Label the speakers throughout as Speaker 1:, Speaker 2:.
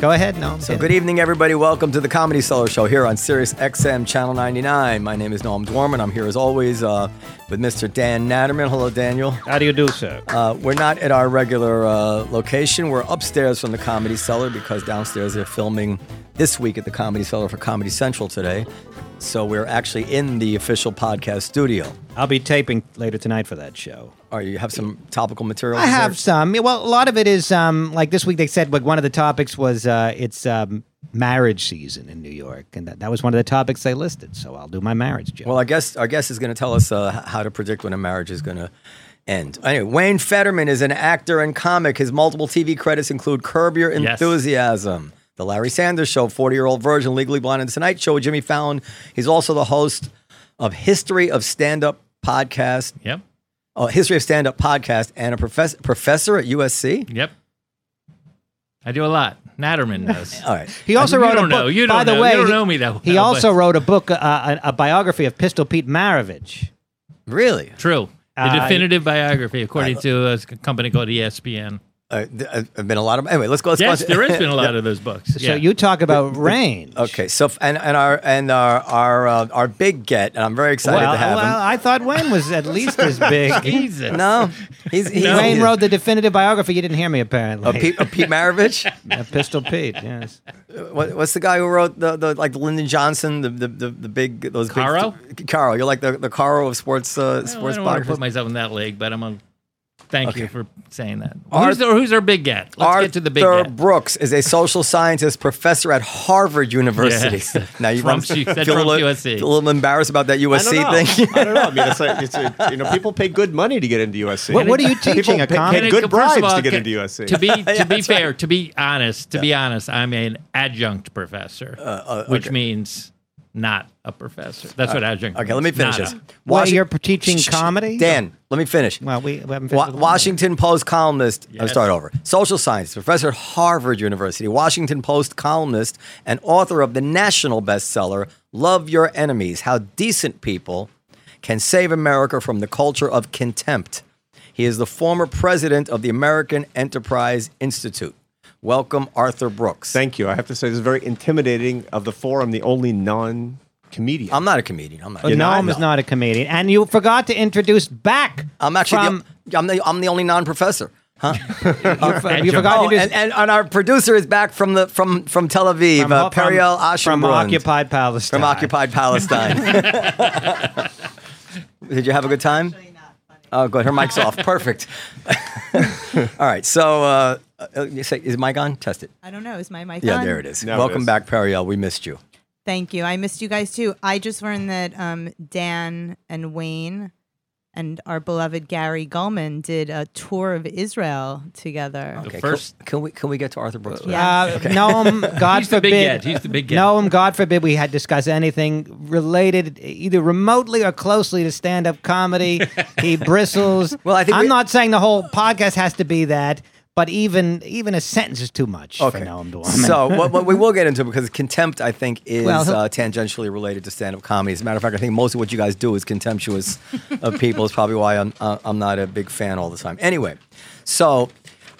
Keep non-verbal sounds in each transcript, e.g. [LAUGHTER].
Speaker 1: Go ahead. No. I'm
Speaker 2: So good evening, everybody. Welcome to the Comedy Cellar Show here on Sirius XM Channel 99. My name is Noam Dwarman. I'm here as always uh, with Mr. Dan Natterman. Hello, Daniel.
Speaker 1: How do you do, sir?
Speaker 2: Uh, we're not at our regular uh, location. We're upstairs from the Comedy Cellar because downstairs they're filming this week at the Comedy Cellar for Comedy Central today. So we're actually in the official podcast studio.
Speaker 1: I'll be taping later tonight for that show.
Speaker 2: Are you have some topical material?
Speaker 1: I have
Speaker 2: reserved?
Speaker 1: some. Yeah, Well, a lot of it is um, like this week they said like one of the topics was uh, it's um, marriage season in New York, and that, that was one of the topics they listed. So I'll do my marriage joke.
Speaker 2: Well, I guess our guest is going to tell us uh, h- how to predict when a marriage is going to end. Anyway, Wayne Fetterman is an actor and comic. His multiple TV credits include Curb Your
Speaker 3: Yes.
Speaker 2: Enthusiasm, The Larry Sanders Show, 40 Year Old Virgin, Legally Blonde, and The Tonight Show with Jimmy Fallon. He's also the host of History of Stand Up podcast,
Speaker 3: Yep.
Speaker 2: uh, History of Stand Up podcast, and a professor professor at USC.
Speaker 3: Yep. I do a lot. Natterman knows.
Speaker 2: All right.
Speaker 1: he also
Speaker 3: You
Speaker 1: wrote a
Speaker 3: don't
Speaker 1: book.
Speaker 3: know. You
Speaker 1: By
Speaker 3: don't
Speaker 1: the
Speaker 3: know. You
Speaker 1: way,
Speaker 3: don't
Speaker 1: he-
Speaker 3: know me that
Speaker 1: He
Speaker 3: well,
Speaker 1: also
Speaker 3: but-
Speaker 1: wrote a book, uh, a, a biography of Pistol Pete Maravich.
Speaker 2: Really?
Speaker 3: True. The
Speaker 1: Uh,
Speaker 3: definitive biography, according to a s- company called ESPN.
Speaker 2: Uh, th- uh, have been a lot of. Anyway, let's go. Let's
Speaker 3: Yes,
Speaker 2: go
Speaker 3: there has
Speaker 2: [LAUGHS]
Speaker 3: been a lot of those books.
Speaker 1: So you talk about range.
Speaker 2: Okay, so f- and and our and our our uh, our big get, and I'm very excited
Speaker 1: Well,
Speaker 2: to have
Speaker 1: well, I thought Wayne was at least as big.
Speaker 3: Jesus.
Speaker 2: him. No, he's, he's
Speaker 1: Wayne
Speaker 2: he's-
Speaker 1: wrote the definitive biography. You didn't hear me, apparently.
Speaker 2: uh, Pete, uh, Pete Maravich.
Speaker 1: Uh, Pistol Pete, yes.
Speaker 2: What, what's the guy who wrote the, the like Lyndon Johnson, the the, the, the big those
Speaker 3: Caro?
Speaker 2: big Caro. You're like the, the Caro of sports uh,
Speaker 3: Well,
Speaker 2: sports
Speaker 3: I don't want to
Speaker 2: biographers.
Speaker 3: put myself in that league, but I'm going to thank you for saying that.
Speaker 2: Arth-
Speaker 3: who's, our, who's our big get? Let's get to the big
Speaker 2: Arthur
Speaker 3: get.
Speaker 2: Brooks is a social scientist professor at Harvard University. [LAUGHS]
Speaker 3: Yes.
Speaker 2: Now you
Speaker 3: Trump's-
Speaker 2: must
Speaker 3: you said
Speaker 2: feel a
Speaker 3: Trump's
Speaker 2: little,
Speaker 3: USC.
Speaker 2: feel a little embarrassed about that
Speaker 4: I don't
Speaker 2: USC
Speaker 4: know.
Speaker 2: thing. [LAUGHS]
Speaker 4: I don't know. I mean, it's like it's a, you know, people pay good money to get into USC.
Speaker 1: What, what are you teaching? A
Speaker 4: pay-
Speaker 1: comic?
Speaker 4: pay
Speaker 3: Can first of
Speaker 4: good bribes
Speaker 3: all,
Speaker 4: to get
Speaker 3: can-
Speaker 4: into USC. [LAUGHS]
Speaker 3: To be to be fair, to be honest, to be honest, I'm an adjunct professor, which means not a professor. That's what adjunct.
Speaker 2: Okay, let me
Speaker 3: means,
Speaker 2: finish
Speaker 3: not
Speaker 2: this.
Speaker 3: a-
Speaker 1: Well,
Speaker 2: Washing-
Speaker 1: you're teaching
Speaker 2: Shh, shh, shh.
Speaker 1: comedy?
Speaker 2: Dan, let me finish.
Speaker 1: Well, we, we haven't
Speaker 2: Wa-
Speaker 1: finished.
Speaker 2: Washington Post columnist. I'll
Speaker 3: Yes.
Speaker 2: start over. Social science professor at Harvard University, Washington Post columnist, and author of the national bestseller "Love Your Enemies: How Decent People Can Save America from the Culture of Contempt." He is the former president of the American Enterprise Institute. Welcome, Arthur Brooks.
Speaker 4: Thank you. I have to say, this is very intimidating. Of the four, I'm the only non-comedian.
Speaker 2: I'm not a comedian. I'm not.
Speaker 1: Noam
Speaker 4: I
Speaker 1: is not a comedian. And you forgot to introduce back.
Speaker 2: I'm actually.
Speaker 1: from-
Speaker 2: the, I'm, the, I'm the only non-professor. Huh?
Speaker 1: you, for- you forgot
Speaker 3: Adjunct.
Speaker 1: to
Speaker 2: Oh,
Speaker 1: introduce
Speaker 2: and, and, and our producer is back from the from from Tel Aviv,
Speaker 1: from,
Speaker 2: uh,
Speaker 1: from-
Speaker 2: Periel Ashenbrund.
Speaker 1: from Occupied Palestine. Uh,
Speaker 2: From occupied Palestine. Did you have a good time? Oh, good. Her mic's off. Perfect. [LAUGHS] All right. So, uh, uh, you say, is mic on? Test it.
Speaker 5: I don't know. Is my mic
Speaker 2: Yeah,
Speaker 5: on?
Speaker 2: there it is.
Speaker 4: Now it
Speaker 2: Welcome
Speaker 4: is.
Speaker 2: back, Periel. We missed you.
Speaker 5: Thank you. I missed you guys too. I just learned that um, Dan and Wayne and our beloved Gary Gulman did a tour of Israel together.
Speaker 3: The
Speaker 2: Okay,
Speaker 3: first,
Speaker 2: Can, can we can we get to Arthur Brooks?
Speaker 5: Yeah.
Speaker 1: Uh,
Speaker 2: [LAUGHS]
Speaker 1: Noam, God
Speaker 3: He's the big
Speaker 1: forbid.
Speaker 3: get. He's the big get.
Speaker 1: Noam, God forbid we had discussed anything related either remotely or closely to stand up comedy.
Speaker 2: [LAUGHS]
Speaker 1: he bristles.
Speaker 2: Well, I think
Speaker 1: I'm
Speaker 2: we-
Speaker 1: not saying the whole podcast has to be that, but even even a sentence is too much for Noam Dwarman. [LAUGHS]
Speaker 2: So what, what we will get into because contempt, I think, is
Speaker 1: Well, he'll-
Speaker 2: uh, tangentially related to stand-up comedy. As a matter of fact, I think most of what you guys do is contemptuous
Speaker 1: [LAUGHS]
Speaker 2: of people. Is probably why I'm uh, I'm not a big fan all the time. Anyway, so.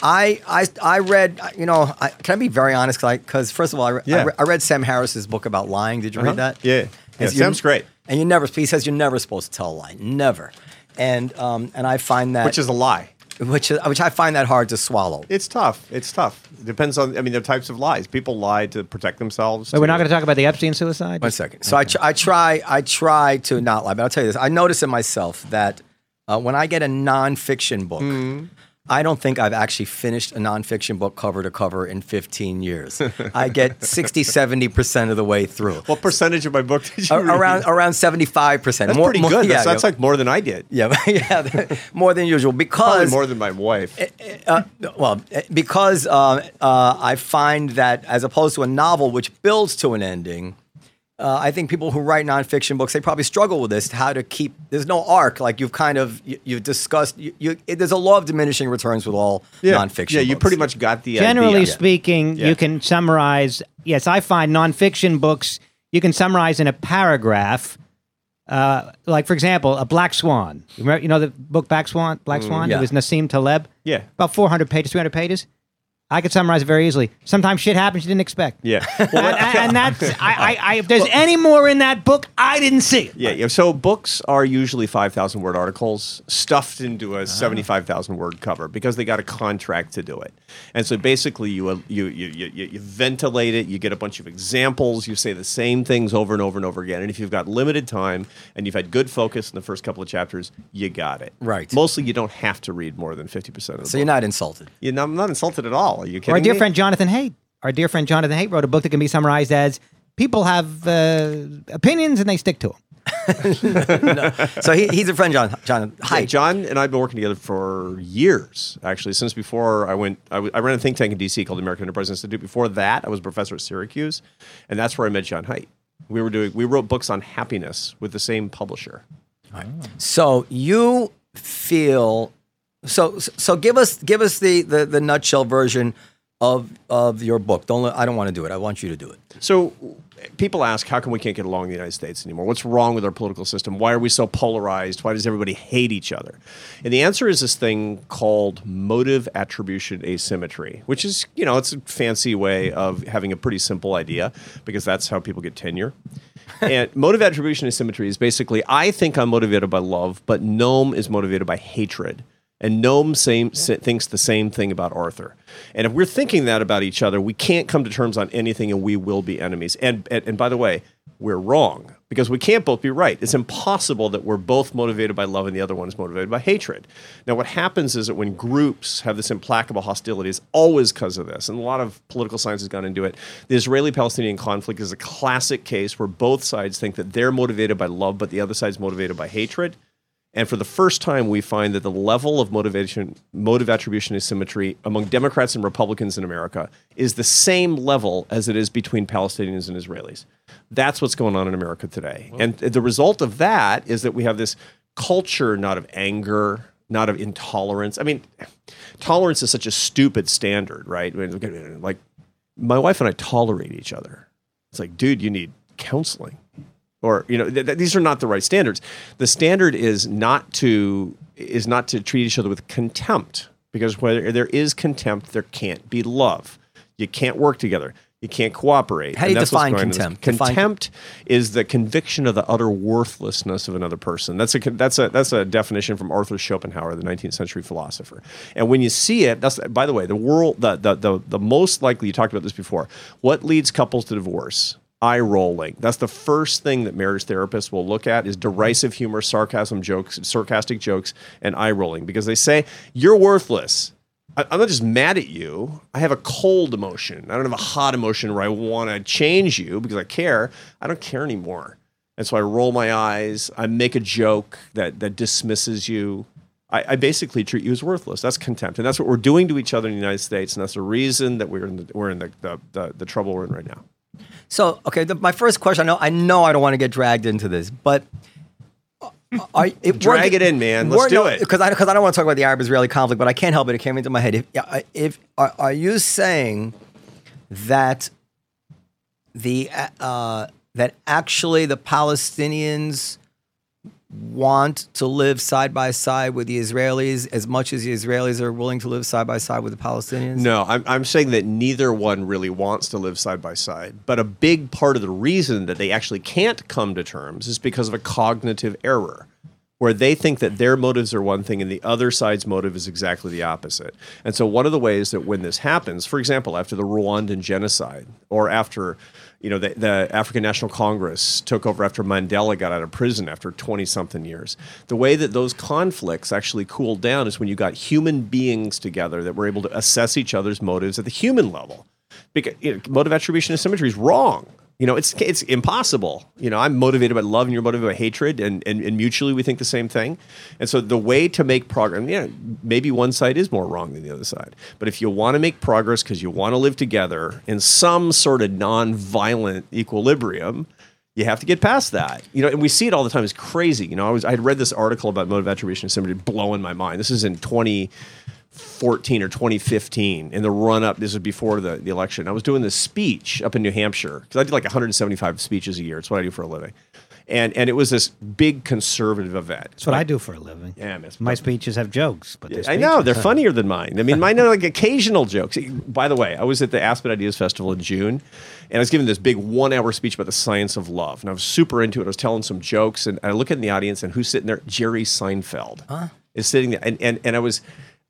Speaker 2: I, I, I read, uh, you know, I, can I be very honest? Because, first of all, I, re- I
Speaker 4: Yeah.
Speaker 2: re- I read Sam Harris's book about lying. Did you read
Speaker 4: Uh-huh.
Speaker 2: that?
Speaker 4: Yeah.
Speaker 2: And
Speaker 4: Yeah,
Speaker 2: you-
Speaker 4: Sam's great.
Speaker 2: And you never, he says you're never supposed to tell a lie. Never. And, um, and I find that,
Speaker 4: which is a lie.
Speaker 2: which, is- which I find that hard to swallow.
Speaker 4: It's tough. It's tough. It depends on. I mean, there are types of lies. People lie to protect themselves.
Speaker 1: Wait, we're not going to talk about the Epstein suicide.
Speaker 2: One second. So I, tr- I try I try to
Speaker 4: Mm-hmm.
Speaker 2: not lie, but I'll tell you this. I notice in myself that uh, when I get a nonfiction book, I don't think I've actually finished a nonfiction book cover to cover in 15 years. I
Speaker 4: [LAUGHS]
Speaker 2: get 60, 70% of the way through.
Speaker 4: What percentage of my book did you
Speaker 2: A-
Speaker 4: read?
Speaker 2: around around 75%.
Speaker 4: That's
Speaker 2: More-
Speaker 4: pretty
Speaker 2: more-
Speaker 4: good.
Speaker 2: yeah,
Speaker 4: that's,
Speaker 2: yeah.
Speaker 4: that's like more than I did.
Speaker 2: yeah, yeah, [LAUGHS] more than usual
Speaker 4: Probably
Speaker 2: because
Speaker 4: more than my wife.
Speaker 2: uh, well, eh, because uh, uh, I find that as opposed to a novel which builds to an ending, uh, I think people who write nonfiction books they probably struggle with this. How to keep there's no arc like you've kind of you, you've discussed. You, you, it, there's a law of diminishing returns with all
Speaker 4: yeah.
Speaker 2: nonfiction.
Speaker 4: Yeah, you
Speaker 2: books.
Speaker 4: pretty much got the
Speaker 1: Generally
Speaker 4: idea.
Speaker 1: speaking,
Speaker 4: Yeah.
Speaker 1: you can summarize. Yes, I find nonfiction books you can summarize in a paragraph. Uh, like for example, a Black Swan. You, remember, you know the book Black Swan. Black Swan.
Speaker 2: yeah.
Speaker 1: It was Nassim Taleb.
Speaker 4: Mm, Yeah.
Speaker 1: about four hundred pages, three hundred pages. I could summarize it very easily. Sometimes shit happens you didn't expect.
Speaker 4: Yeah.
Speaker 1: [LAUGHS] and,
Speaker 4: [LAUGHS]
Speaker 1: and- and that's I, I, I. If there's any more in that book, I didn't see. it.
Speaker 4: Yeah, yeah. So books are usually 5,000 word articles stuffed into a 75,000 word cover because they got a contract to do it. And so basically, you, uh, you, you, you, you- you ventilate it, you get a bunch of examples, you say the same things over and over and over again. And if you've got limited time and you've had good focus in the first couple of chapters, you got it.
Speaker 2: Right.
Speaker 4: Mostly, you don't have to read more than 50% of the
Speaker 2: So
Speaker 4: book.
Speaker 2: you're not insulted.
Speaker 4: You know, I'm not insulted at all. Are you kidding
Speaker 1: Our dear
Speaker 4: me?
Speaker 1: friend Jonathan Haidt. Our dear friend Jonathan Haidt wrote a book that can be summarized as people have uh, opinions and they stick to them.
Speaker 2: So he, he's a friend, John. John, hi.
Speaker 4: Yeah, John and I've been working together for years, actually, since before I went. I, w- I ran a think tank in DC called the American Enterprise Institute. Before that, I was a professor at Syracuse, and that's where I met John Haidt. We were doing we wrote books on happiness with the same publisher.
Speaker 2: So you feel so so give us give us the the, the nutshell version of of your book. Don't let- I don't want to do it. I want you to do it.
Speaker 4: So people ask, how come we can't get along in the United States anymore? What's wrong with our political system? Why are we so polarized? Why does everybody hate each other? And the answer is this thing called motive attribution asymmetry, which is, you know, it's a fancy way of having a pretty simple idea because that's how people get tenure. and motive attribution asymmetry is basically I think I'm motivated by love, but Gnome is motivated by hatred. And Gnome same, si- thinks the same thing about Arthur. And if we're thinking that about each other, we can't come to terms on anything and we will be enemies. And, and, and by the way, we're wrong because we can't both be right. It's impossible that we're both motivated by love and the other one is motivated by hatred. Now, what happens is that when groups have this implacable hostility, it's always because of this. And a lot of political science has gone into it. The Israeli Palestinian conflict is a classic case where both sides think that they're motivated by love, but the other side's motivated by hatred. And for the first time, we find that the level of motivation, motive attribution asymmetry among Democrats and Republicans in America is the same level as it is between Palestinians and Israelis. That's what's going on in America today. And the result of that is that we have this culture not of anger, not of intolerance. I mean, tolerance is such a stupid standard, right? I mean, Like, my wife and I tolerate each other. It's like, dude, you need counseling or you know th- th- these are not the right standards the standard is not to is not to treat each other with contempt because where there is contempt there can't be love you can't work together you can't cooperate
Speaker 2: How do you
Speaker 4: And that's what's
Speaker 2: define
Speaker 4: going on in this-
Speaker 2: contempt? Define-
Speaker 4: contempt is the conviction of the utter worthlessness of another person that's a con- that's a that's a definition from arthur schopenhauer the 19th century philosopher and when you see it that's by the way the world the the the, the most likely you talked about this before what leads couples to divorce eye rolling. That's the first thing that marriage therapists will look at is derisive humor, sarcasm jokes, sarcastic jokes, and eye rolling because they say you're worthless. I- I'm not just mad at you. I have a cold emotion. I don't have a hot emotion where I want to change you because I care. I don't care anymore. And so I roll my eyes. I make a joke that that dismisses you. I, I basically treat you as worthless. That's contempt, and that's what we're doing to each other in the United States, and that's the reason that we're in the, we're in the, the, the, the trouble we're in right now.
Speaker 2: So okay, the, my first question. I know I know I don't want to get dragged into this, but. uh, Are, it,
Speaker 4: Drag it in, man. Let's do it.
Speaker 2: Because I, because I don't want to talk about the Arab-Israeli conflict, but I can't help it. It came into my head. If, yeah, I- if are, are you saying that the uh, that actually the Palestinians want to live side by side with the Israelis as much as the Israelis are willing to live side by side with the Palestinians?
Speaker 4: No, I'm, I'm saying that neither one really wants to live side by side. But a big part of the reason that they actually can't come to terms is because of a cognitive error. where they think that their motives are one thing and the other side's motive is exactly the opposite. And so one of the ways that when this happens, for example, after the Rwandan genocide or after you know the, the African National Congress took over after Mandela got out of prison after 20 something years, the way that those conflicts actually cooled down is when you got human beings together that were able to assess each other's motives at the human level. Because you know, motive attribution asymmetry is wrong. You know, it's it's impossible. You know, I'm motivated by love and you're motivated by hatred, and, and, and mutually we think the same thing. And so the way to make progress, yeah, maybe one side is more wrong than the other side. But if you want to make progress because you want to live together in some sort of non-violent equilibrium, you have to get past that. You know, and we see it all the time. It's crazy. You know, I was I had read this article about motive attribution asymmetry blowing my mind. This is in 20 2014 or 2015 in the run up. This was before the, the election. I was doing this speech up in New Hampshire because I do like 175 speeches a year. It's what I do for a living. And, and it was this big conservative event.
Speaker 1: That's what I do for a living.
Speaker 4: Yeah, man, it's
Speaker 1: my speeches have jokes, but they're
Speaker 4: I know
Speaker 1: speeches.
Speaker 2: Uh,
Speaker 1: Uh,
Speaker 4: they're funnier than mine. I mean, mine are
Speaker 2: [LAUGHS]
Speaker 4: like occasional jokes. By the way, I was at the Aspen Ideas Festival in June, and I was giving this big one-hour speech about the science of love, and I was super into it. I was telling some jokes, and I look in the audience, and who's sitting there? Jerry Seinfeld is sitting there, and and, and I was.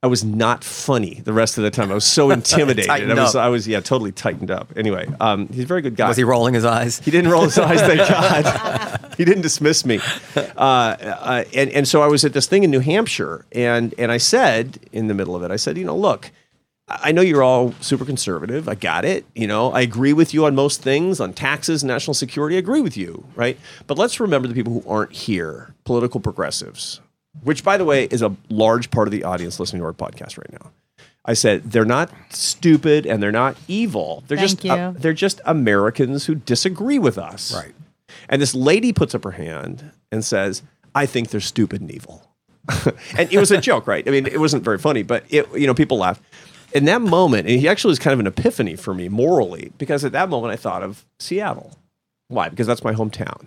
Speaker 4: I was not funny the rest of the time. I was
Speaker 2: [LAUGHS]
Speaker 4: so intimidated. I
Speaker 2: Tightened
Speaker 4: was,
Speaker 2: up.
Speaker 4: I was, yeah, totally tightened up. Anyway, um, he's a very good guy.
Speaker 2: Was he rolling his eyes?
Speaker 4: He didn't roll his eyes, thank God. he didn't dismiss me. Uh, uh, and, and so I was at this thing in New Hampshire, and, and I said in the middle of it, I said, you know, look, I I know you're all super conservative. I got it. You know, I agree with you on most things, on taxes, national security. I agree with you, right? But let's remember the people who aren't here, political progressives, which, by the way, is a large part of the audience listening to our podcast right now. I said they're not stupid and they're not evil. They're
Speaker 5: Thank
Speaker 4: just uh,
Speaker 5: you.
Speaker 4: they're just Americans who disagree with us.
Speaker 2: Right.
Speaker 4: And this lady puts up her hand and says, I think they're stupid and evil. [LAUGHS] and it was a joke, right? I mean, it wasn't very funny, but it, you know, people laughed. In that moment, and he actually was kind of an epiphany for me morally, because at that moment I thought of Seattle. Why? Because that's my hometown.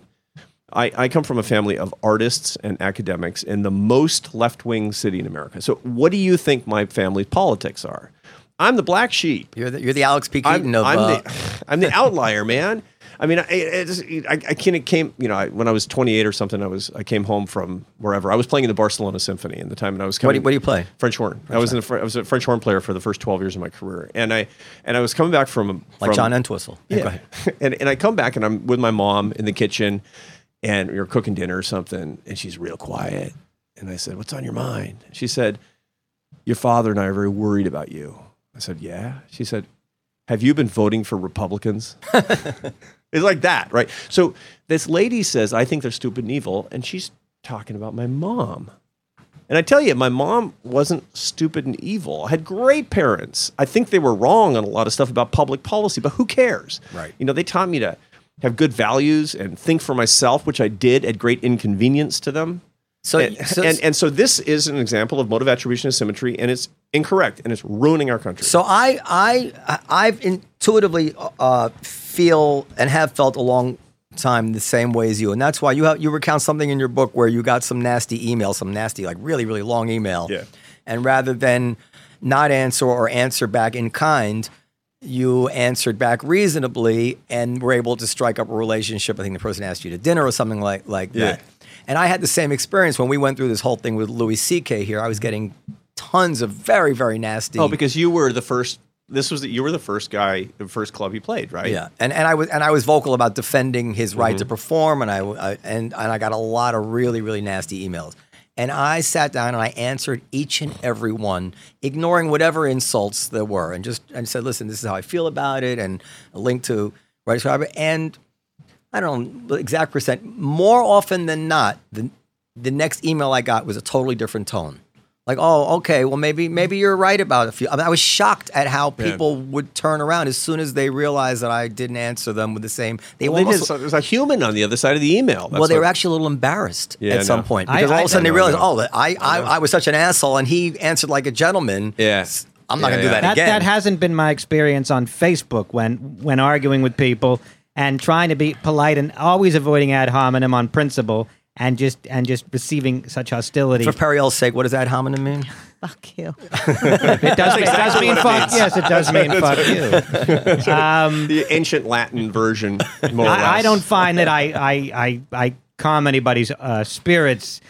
Speaker 4: I, I come from a family of artists and academics in the most left wing city in America. So, what do you think my family's politics are? I'm the black sheep.
Speaker 2: You're the, you're the Alex P. Keaton of
Speaker 4: I'm
Speaker 2: uh,
Speaker 4: the, [SIGHS] I'm the outlier, man. I mean, I, it's, I, I kind of came, you know, I, when I was 28 or something, I was I came home from wherever. I was playing in the Barcelona Symphony in the time, and I was
Speaker 2: What do
Speaker 4: coming.
Speaker 2: you- what do you play?
Speaker 4: French horn. I was in the, Fr- I was a French horn player for the first 12 years of my career, and I and I was coming back from
Speaker 2: like
Speaker 4: from-
Speaker 2: John Entwistle. Yeah, go
Speaker 4: yeah.
Speaker 2: ahead.
Speaker 4: [LAUGHS] and, and I come back and I'm with my mom in the kitchen and we are cooking dinner or something. And she's real quiet. And I said, What's on your mind? She said, Your father and I are very worried about you. I said, Yeah. She said, Have you been voting
Speaker 2: [LAUGHS]
Speaker 4: for Republicans? it's like that, right? So this lady says, I think they're stupid and evil. And she's talking about my mom. And I tell you, my mom wasn't stupid and evil. I had great parents. I think they were wrong on a lot of stuff about public policy, but who cares?
Speaker 2: Right.
Speaker 4: You know, they taught me to have good values and think for myself, which I did at great inconvenience to them.
Speaker 2: Uh, So,
Speaker 4: and,
Speaker 2: so,
Speaker 4: and, and so this is an example of motive attribution asymmetry, and it's incorrect, and it's ruining our country.
Speaker 2: So I I I've intuitively uh, feel and have felt a long time the same way as you, and that's why you have, you recount something in your book where you got some nasty email, some nasty like really really long email,
Speaker 4: Yeah.
Speaker 2: and rather than not answer or answer back in kind. You answered back reasonably and were able to strike up a relationship. I think the person asked you to dinner or something like like
Speaker 4: Yeah.
Speaker 2: that. And I had the same experience when we went through this whole thing with Louis C.K. here. I was getting tons of very very nasty.
Speaker 4: oh, because you were the first. This was the, you were the first guy, the first club he played, right?
Speaker 2: Yeah, and and I was and I was vocal about defending his right to perform, and I, I and and I got a lot of really really nasty emails, and I sat down and I answered each and every one, ignoring whatever insults there were, and just and said, listen, this is how I feel about it, and a link to right Scribe. and I don't know the exact percent. More often than not, the the next email I got was a totally different tone. Like, oh, okay, well, maybe maybe you're right about a few. I, mean, I was shocked at how people would turn around as soon as they realized that I didn't answer them with the same. They
Speaker 4: Well, they did,
Speaker 2: almost
Speaker 4: so there's a human on the other side of the email. That's
Speaker 2: well, they
Speaker 4: what-
Speaker 2: were actually a little embarrassed
Speaker 4: Yeah, I
Speaker 2: at some
Speaker 4: know.
Speaker 2: point
Speaker 1: I-
Speaker 2: because all
Speaker 1: I-
Speaker 2: of a sudden
Speaker 1: I know,
Speaker 2: they
Speaker 1: I
Speaker 2: realized, oh,
Speaker 4: know.
Speaker 2: I, I, I was such an asshole, and he answered like a gentleman.
Speaker 4: Yeah.
Speaker 2: S- I'm not gonna
Speaker 4: Yeah,
Speaker 2: do
Speaker 4: yeah.
Speaker 2: that,
Speaker 1: that,
Speaker 2: again.
Speaker 1: that hasn't been my experience on Facebook when when arguing with people and trying to be polite and always avoiding ad hominem on principle and just and just receiving such hostility.
Speaker 2: For Periel's sake, what does that hominin mean?
Speaker 5: [LAUGHS] Fuck you.
Speaker 4: [LAUGHS]
Speaker 1: it does, it does mean fuck. Yes, it does mean fuck you.
Speaker 4: [LAUGHS]
Speaker 1: Um,
Speaker 4: the ancient Latin
Speaker 2: [LAUGHS]
Speaker 4: version. More or less. [LAUGHS]
Speaker 1: I, I don't find that I I I, I calm anybody's uh, spirits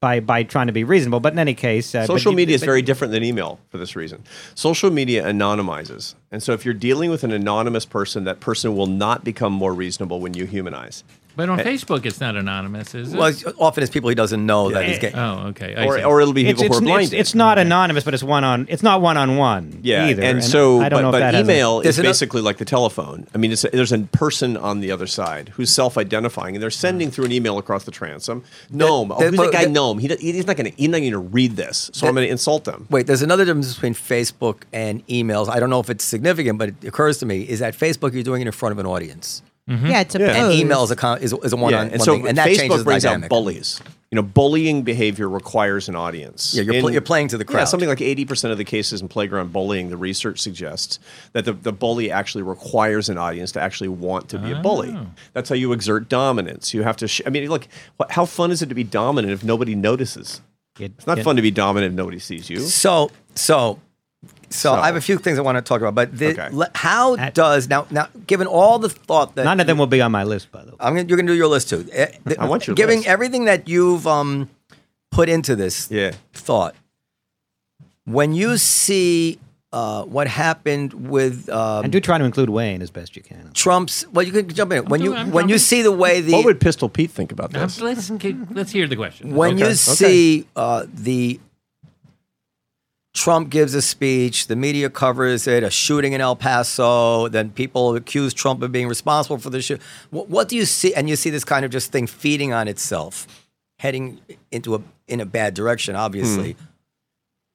Speaker 1: by by trying to be reasonable. But in any case, uh, but
Speaker 4: Social
Speaker 1: you-
Speaker 4: media is
Speaker 1: but-
Speaker 4: very different than email for this reason. Social media anonymizes. And so if you're dealing with an anonymous person, that person will not become more reasonable when you humanize.
Speaker 3: But
Speaker 4: Eh.
Speaker 3: on Facebook, it's not anonymous, is it?
Speaker 2: Well, it's- often it's people he doesn't know that he's getting.
Speaker 3: oh, okay. I
Speaker 4: Or,
Speaker 3: see.
Speaker 4: or it'll be
Speaker 1: It's, it's,
Speaker 4: people who are
Speaker 1: it's,
Speaker 4: blinded.
Speaker 1: it's not anonymous, but it's one on. It's not one on one.
Speaker 4: yeah,
Speaker 1: either.
Speaker 4: and so,
Speaker 1: I don't
Speaker 4: but,
Speaker 1: know if
Speaker 4: but
Speaker 1: that has a-
Speaker 4: email is
Speaker 2: There's another-
Speaker 4: basically like the telephone. I mean, it's a, there's a person on the other side who's self-identifying, and they're sending through an email across the transom. Gnome, oh,
Speaker 2: that-
Speaker 4: who's
Speaker 2: but
Speaker 4: that guy?
Speaker 2: that-
Speaker 4: Gnome. He, do- he's not going to. He's not going to read this, so I'm
Speaker 2: That-
Speaker 4: going to insult them.
Speaker 2: Wait, there's another difference between Facebook and emails. I don't know if it's significant, but it occurs to me is that Facebook you're doing it in front of an audience,
Speaker 3: Mm-hmm.
Speaker 5: Yeah, to
Speaker 4: Yeah.
Speaker 2: and
Speaker 5: pose.
Speaker 2: email is a con- is, is a one
Speaker 4: yeah,
Speaker 2: on
Speaker 4: and
Speaker 2: one
Speaker 4: so
Speaker 2: thing, and that changes
Speaker 4: Facebook brings
Speaker 2: the dynamic.
Speaker 4: out bullies. You know, bullying behavior requires an audience.
Speaker 2: Yeah, you're pl-
Speaker 4: In-
Speaker 2: you're playing to the crowd.
Speaker 4: Yeah, something like 80% of the cases in playground bullying, the research suggests that the, the bully actually requires an audience to actually want to be a bully.
Speaker 2: Ah.
Speaker 4: That's how you exert dominance. You have to, sh- I mean, look, wh- how fun is it to be dominant if nobody notices?
Speaker 1: It-
Speaker 4: It's not
Speaker 1: it-
Speaker 4: fun to be dominant if nobody sees you.
Speaker 2: So, so, so,
Speaker 4: So.
Speaker 2: I have a few things I want to talk about. But the,
Speaker 4: Okay.
Speaker 2: le- how
Speaker 1: At-
Speaker 2: does now now given all the thought that
Speaker 1: None of them will be on my list, by the way.
Speaker 2: I'm gonna, you're going to do your list too. Eh, th-
Speaker 4: I want your
Speaker 2: giving
Speaker 4: list.
Speaker 2: everything that you've um, put into this
Speaker 4: Yeah.
Speaker 2: thought. When you see uh, what happened with uh,
Speaker 1: And do try to include Wayne as best you can.
Speaker 2: Trump's, well, you can jump in when
Speaker 3: do-
Speaker 2: you
Speaker 3: I'm
Speaker 2: when you
Speaker 3: jumping.
Speaker 2: see the way the
Speaker 4: What would Pistol Pete think about
Speaker 3: Uh,
Speaker 4: this?
Speaker 3: let's, get- let's hear the question.
Speaker 2: when
Speaker 4: Okay,
Speaker 2: you
Speaker 4: okay.
Speaker 2: see uh, the Trump gives a speech, the media covers it, a shooting in El Paso, then people accuse Trump of being responsible for the shoot. What, what do you see? And you see this kind of just thing feeding on itself, heading into a in a bad direction, obviously.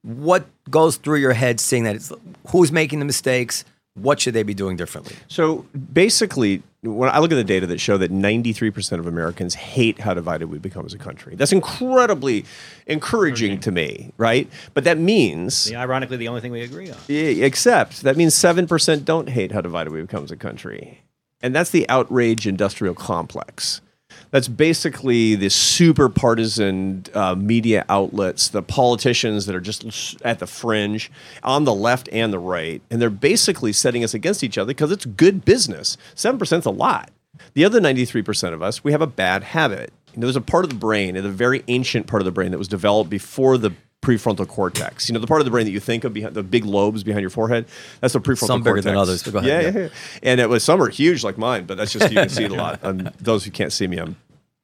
Speaker 4: Hmm.
Speaker 2: What goes through your head seeing that it's who's making the mistakes? What should they be doing differently?
Speaker 4: So basically, when I look at the data that show that 93% of Americans hate how divided we become as a country, that's incredibly encouraging to me, right? But that means,
Speaker 1: Ironically, the only thing we agree on.
Speaker 4: Yeah, E, except that means 7% don't hate how divided we become as a country. And that's the outrage industrial complex. That's basically the super partisan uh, media outlets, the politicians that are just s- at the fringe on the left and the right. And they're basically setting us against each other because it's good business. 7% is a lot. The other 93% of us, we have a bad habit. You know, there's a part of the brain, a very ancient part of the brain that was developed before the prefrontal cortex. You know, the part of the brain that you think of behind the big lobes behind your forehead, that's the prefrontal
Speaker 2: Some bigger
Speaker 4: cortex.
Speaker 2: than others, but go ahead,
Speaker 4: yeah,
Speaker 2: yeah.
Speaker 4: yeah, yeah. [LAUGHS] And it was some are huge like mine, but that's just you can see it a lot. Um, those who can't see me, I'm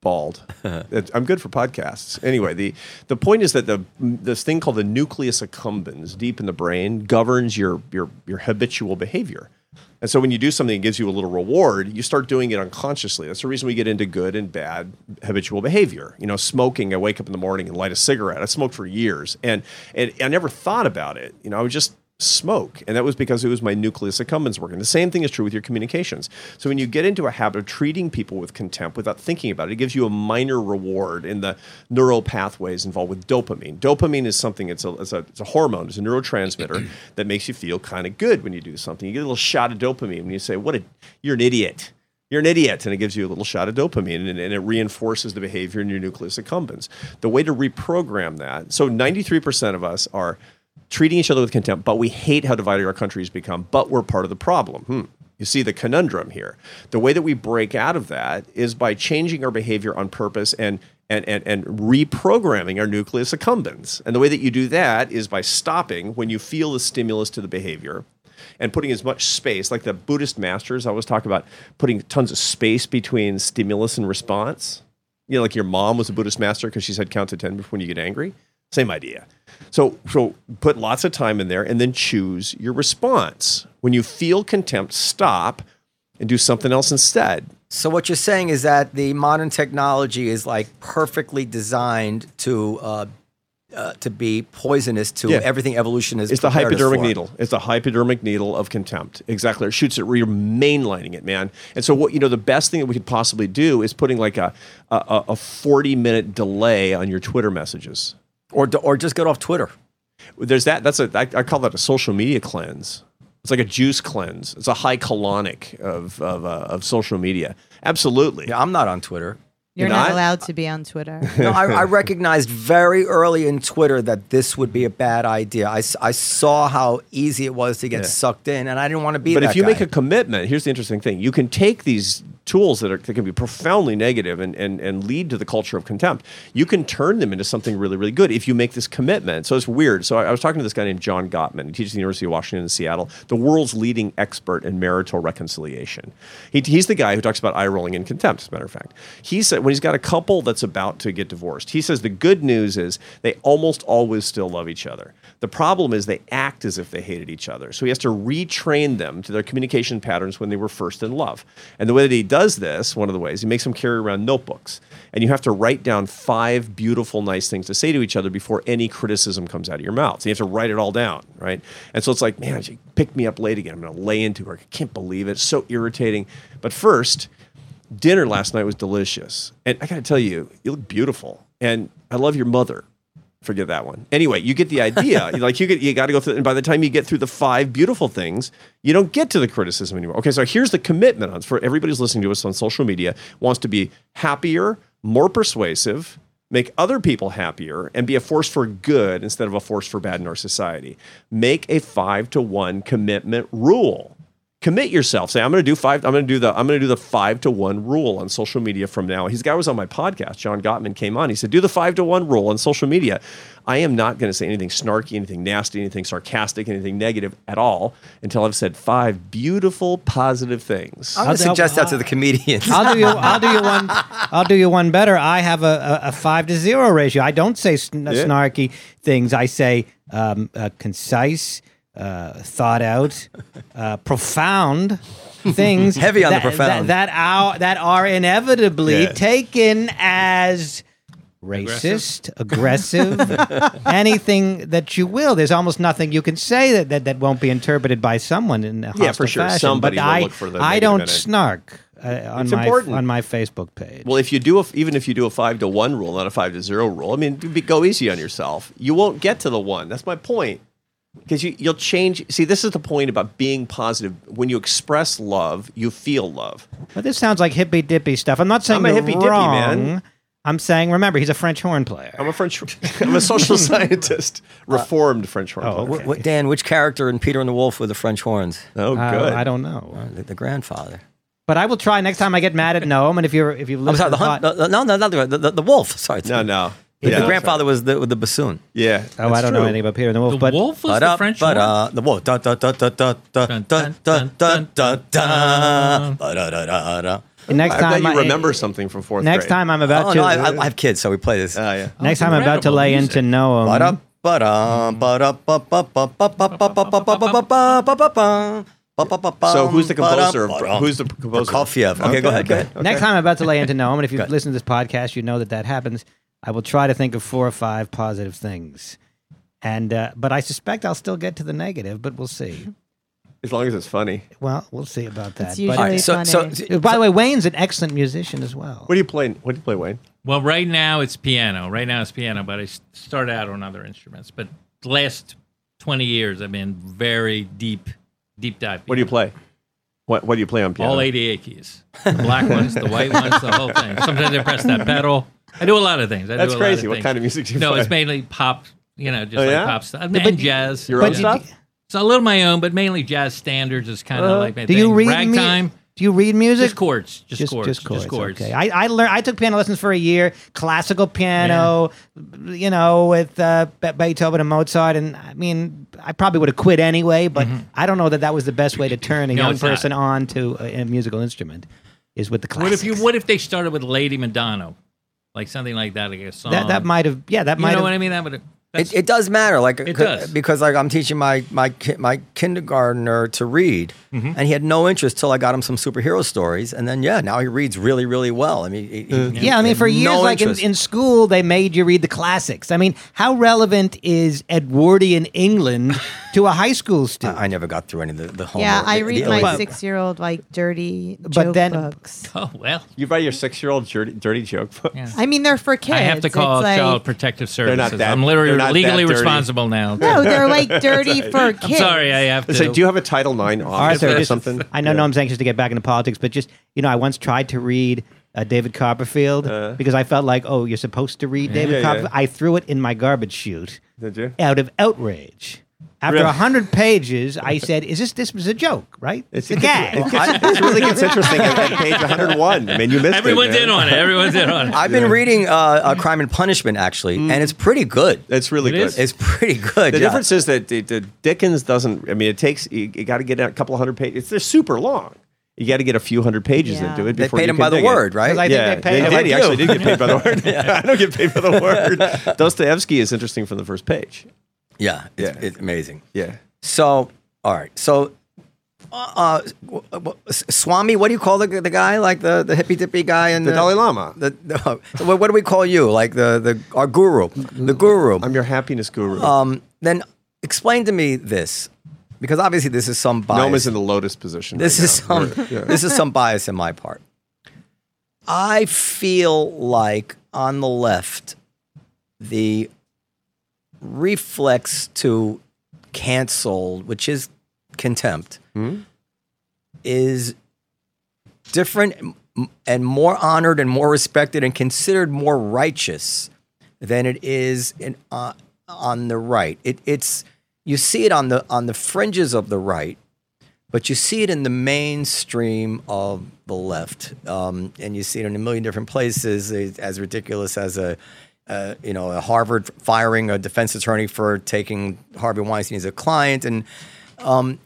Speaker 4: bald. It- I'm good for podcasts. Anyway, the the point is that the this thing called the nucleus accumbens deep in the brain governs your your your habitual behavior. And so when you do something that gives you a little reward, you start doing it unconsciously. That's the reason we get into good and bad habitual behavior. You know, smoking, I wake up in the morning and light a cigarette. I smoked for years and, and I never thought about it. You know, I would just smoke. And that was because it was my nucleus accumbens working. The same thing is true with your communications. So when you get into a habit of treating people with contempt without thinking about it, it gives you a minor reward in the neural pathways involved with dopamine. Dopamine is something, it's a, it's a, it's a hormone, it's a neurotransmitter [CLEARS THROAT] that makes you feel kind of good when you do something. You get a little shot of dopamine when you say, what a, you're an idiot you're an idiot and it gives you a little shot of dopamine and, and it reinforces the behavior in your nucleus accumbens the way to reprogram that so 93% of us are treating each other with contempt but we hate how divided our country has become but we're part of the problem hmm. you see the conundrum here the way that we break out of that is by changing our behavior on purpose and and, and, and reprogramming our nucleus accumbens. And the way that you do that is by stopping when you feel the stimulus to the behavior and putting as much space, like the Buddhist masters always talk about putting tons of space between stimulus and response. You know, like your mom was a Buddhist master because she said count to 10 when you get angry. Same idea. So, so put lots of time in there and then choose your response. When you feel contempt, stop and do something else instead.
Speaker 2: So what you're saying is that the modern technology is like perfectly designed to uh, uh, to be poisonous to
Speaker 4: Yeah.
Speaker 2: everything evolution is.
Speaker 4: It's the
Speaker 2: prepared us
Speaker 4: hypodermic
Speaker 2: for.
Speaker 4: needle. It's the hypodermic needle of contempt. Exactly. It shoots it. You're mainlining it, man. And so what you know, the best thing that we could possibly do is putting like a a- a, a 40 minute delay on your Twitter messages.
Speaker 2: or or just get off Twitter.
Speaker 4: There's that. That's a I, I call that a social media cleanse. It's like a juice cleanse. It's a high colonic of of, uh, of social media. Absolutely.
Speaker 2: Yeah, I'm not on
Speaker 4: [LAUGHS]
Speaker 2: Twitter.
Speaker 5: You're
Speaker 4: You're
Speaker 5: not
Speaker 4: not?
Speaker 5: allowed to be
Speaker 2: [LAUGHS]
Speaker 5: on Twitter.
Speaker 2: No, I, I recognized very early in Twitter that this would be a bad idea. I, s- I saw how easy it was to get sucked in, and I didn't want to be.
Speaker 4: But
Speaker 2: that
Speaker 4: if you
Speaker 2: guy.
Speaker 4: make a commitment, here's the interesting thing: you can take these tools that, are, that can be profoundly negative and, and, and lead to the culture of contempt, you can turn them into something really, really good if you make this commitment. So it's weird. So I, I was talking to this guy named John Gottman. He teaches at the University of Washington in Seattle, the world's leading expert in marital reconciliation. He, he's the guy who talks about eye rolling and contempt, as a matter of fact. He said when he's got a couple that's about to get divorced, he says the good news is they almost always still love each other. The problem is they act as if they hated each other. So he has to retrain them to their communication patterns when they were first in love. And the way that he does this, one of the ways, he makes them carry around notebooks. And you have to write down five beautiful, nice things to say to each other before any criticism comes out of your mouth. So you have to write it all down, right? And so it's like, man, she picked me up late again. I'm going to lay into her. I can't believe it. It's so irritating. But first, dinner last night was delicious. And I got to tell you, you look beautiful. And I love your mother. Forget that one. Anyway, you get the idea. like you get, you got to go through. And by the time you get through the five beautiful things, you don't get to the criticism anymore. Okay, so here's the commitment on for everybody who's listening to us on social media wants to be happier, more persuasive, make other people happier, and be a force for good instead of a force for bad in our society. Make a five to one commitment rule commit yourself. Say, I'm going to do five. I'm going to do the. I'm going to do the five to one rule on social media from now. His guy was on my podcast. John Gottman came on. He said, do the five to one rule on social media. I am not going to say anything snarky, anything nasty, anything sarcastic, anything negative at all until I've said five beautiful, positive things.
Speaker 2: I'm going
Speaker 1: I'll-
Speaker 2: to suggest that to the
Speaker 1: I'll-
Speaker 2: comedians.
Speaker 1: I'll do you. I'll do you one. I'll do you one better. I have a, a, a five to zero ratio. I don't say sn-
Speaker 4: Yeah.
Speaker 1: snarky things. I say um, uh, concise, uh, thought out, uh, profound
Speaker 4: [LAUGHS]
Speaker 1: things.
Speaker 2: Heavy on the
Speaker 1: that,
Speaker 2: profound.
Speaker 1: That that are, that are inevitably
Speaker 2: Yes.
Speaker 1: taken as. Racist, aggressive, [LAUGHS] anything that you will. There's almost nothing you can say that, that, that won't be interpreted by someone in a hostile
Speaker 4: for sure.
Speaker 1: fashion.
Speaker 4: Somebody
Speaker 1: but
Speaker 4: will
Speaker 1: I,
Speaker 4: look for the
Speaker 1: I
Speaker 4: negative
Speaker 1: don't
Speaker 4: in it.
Speaker 1: snark uh, on
Speaker 4: It's
Speaker 1: my
Speaker 4: important.
Speaker 1: on my Facebook page.
Speaker 4: Well, if you do, a, even if you do a five to one rule, not a five to zero rule, I mean, be, go easy on yourself. You won't get to the one. That's my point. Because you, you'll change. See, this is the point about being positive. When you express love, you feel love.
Speaker 1: but this sounds like hippy dippy stuff. I'm not saying
Speaker 4: I'm a
Speaker 1: you're
Speaker 4: hippy dippy,
Speaker 1: wrong.
Speaker 4: man.
Speaker 1: I'm saying remember he's a French horn player.
Speaker 4: I'm a French. [LAUGHS] I'm a
Speaker 1: [LAUGHS]
Speaker 4: social scientist, reformed French horn.
Speaker 1: Uh, oh,
Speaker 4: player.
Speaker 1: okay.
Speaker 2: What, Dan, which character in Peter and the Wolf with the French horns?
Speaker 4: Oh, good.
Speaker 1: Uh, I don't know,
Speaker 2: The, the grandfather.
Speaker 1: but I will try next time I get mad at Noam. And if you're if you
Speaker 2: I'm
Speaker 1: listen,
Speaker 2: sorry, the, hun-
Speaker 1: to
Speaker 2: the- no, no, not the, the, the, the wolf. Sorry,
Speaker 4: no, no.
Speaker 2: The,
Speaker 4: Yeah, that's
Speaker 2: grandfather was the with the bassoon.
Speaker 4: right. Yeah.
Speaker 1: oh, I
Speaker 4: that's
Speaker 1: don't know
Speaker 4: true.
Speaker 1: anything about Peter and the Wolf,
Speaker 3: The
Speaker 1: but
Speaker 3: wolf was the
Speaker 2: Ba-da,
Speaker 3: French
Speaker 2: ba-da,
Speaker 3: horn.
Speaker 2: The wolf. Dun, dun, dun, dun, dun, dun,
Speaker 3: Dun,
Speaker 2: dun, dun, dun, dun, dun. Ba-da-da-da-da.
Speaker 1: next
Speaker 4: I bet
Speaker 1: time
Speaker 4: you
Speaker 1: I-
Speaker 4: remember something from fourth
Speaker 1: Next
Speaker 4: grade.
Speaker 1: time I'm about
Speaker 2: Oh
Speaker 1: to
Speaker 2: no, I, I have kids, so we play this.
Speaker 4: Oh, yeah.
Speaker 1: next
Speaker 3: Oh,
Speaker 1: time I'm about to
Speaker 3: incredible
Speaker 1: lay
Speaker 3: music.
Speaker 1: into Noam.
Speaker 2: Ba-da, ba-da,
Speaker 4: Mm-hmm.
Speaker 2: ba-da, ba-ba, ba-ba, ba-ba, ba-ba, ba-ba, ba-ba, ba-ba, ba-ba,
Speaker 4: So who's the
Speaker 2: ba-da,
Speaker 4: composer of-
Speaker 2: ba-da.
Speaker 4: who's the composer?
Speaker 2: Prokofiev. Okay, go ahead. Go ahead.
Speaker 1: Next time I'm about to lay into Noam, and if you
Speaker 2: Good.
Speaker 1: listen to this podcast, you know that that happens. I will try to think of four or five positive things, and uh, but I suspect I'll still get to the negative, but we'll see.
Speaker 4: As long as it's funny.
Speaker 1: Well, we'll see about that.
Speaker 5: It's
Speaker 1: but-
Speaker 5: usually-
Speaker 2: All right, so, so,
Speaker 5: Funny.
Speaker 1: Uh, By the way, Wayne's an excellent musician as well.
Speaker 4: What do you play? What do you play, Wayne?
Speaker 3: Well, right now it's piano. Right now it's piano, but I s- started out on other instruments. But the last 20 years, I've been very deep, deep dive.
Speaker 4: What do you play? What What do you play on piano?
Speaker 3: All 88 keys. The black ones, the white ones, the whole thing. Sometimes I press that pedal. I do a lot of things. I
Speaker 4: That's
Speaker 3: do a lot
Speaker 4: crazy.
Speaker 3: Of
Speaker 4: What
Speaker 3: things.
Speaker 4: kind of music do you
Speaker 3: No,
Speaker 4: play?
Speaker 3: it's mainly pop, you know, just
Speaker 4: Oh,
Speaker 3: like
Speaker 4: yeah?
Speaker 3: pop stuff. And jazz.
Speaker 4: Your own
Speaker 3: Yeah.
Speaker 4: stuff?
Speaker 3: So a little of my own, but mainly jazz standards is kind of like my
Speaker 1: Do
Speaker 3: thing.
Speaker 1: you read
Speaker 3: Ragtime.
Speaker 1: mu- Do you read music?
Speaker 3: Just chords. Just, chords. Just chords.
Speaker 1: Okay. I, I learned. I took piano lessons for a year. Classical piano, you know, with uh, Be- Beethoven and Mozart. And I mean, I probably would have quit anyway. But I don't know that that was the best way to turn a
Speaker 3: Mm-hmm. [LAUGHS] No,
Speaker 1: young
Speaker 3: it's not.
Speaker 1: person on to a, a musical instrument. Is with the [LAUGHS]
Speaker 3: What
Speaker 1: classics.
Speaker 3: if you? What if they started with Lady Madonna, like something like that, like a song?
Speaker 1: that that might have. Yeah, that
Speaker 3: You
Speaker 1: might.
Speaker 3: know
Speaker 1: have,
Speaker 3: what I mean? That would.
Speaker 2: it, it does matter, like
Speaker 3: It
Speaker 2: c-
Speaker 3: does.
Speaker 2: because like I'm teaching my my ki- my kindergartner to read,
Speaker 4: Mm-hmm.
Speaker 2: and he had no interest till I got him some superhero stories, and then yeah, now he reads really really well. I mean, he- he- he-
Speaker 1: Yeah, I
Speaker 2: he
Speaker 1: mean,
Speaker 2: had
Speaker 1: for years,
Speaker 2: no
Speaker 1: like in,
Speaker 2: interest.
Speaker 1: in school, they made you read the classics. I mean, how relevant is Edwardian England to a high school student?
Speaker 2: I, I never got through any of the, the homework.
Speaker 5: Yeah, I
Speaker 2: The-
Speaker 5: read
Speaker 2: the-
Speaker 5: my
Speaker 2: Oh, but-
Speaker 5: six-year-old like dirty
Speaker 1: But
Speaker 5: joke
Speaker 1: then-
Speaker 2: [LAUGHS]
Speaker 5: books.
Speaker 3: Oh well.
Speaker 4: You buy your six year old dirty, dirty joke [LAUGHS] book.
Speaker 3: Yeah.
Speaker 5: I mean, they're for kids.
Speaker 3: I have to call
Speaker 5: It's like-
Speaker 3: Child Protective Services.
Speaker 4: not that-
Speaker 3: I'm
Speaker 4: they're
Speaker 3: literally
Speaker 4: not that
Speaker 3: legally
Speaker 4: dirty.
Speaker 3: responsible now.
Speaker 5: No,
Speaker 3: [LAUGHS]
Speaker 5: they're like dirty for
Speaker 3: I'm
Speaker 5: kids.
Speaker 3: sorry, I have to.
Speaker 4: It's like, do you have a Title IX office
Speaker 1: Arthur,
Speaker 4: or
Speaker 1: just-
Speaker 4: something?
Speaker 1: I know
Speaker 4: Yeah.
Speaker 1: Noam's anxious to get back into politics, but just you know, I once tried to read uh, David Copperfield because I felt like, oh, you're supposed to read David
Speaker 4: Uh. Yeah, yeah.
Speaker 1: Copperfield. I threw it in my garbage chute
Speaker 4: Did you?
Speaker 1: out of outrage. After a hundred pages, I said, "Is this this was a joke, right? It's a
Speaker 4: [LAUGHS]
Speaker 1: gag."
Speaker 4: I, it really gets interesting at, at page 101. I mean, you missed
Speaker 3: Everyone's
Speaker 4: it. man.
Speaker 3: in on it. Everyone's in
Speaker 2: [LAUGHS]
Speaker 3: on it.
Speaker 2: I've been reading uh, uh, Crime and Punishment actually,
Speaker 1: Mm.
Speaker 2: and it's pretty good.
Speaker 4: Mm-hmm. It's really
Speaker 3: It
Speaker 4: good.
Speaker 3: is?
Speaker 2: It's pretty good.
Speaker 4: The
Speaker 2: yeah.
Speaker 4: difference is that the, the Dickens doesn't. I mean, it takes you, got to get a couple hundred pages. They're super long. You got to get a few hundred pages
Speaker 5: Yeah.
Speaker 4: into it.
Speaker 2: they
Speaker 4: Before
Speaker 2: paid
Speaker 4: you
Speaker 2: him
Speaker 4: can
Speaker 2: by the
Speaker 4: dig it.
Speaker 2: word, right?
Speaker 1: Because I
Speaker 4: yeah,
Speaker 1: think they paid him.
Speaker 4: did.
Speaker 1: Like
Speaker 4: He actually did get
Speaker 2: [LAUGHS]
Speaker 4: paid by the word. [LAUGHS] I don't get paid by the word. Dostoevsky is interesting from the first page.
Speaker 2: yeah, it's,
Speaker 4: Yeah.
Speaker 2: it's amazing.
Speaker 4: Yeah.
Speaker 2: So, all right. So, uh, uh, w- w- S- Swami, what do you call the, the guy? Like the, the hippy dippy guy and
Speaker 4: The Dalai Lama.
Speaker 2: The, the, [LAUGHS] so what, what do we call you? Like the, the our guru, the guru.
Speaker 4: I'm your happiness guru.
Speaker 2: Um, then explain to me this, because obviously this is some bias.
Speaker 4: Noma's in the lotus position.
Speaker 2: This
Speaker 4: right
Speaker 2: is
Speaker 4: now.
Speaker 2: some
Speaker 4: Yeah.
Speaker 2: this is some bias in my part. I feel like on the left, the reflex to cancel, which is contempt,
Speaker 4: Hmm?
Speaker 2: is different m- and more honored and more respected and considered more righteous than it is in, uh, on the right. It, it's you see it on the on the fringes of the right, but you see it in the mainstream of the left, um, and you see it in a million different places. It's as ridiculous as a, uh, you know, a Harvard firing a defense attorney for taking Harvey Weinstein as a client, and um,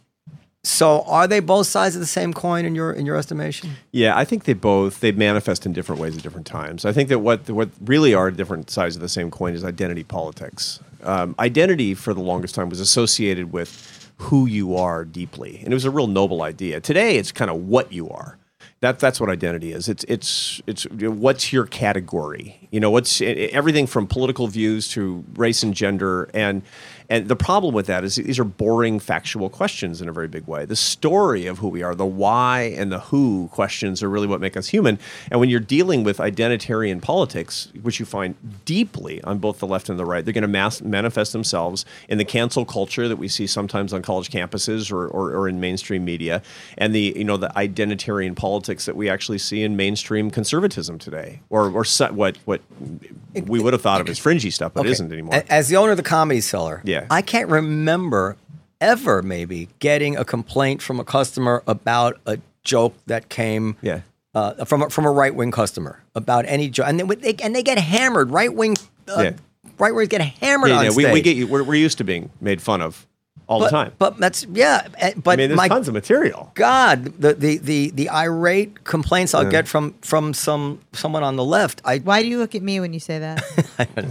Speaker 2: so are they both sides of the same coin in your in your estimation?
Speaker 4: Yeah, I think they both they manifest in different ways at different times. I think that what what really are different sides of the same coin is identity politics. Um, identity for the longest time was associated with who you are deeply, and it was a real noble idea. Today, it's kind of what you are. That that's what identity is. It's it's it's what's your category. You know, what's e, everything from political views to race and gender, and and the problem with that is these are boring factual questions in a very big way. The story of who we are, the why and the who questions are really what make us human. And when you're dealing with identitarian politics, which you find deeply on both the left and the right, they're going to mass- manifest themselves in the cancel culture that we see sometimes on college campuses or, or, or in mainstream media, and the you know the identitarian politics that we actually see in mainstream conservatism today, or or so- what what we would have thought of as fringy stuff, but
Speaker 2: Okay.
Speaker 4: isn't anymore.
Speaker 2: A- As the owner of the comedy cellar,
Speaker 4: Yeah.
Speaker 2: I can't remember ever maybe getting a complaint from a customer about a joke that came
Speaker 4: Yeah.
Speaker 2: uh, from a, from a right wing customer about any joke, and they, they and they get hammered right wing. Uh,
Speaker 4: Yeah.
Speaker 2: Right wingers get hammered
Speaker 4: Yeah,
Speaker 2: on
Speaker 4: yeah,
Speaker 2: stage.
Speaker 4: we, we get you. We're, we're used to being made fun of all
Speaker 2: but,
Speaker 4: the time.
Speaker 2: But that's yeah. eh, But
Speaker 4: I mean, there's
Speaker 2: my
Speaker 4: tons of material.
Speaker 2: God, the, the the the irate complaints I'll get from from some someone on the left. I
Speaker 5: Why do you look at me when you say that?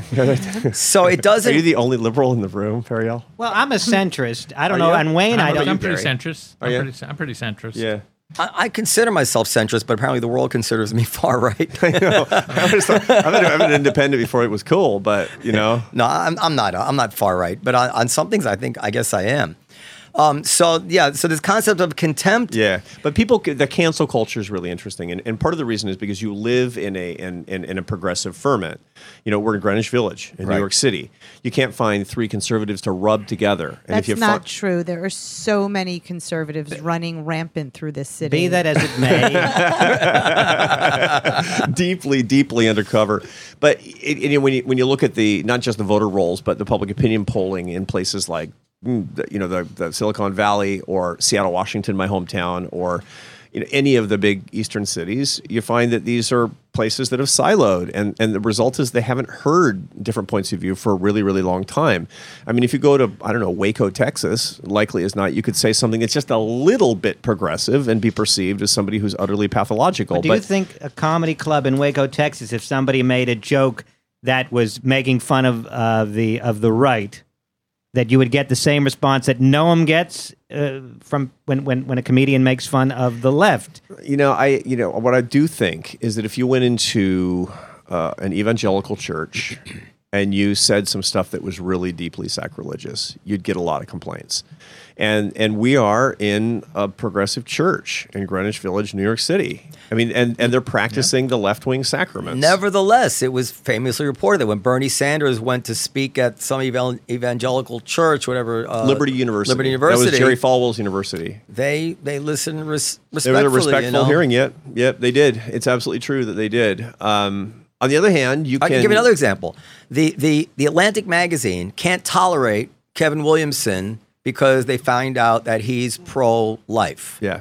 Speaker 2: so it
Speaker 4: [LAUGHS] Are
Speaker 2: doesn't.
Speaker 4: you the only liberal in the room, Periel?
Speaker 1: well, I'm a centrist. I don't know.
Speaker 4: you?
Speaker 1: And Wayne, I
Speaker 3: I'm,
Speaker 1: don't.
Speaker 3: I'm pretty centrist. I'm,
Speaker 4: you?
Speaker 3: pretty, ce- I'm pretty centrist.
Speaker 4: Yeah.
Speaker 2: I, I consider myself centrist, but apparently the world considers me [LAUGHS] far right.
Speaker 4: [LAUGHS] [LAUGHS] I was like, I've been, I've been independent before it was cool, but
Speaker 2: [LAUGHS]
Speaker 4: you know,
Speaker 2: No, I'm, I'm not. I'm not far right, but on, on some things, I think I guess I am. Um, so yeah, so this concept of contempt.
Speaker 4: yeah. But people, the cancel culture is really interesting, and, and part of the reason is because you live in a in, in, in a progressive ferment. You know, we're in Greenwich Village in
Speaker 2: Right.
Speaker 4: New York City. You can't find three conservatives to rub together. And
Speaker 5: That's
Speaker 4: you fi-
Speaker 5: not true. There are so many conservatives running rampant through this city.
Speaker 1: Be that as it
Speaker 4: [LAUGHS]
Speaker 1: may,
Speaker 4: deeply, deeply undercover. But it, it- when you when you look at the not just the voter rolls, but the public opinion polling in places like mm, the- you know the, the Silicon Valley or Seattle, Washington, my hometown, or you know, any of the big eastern cities, you find that these are places that have siloed, and and the result is they haven't heard different points of view for a really really long time. I mean, if you go to I don't know Waco, Texas, likely as not, you could say something that's just a little bit progressive and be perceived as somebody who's utterly pathological.
Speaker 1: do you think a comedy club in Waco, Texas, if somebody made a joke that was making fun of uh, the of the right, that you would get the same response that Noam gets uh, from when, when when a comedian makes fun of the left?
Speaker 4: you know, I you know what I do think is that if you went into uh, an evangelical church [CLEARS THROAT] and you said some stuff that was really deeply sacrilegious, you'd get a lot of complaints. And and we are in a progressive church in Greenwich Village, New York City. I mean, and and they're practicing the left wing sacraments.
Speaker 2: Nevertheless, it was famously reported that when Bernie Sanders went to speak at some evan- evangelical church, whatever uh,
Speaker 4: Liberty University.
Speaker 2: Liberty University,
Speaker 4: That was Jerry Falwell's university.
Speaker 2: they they listened res-
Speaker 4: They
Speaker 2: respectfully.
Speaker 4: were a
Speaker 2: you
Speaker 4: respectful
Speaker 2: know?
Speaker 4: hearing. Yep, yep, they did. It's absolutely true that they did. Um, on the other hand, you
Speaker 2: I
Speaker 4: can
Speaker 2: can give another example. The the the Atlantic magazine can't tolerate Kevin Williamson because they find out that he's pro-life.
Speaker 4: Yeah.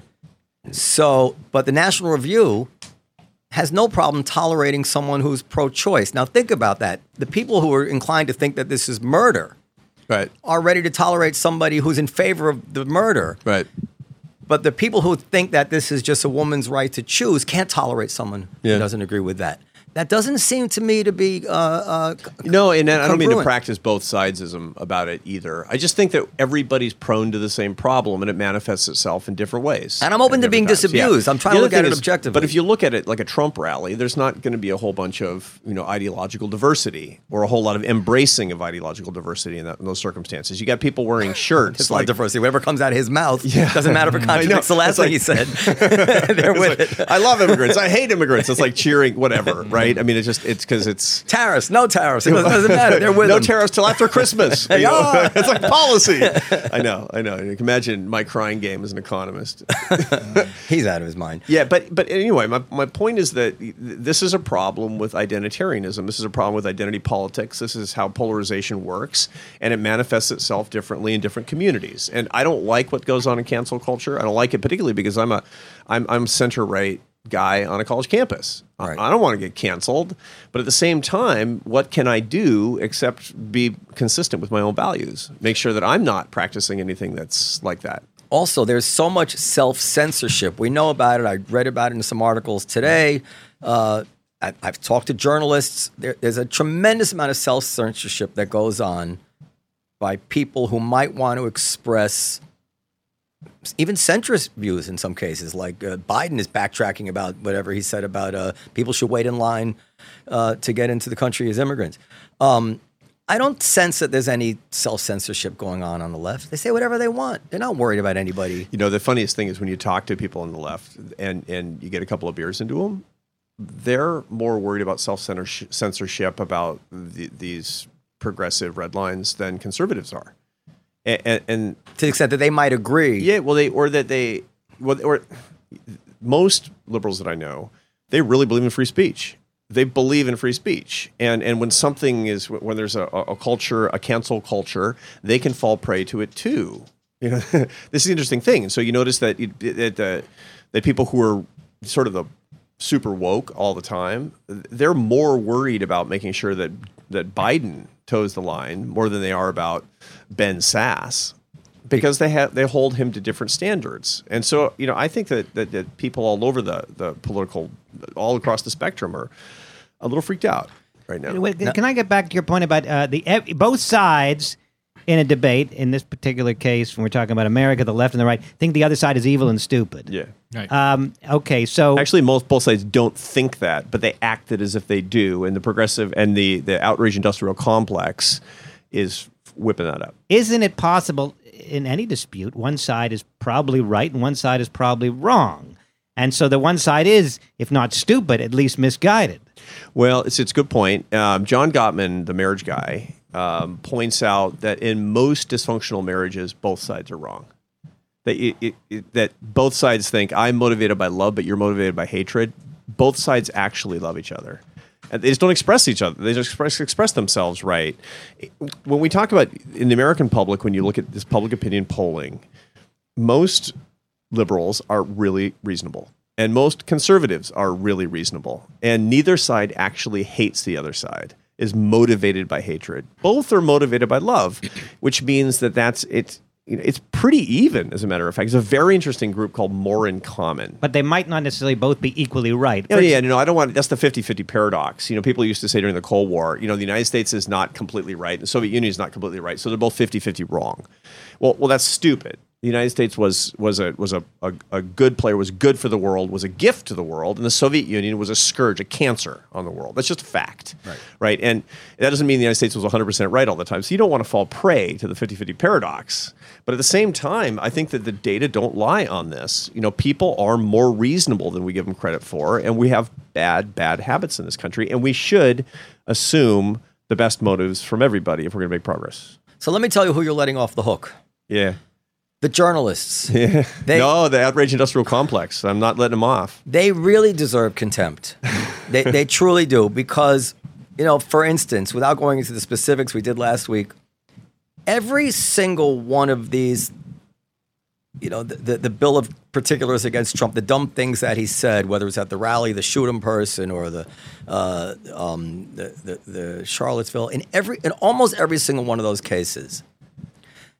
Speaker 2: So, but the National Review has no problem tolerating someone who's pro-choice. Now, think about that. The people who are inclined to think that this is murder
Speaker 4: Right.
Speaker 2: are ready to tolerate somebody who's in favor of the murder.
Speaker 4: Right.
Speaker 2: But the people who think that this is just a woman's right to choose can't tolerate someone
Speaker 4: Yeah.
Speaker 2: who doesn't agree with that. That doesn't seem to me to be. Uh, uh,
Speaker 4: No, and I don't mean to
Speaker 2: Congruent.
Speaker 4: practice both sidesism about it either. I just think that everybody's prone to the same problem, and it manifests itself in different ways.
Speaker 2: And I'm open
Speaker 4: at
Speaker 2: to being
Speaker 4: different
Speaker 2: disabused. I'm trying to
Speaker 4: The other
Speaker 2: look at
Speaker 4: thing
Speaker 2: it objectively.
Speaker 4: But if you look at it like a Trump rally, there's not going to be a whole bunch of you know ideological diversity or a whole lot of embracing of ideological diversity in, that, in those circumstances. You got
Speaker 2: [LAUGHS]
Speaker 4: people wearing shirts
Speaker 2: it's
Speaker 4: like
Speaker 2: like diversity. Whatever comes out of his mouth doesn't matter [LAUGHS] if it contradicts the
Speaker 4: know.
Speaker 2: last
Speaker 4: It's
Speaker 2: thing he said. [LAUGHS] They're with it.
Speaker 4: [LAUGHS] I love immigrants. I hate immigrants. It's like
Speaker 2: [LAUGHS]
Speaker 4: cheering, whatever, right? I mean, it's just it's because it's
Speaker 2: Tariffs, no tariffs. It doesn't, doesn't matter. They're with
Speaker 4: no
Speaker 2: him.
Speaker 4: tariffs till after Christmas.
Speaker 2: [LAUGHS]
Speaker 4: you know?
Speaker 2: Yeah.
Speaker 4: it's like policy. I know, I know. You can imagine my crying game as an economist.
Speaker 2: He's out of his mind.
Speaker 4: Yeah, but but anyway, my, my point is that th- this is a problem with identitarianism. This is a problem with identity politics. This is how polarization works, and it manifests itself differently in different communities. And I don't like what goes on in cancel culture. I don't like it particularly because I'm a I'm I'm center right guy on a college campus. I-
Speaker 2: Right.
Speaker 4: I don't want to get canceled, but at the same time, what can I do except be consistent with my own values? Make sure that I'm not practicing anything that's like that.
Speaker 2: also there's so much self-censorship we know about it i read about it in some articles today uh, I, i've talked to journalists there, there's a tremendous amount of self-censorship that goes on by people who might want to express even centrist views in some cases like uh, biden is backtracking about whatever he said about uh, people should wait in line uh, to get into the country as immigrants um, I don't sense that there's any self censorship going on on the left. They say whatever they want. They're not worried about anybody.
Speaker 4: You know, the funniest thing is when you talk to people on the left and and you get a couple of beers into them, they're more worried about self censorship about the, these progressive red lines than conservatives are. And, and, and
Speaker 2: To the extent that they might agree.
Speaker 4: yeah, well, they or that they well, or most liberals that I know, they really believe in free speech. They believe in free speech, and and when something is when there's a, a culture, a cancel culture, they can fall prey to it too. You know, [LAUGHS] this is the interesting thing. And so you notice that you, that the, that people who are sort of the super woke all the time, they're more worried about making sure that that Biden toes the line more than they are about Ben Sass because they have they hold him to different standards. And so, you know, I think that that, that people all over the, the political all across the spectrum are a little freaked out right now.
Speaker 1: Wait, Can I get back to your point about uh, the ev- both sides in a debate? In this particular case, when we're talking about America, the left and the right think the other side is evil and stupid.
Speaker 4: Yeah.
Speaker 3: Right.
Speaker 1: Um, okay, so
Speaker 4: Actually, most both sides don't think that, but they acted as if they do. And the progressive and the the outrage industrial complex is whipping that up.
Speaker 1: isn't it possible in any dispute one side is probably right and one side is probably wrong? And so the one side is, if not stupid, at least misguided.
Speaker 4: Well, it's it's a good point. Um, John Gottman, the marriage guy, um, points out that in most dysfunctional marriages, both sides are wrong. That it, it, it, that both sides think I'm motivated by love, but you're motivated by hatred. Both sides actually love each other. And they just don't express each other. They just express, express themselves right. When we talk about in the American public, when you look at this public opinion polling, most liberals are really reasonable and most conservatives are really reasonable and neither side actually hates the other side is motivated by hatred both are motivated by love which means that that's it's you know, it's pretty even as a matter of fact it's a very interesting group called more in common
Speaker 1: But they might not necessarily both be equally right.
Speaker 4: yeah, yeah, no, I don't want. That's the 50-50 paradox. You know, people used to say during the Cold War, you know, the United States is not completely right, and the Soviet Union is not completely right, so they're both 50-50 wrong. Well, well, that's stupid. The United States was was a was a, a, a good player, was good for the world, was a gift to the world, and the Soviet Union was a scourge, a cancer on the world. That's just a fact, right? Right, and that doesn't mean the United States was 100 percent right all the time. So you don't want to fall prey to the 50-50 paradox. But at the same time, I think that the data don't lie on this. You know, people are more reasonable than we give them credit for, and we have bad, bad habits in this country, and we should assume the best motives from everybody if we're going to make progress.
Speaker 2: So let me tell you who you're letting off the hook.
Speaker 4: Yeah.
Speaker 2: The journalists. They,
Speaker 4: no, the outrage industrial complex. I'm not letting them off.
Speaker 2: they really deserve contempt. they, they truly do because, you know, for instance, without going into the specifics we did last week, every single one of these you know, the, the, the bill of particulars against Trump, the dumb things that he said, whether it's at the rally, the shoot him person, or the, uh, um, the, the, the Charlottesville, in, every, in almost every single one of those cases,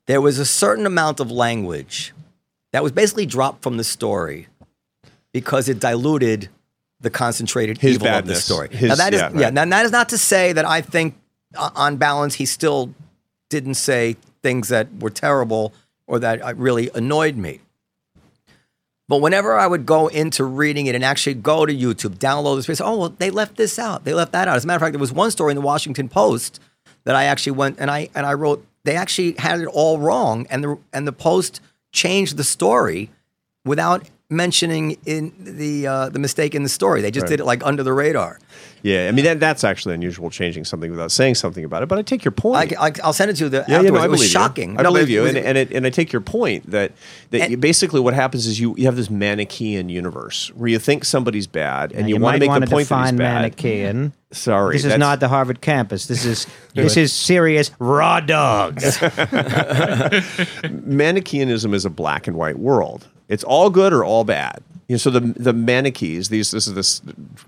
Speaker 2: there was a certain amount of language that was basically dropped from the story because it diluted the concentrated
Speaker 4: His
Speaker 2: evil of the
Speaker 4: badness.
Speaker 2: story.
Speaker 4: His-
Speaker 2: now that is,
Speaker 4: yeah, right.
Speaker 2: yeah, now that is not to say that I think, uh, on balance, he still didn't say things that were terrible or that uh, really annoyed me. But whenever I would go into reading it and actually go to YouTube, download this piece, oh, well, they left this out. They left that out. As a matter of fact, there was one story in the Washington Post that I actually went and I and I wrote, they actually had it all wrong and the and the post changed the story without mentioning in the uh, the mistake in the story. They just did it like under the radar.
Speaker 4: Yeah, I mean that, that's actually unusual, changing something without saying something about it. But I take your point.
Speaker 2: I, I, I'll send it to you. The,
Speaker 4: yeah,
Speaker 2: afterwards.
Speaker 4: yeah, no, I
Speaker 2: it was
Speaker 4: believe
Speaker 2: shocking.
Speaker 4: You.
Speaker 2: No,
Speaker 4: I
Speaker 2: but
Speaker 4: believe
Speaker 2: it
Speaker 4: you,
Speaker 2: was-
Speaker 4: and and, it, and I take your point that that
Speaker 2: And-
Speaker 4: you, basically what happens is you, you have this Manichaean universe where you think somebody's bad and
Speaker 1: Now,
Speaker 4: you,
Speaker 1: you
Speaker 4: want
Speaker 1: might
Speaker 4: to make
Speaker 1: want
Speaker 4: the
Speaker 1: to
Speaker 4: point that he's
Speaker 1: define
Speaker 4: bad.
Speaker 1: Manichaean.
Speaker 4: Sorry,
Speaker 1: This is
Speaker 4: that's-
Speaker 1: not the Harvard campus. This
Speaker 4: [LAUGHS]
Speaker 1: is this is serious raw dogs.
Speaker 4: Manichaeanism is a black and white world. It's all good or all bad. You know, so the the Manichaees, these this is this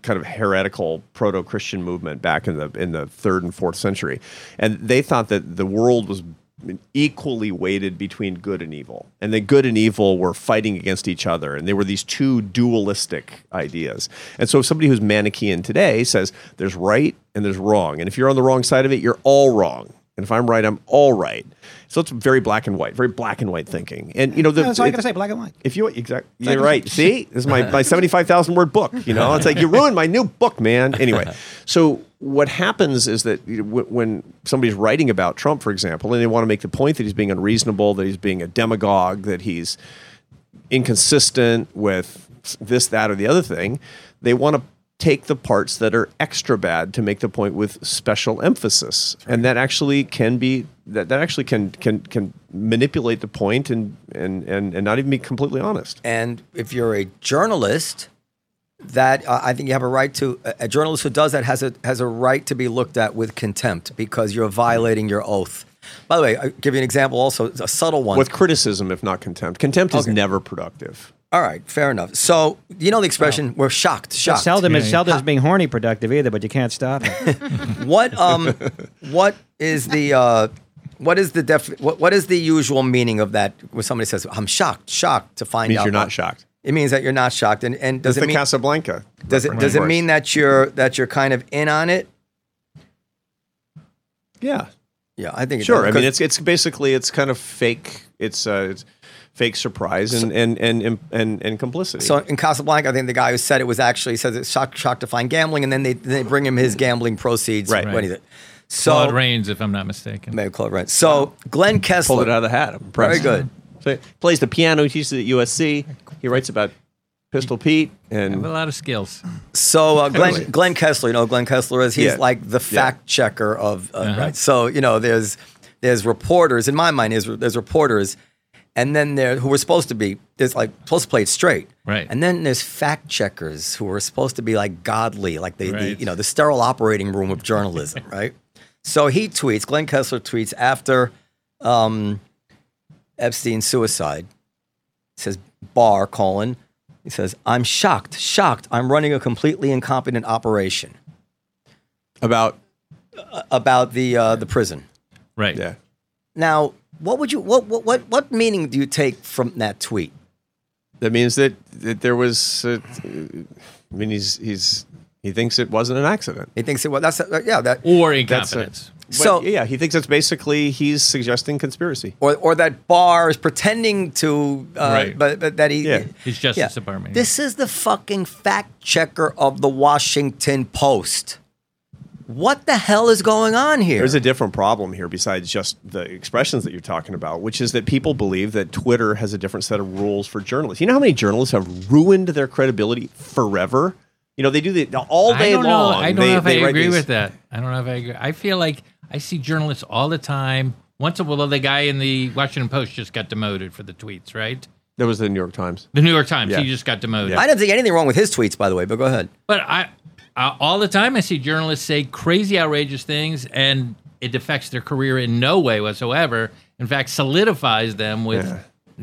Speaker 4: kind of heretical proto-Christian movement back in the in the third and fourth century, and they thought that the world was equally weighted between good and evil, and that good and evil were fighting against each other, and they were these two dualistic ideas. And so, if somebody who's Manichaean today says there's right and there's wrong, and if you're on the wrong side of it, you're all wrong. And if I'm right, I'm all right. So it's very black and white, very black and white thinking. And you know, the,
Speaker 1: That's all I
Speaker 4: it-
Speaker 1: gotta say. Black and white.
Speaker 4: If you exactly, you're right. See, this is my my seventy five thousand word book. You know, it's like you ruined my new book, man. Anyway, so what happens is that you know, wh- when somebody's writing about Trump, for example, and they want to make the point that he's being unreasonable, that he's being a demagogue, that he's inconsistent with this, that, or the other thing. They want to take the parts that are extra bad to make the point with special emphasis, and that actually can be that, that actually can can can manipulate the point and and and and not even be completely honest.
Speaker 2: And if you're a journalist, that uh, I think you have a right to a, a journalist who does that has a has a right to be looked at with contempt because you're violating your oath. By the way, I'll give you an example also, a subtle one.
Speaker 4: With criticism, if not contempt, contempt is never productive.
Speaker 2: All right, fair enough. So, you know the expression, we're shocked, shocked.
Speaker 1: Seldom is seldom is being horny productive either, but you can't stop it.
Speaker 2: [LAUGHS] What um what is the uh what is the def what, what is the usual meaning of that when somebody says I'm shocked, shocked to find
Speaker 4: Means
Speaker 2: out
Speaker 4: you're
Speaker 2: what-
Speaker 4: not shocked.
Speaker 2: It means that you're not shocked and, and does
Speaker 4: It's
Speaker 2: it
Speaker 4: the
Speaker 2: mean
Speaker 4: Casablanca.
Speaker 2: does it
Speaker 4: reference.
Speaker 2: does it mean that you're that you're kind of in on it?
Speaker 4: Yeah,
Speaker 2: Yeah, I think it
Speaker 4: sure.
Speaker 2: does,
Speaker 4: I mean,
Speaker 2: because-
Speaker 4: it's it's basically it's kind of fake. It's uh, it's fake surprise and and and and and complicity.
Speaker 2: So in Casablanca, I think the guy who said it was actually says it's shocked shocked to find gambling, and then they they bring him his gambling proceeds.
Speaker 4: Right.
Speaker 2: What
Speaker 4: Right.
Speaker 2: is it? So
Speaker 3: Claude Rains, if I'm not mistaken.
Speaker 2: maybe Claude Rains. So Glenn Kessler.
Speaker 4: pulled it out of the hat. I'm
Speaker 2: Very
Speaker 4: impressed.
Speaker 2: good.
Speaker 4: So he plays the piano. He teaches at USC. He writes about Pistol Pete
Speaker 3: I have a
Speaker 4: and
Speaker 3: lot of skills.
Speaker 2: So uh, Glenn,
Speaker 4: Totally.
Speaker 2: Glenn Kessler, you know who Glenn Kessler is. He's
Speaker 4: Yeah.
Speaker 2: like the
Speaker 4: Yeah.
Speaker 2: fact checker of uh,
Speaker 3: Uh-huh.
Speaker 2: right. So you know there's there's reporters in my mind is there's reporters, and then there who were supposed to be there's like supposed to play it straight.
Speaker 3: Right.
Speaker 2: And then there's fact checkers who are supposed to be like godly, like the, the
Speaker 3: Right.
Speaker 2: you know the sterile operating room of journalism, right? So he tweets. Glenn Kessler tweets after um, Epstein's suicide says bar colon he says i'm shocked shocked i'm running a completely incompetent operation
Speaker 4: about
Speaker 2: about the uh, the prison
Speaker 3: Right.
Speaker 4: yeah.
Speaker 2: now what would you what, what what what meaning do you take from that tweet
Speaker 4: That means that, that there was. uh, I mean, he's he's he thinks it wasn't an accident.
Speaker 2: he thinks it well that's uh, yeah that
Speaker 3: Or
Speaker 4: That's a-
Speaker 3: incompetence.
Speaker 4: But
Speaker 2: So-
Speaker 4: yeah, he thinks it's basically he's suggesting conspiracy.
Speaker 2: or, or that bar is pretending to uh,
Speaker 3: Right.
Speaker 2: but, but that he
Speaker 4: Yeah.
Speaker 3: His Justice Department.
Speaker 2: This is the fucking fact checker of the Washington Post. What the hell is going on here?
Speaker 4: There's a different problem here besides just the expressions that you're talking about, which is that people believe that Twitter has a different set of rules for journalists. You know how many journalists have ruined their credibility forever? You know, they do the all day
Speaker 3: I don't
Speaker 4: long.
Speaker 3: know. I don't
Speaker 4: they-
Speaker 3: know if I
Speaker 4: they write
Speaker 3: agree
Speaker 4: these-
Speaker 3: with that. I don't know if I agree. I feel like I see journalists all the time. Once a well, the guy in the Washington Post just got demoted for the tweets, right?
Speaker 4: That was the New York Times.
Speaker 3: The New York Times, he
Speaker 4: Yeah.
Speaker 3: just got demoted.
Speaker 2: I don't think anything wrong with his tweets, by the way, but go ahead.
Speaker 3: But I, I all the time I see journalists say crazy, outrageous things, and it affects their career in no way whatsoever. In fact, solidifies them with.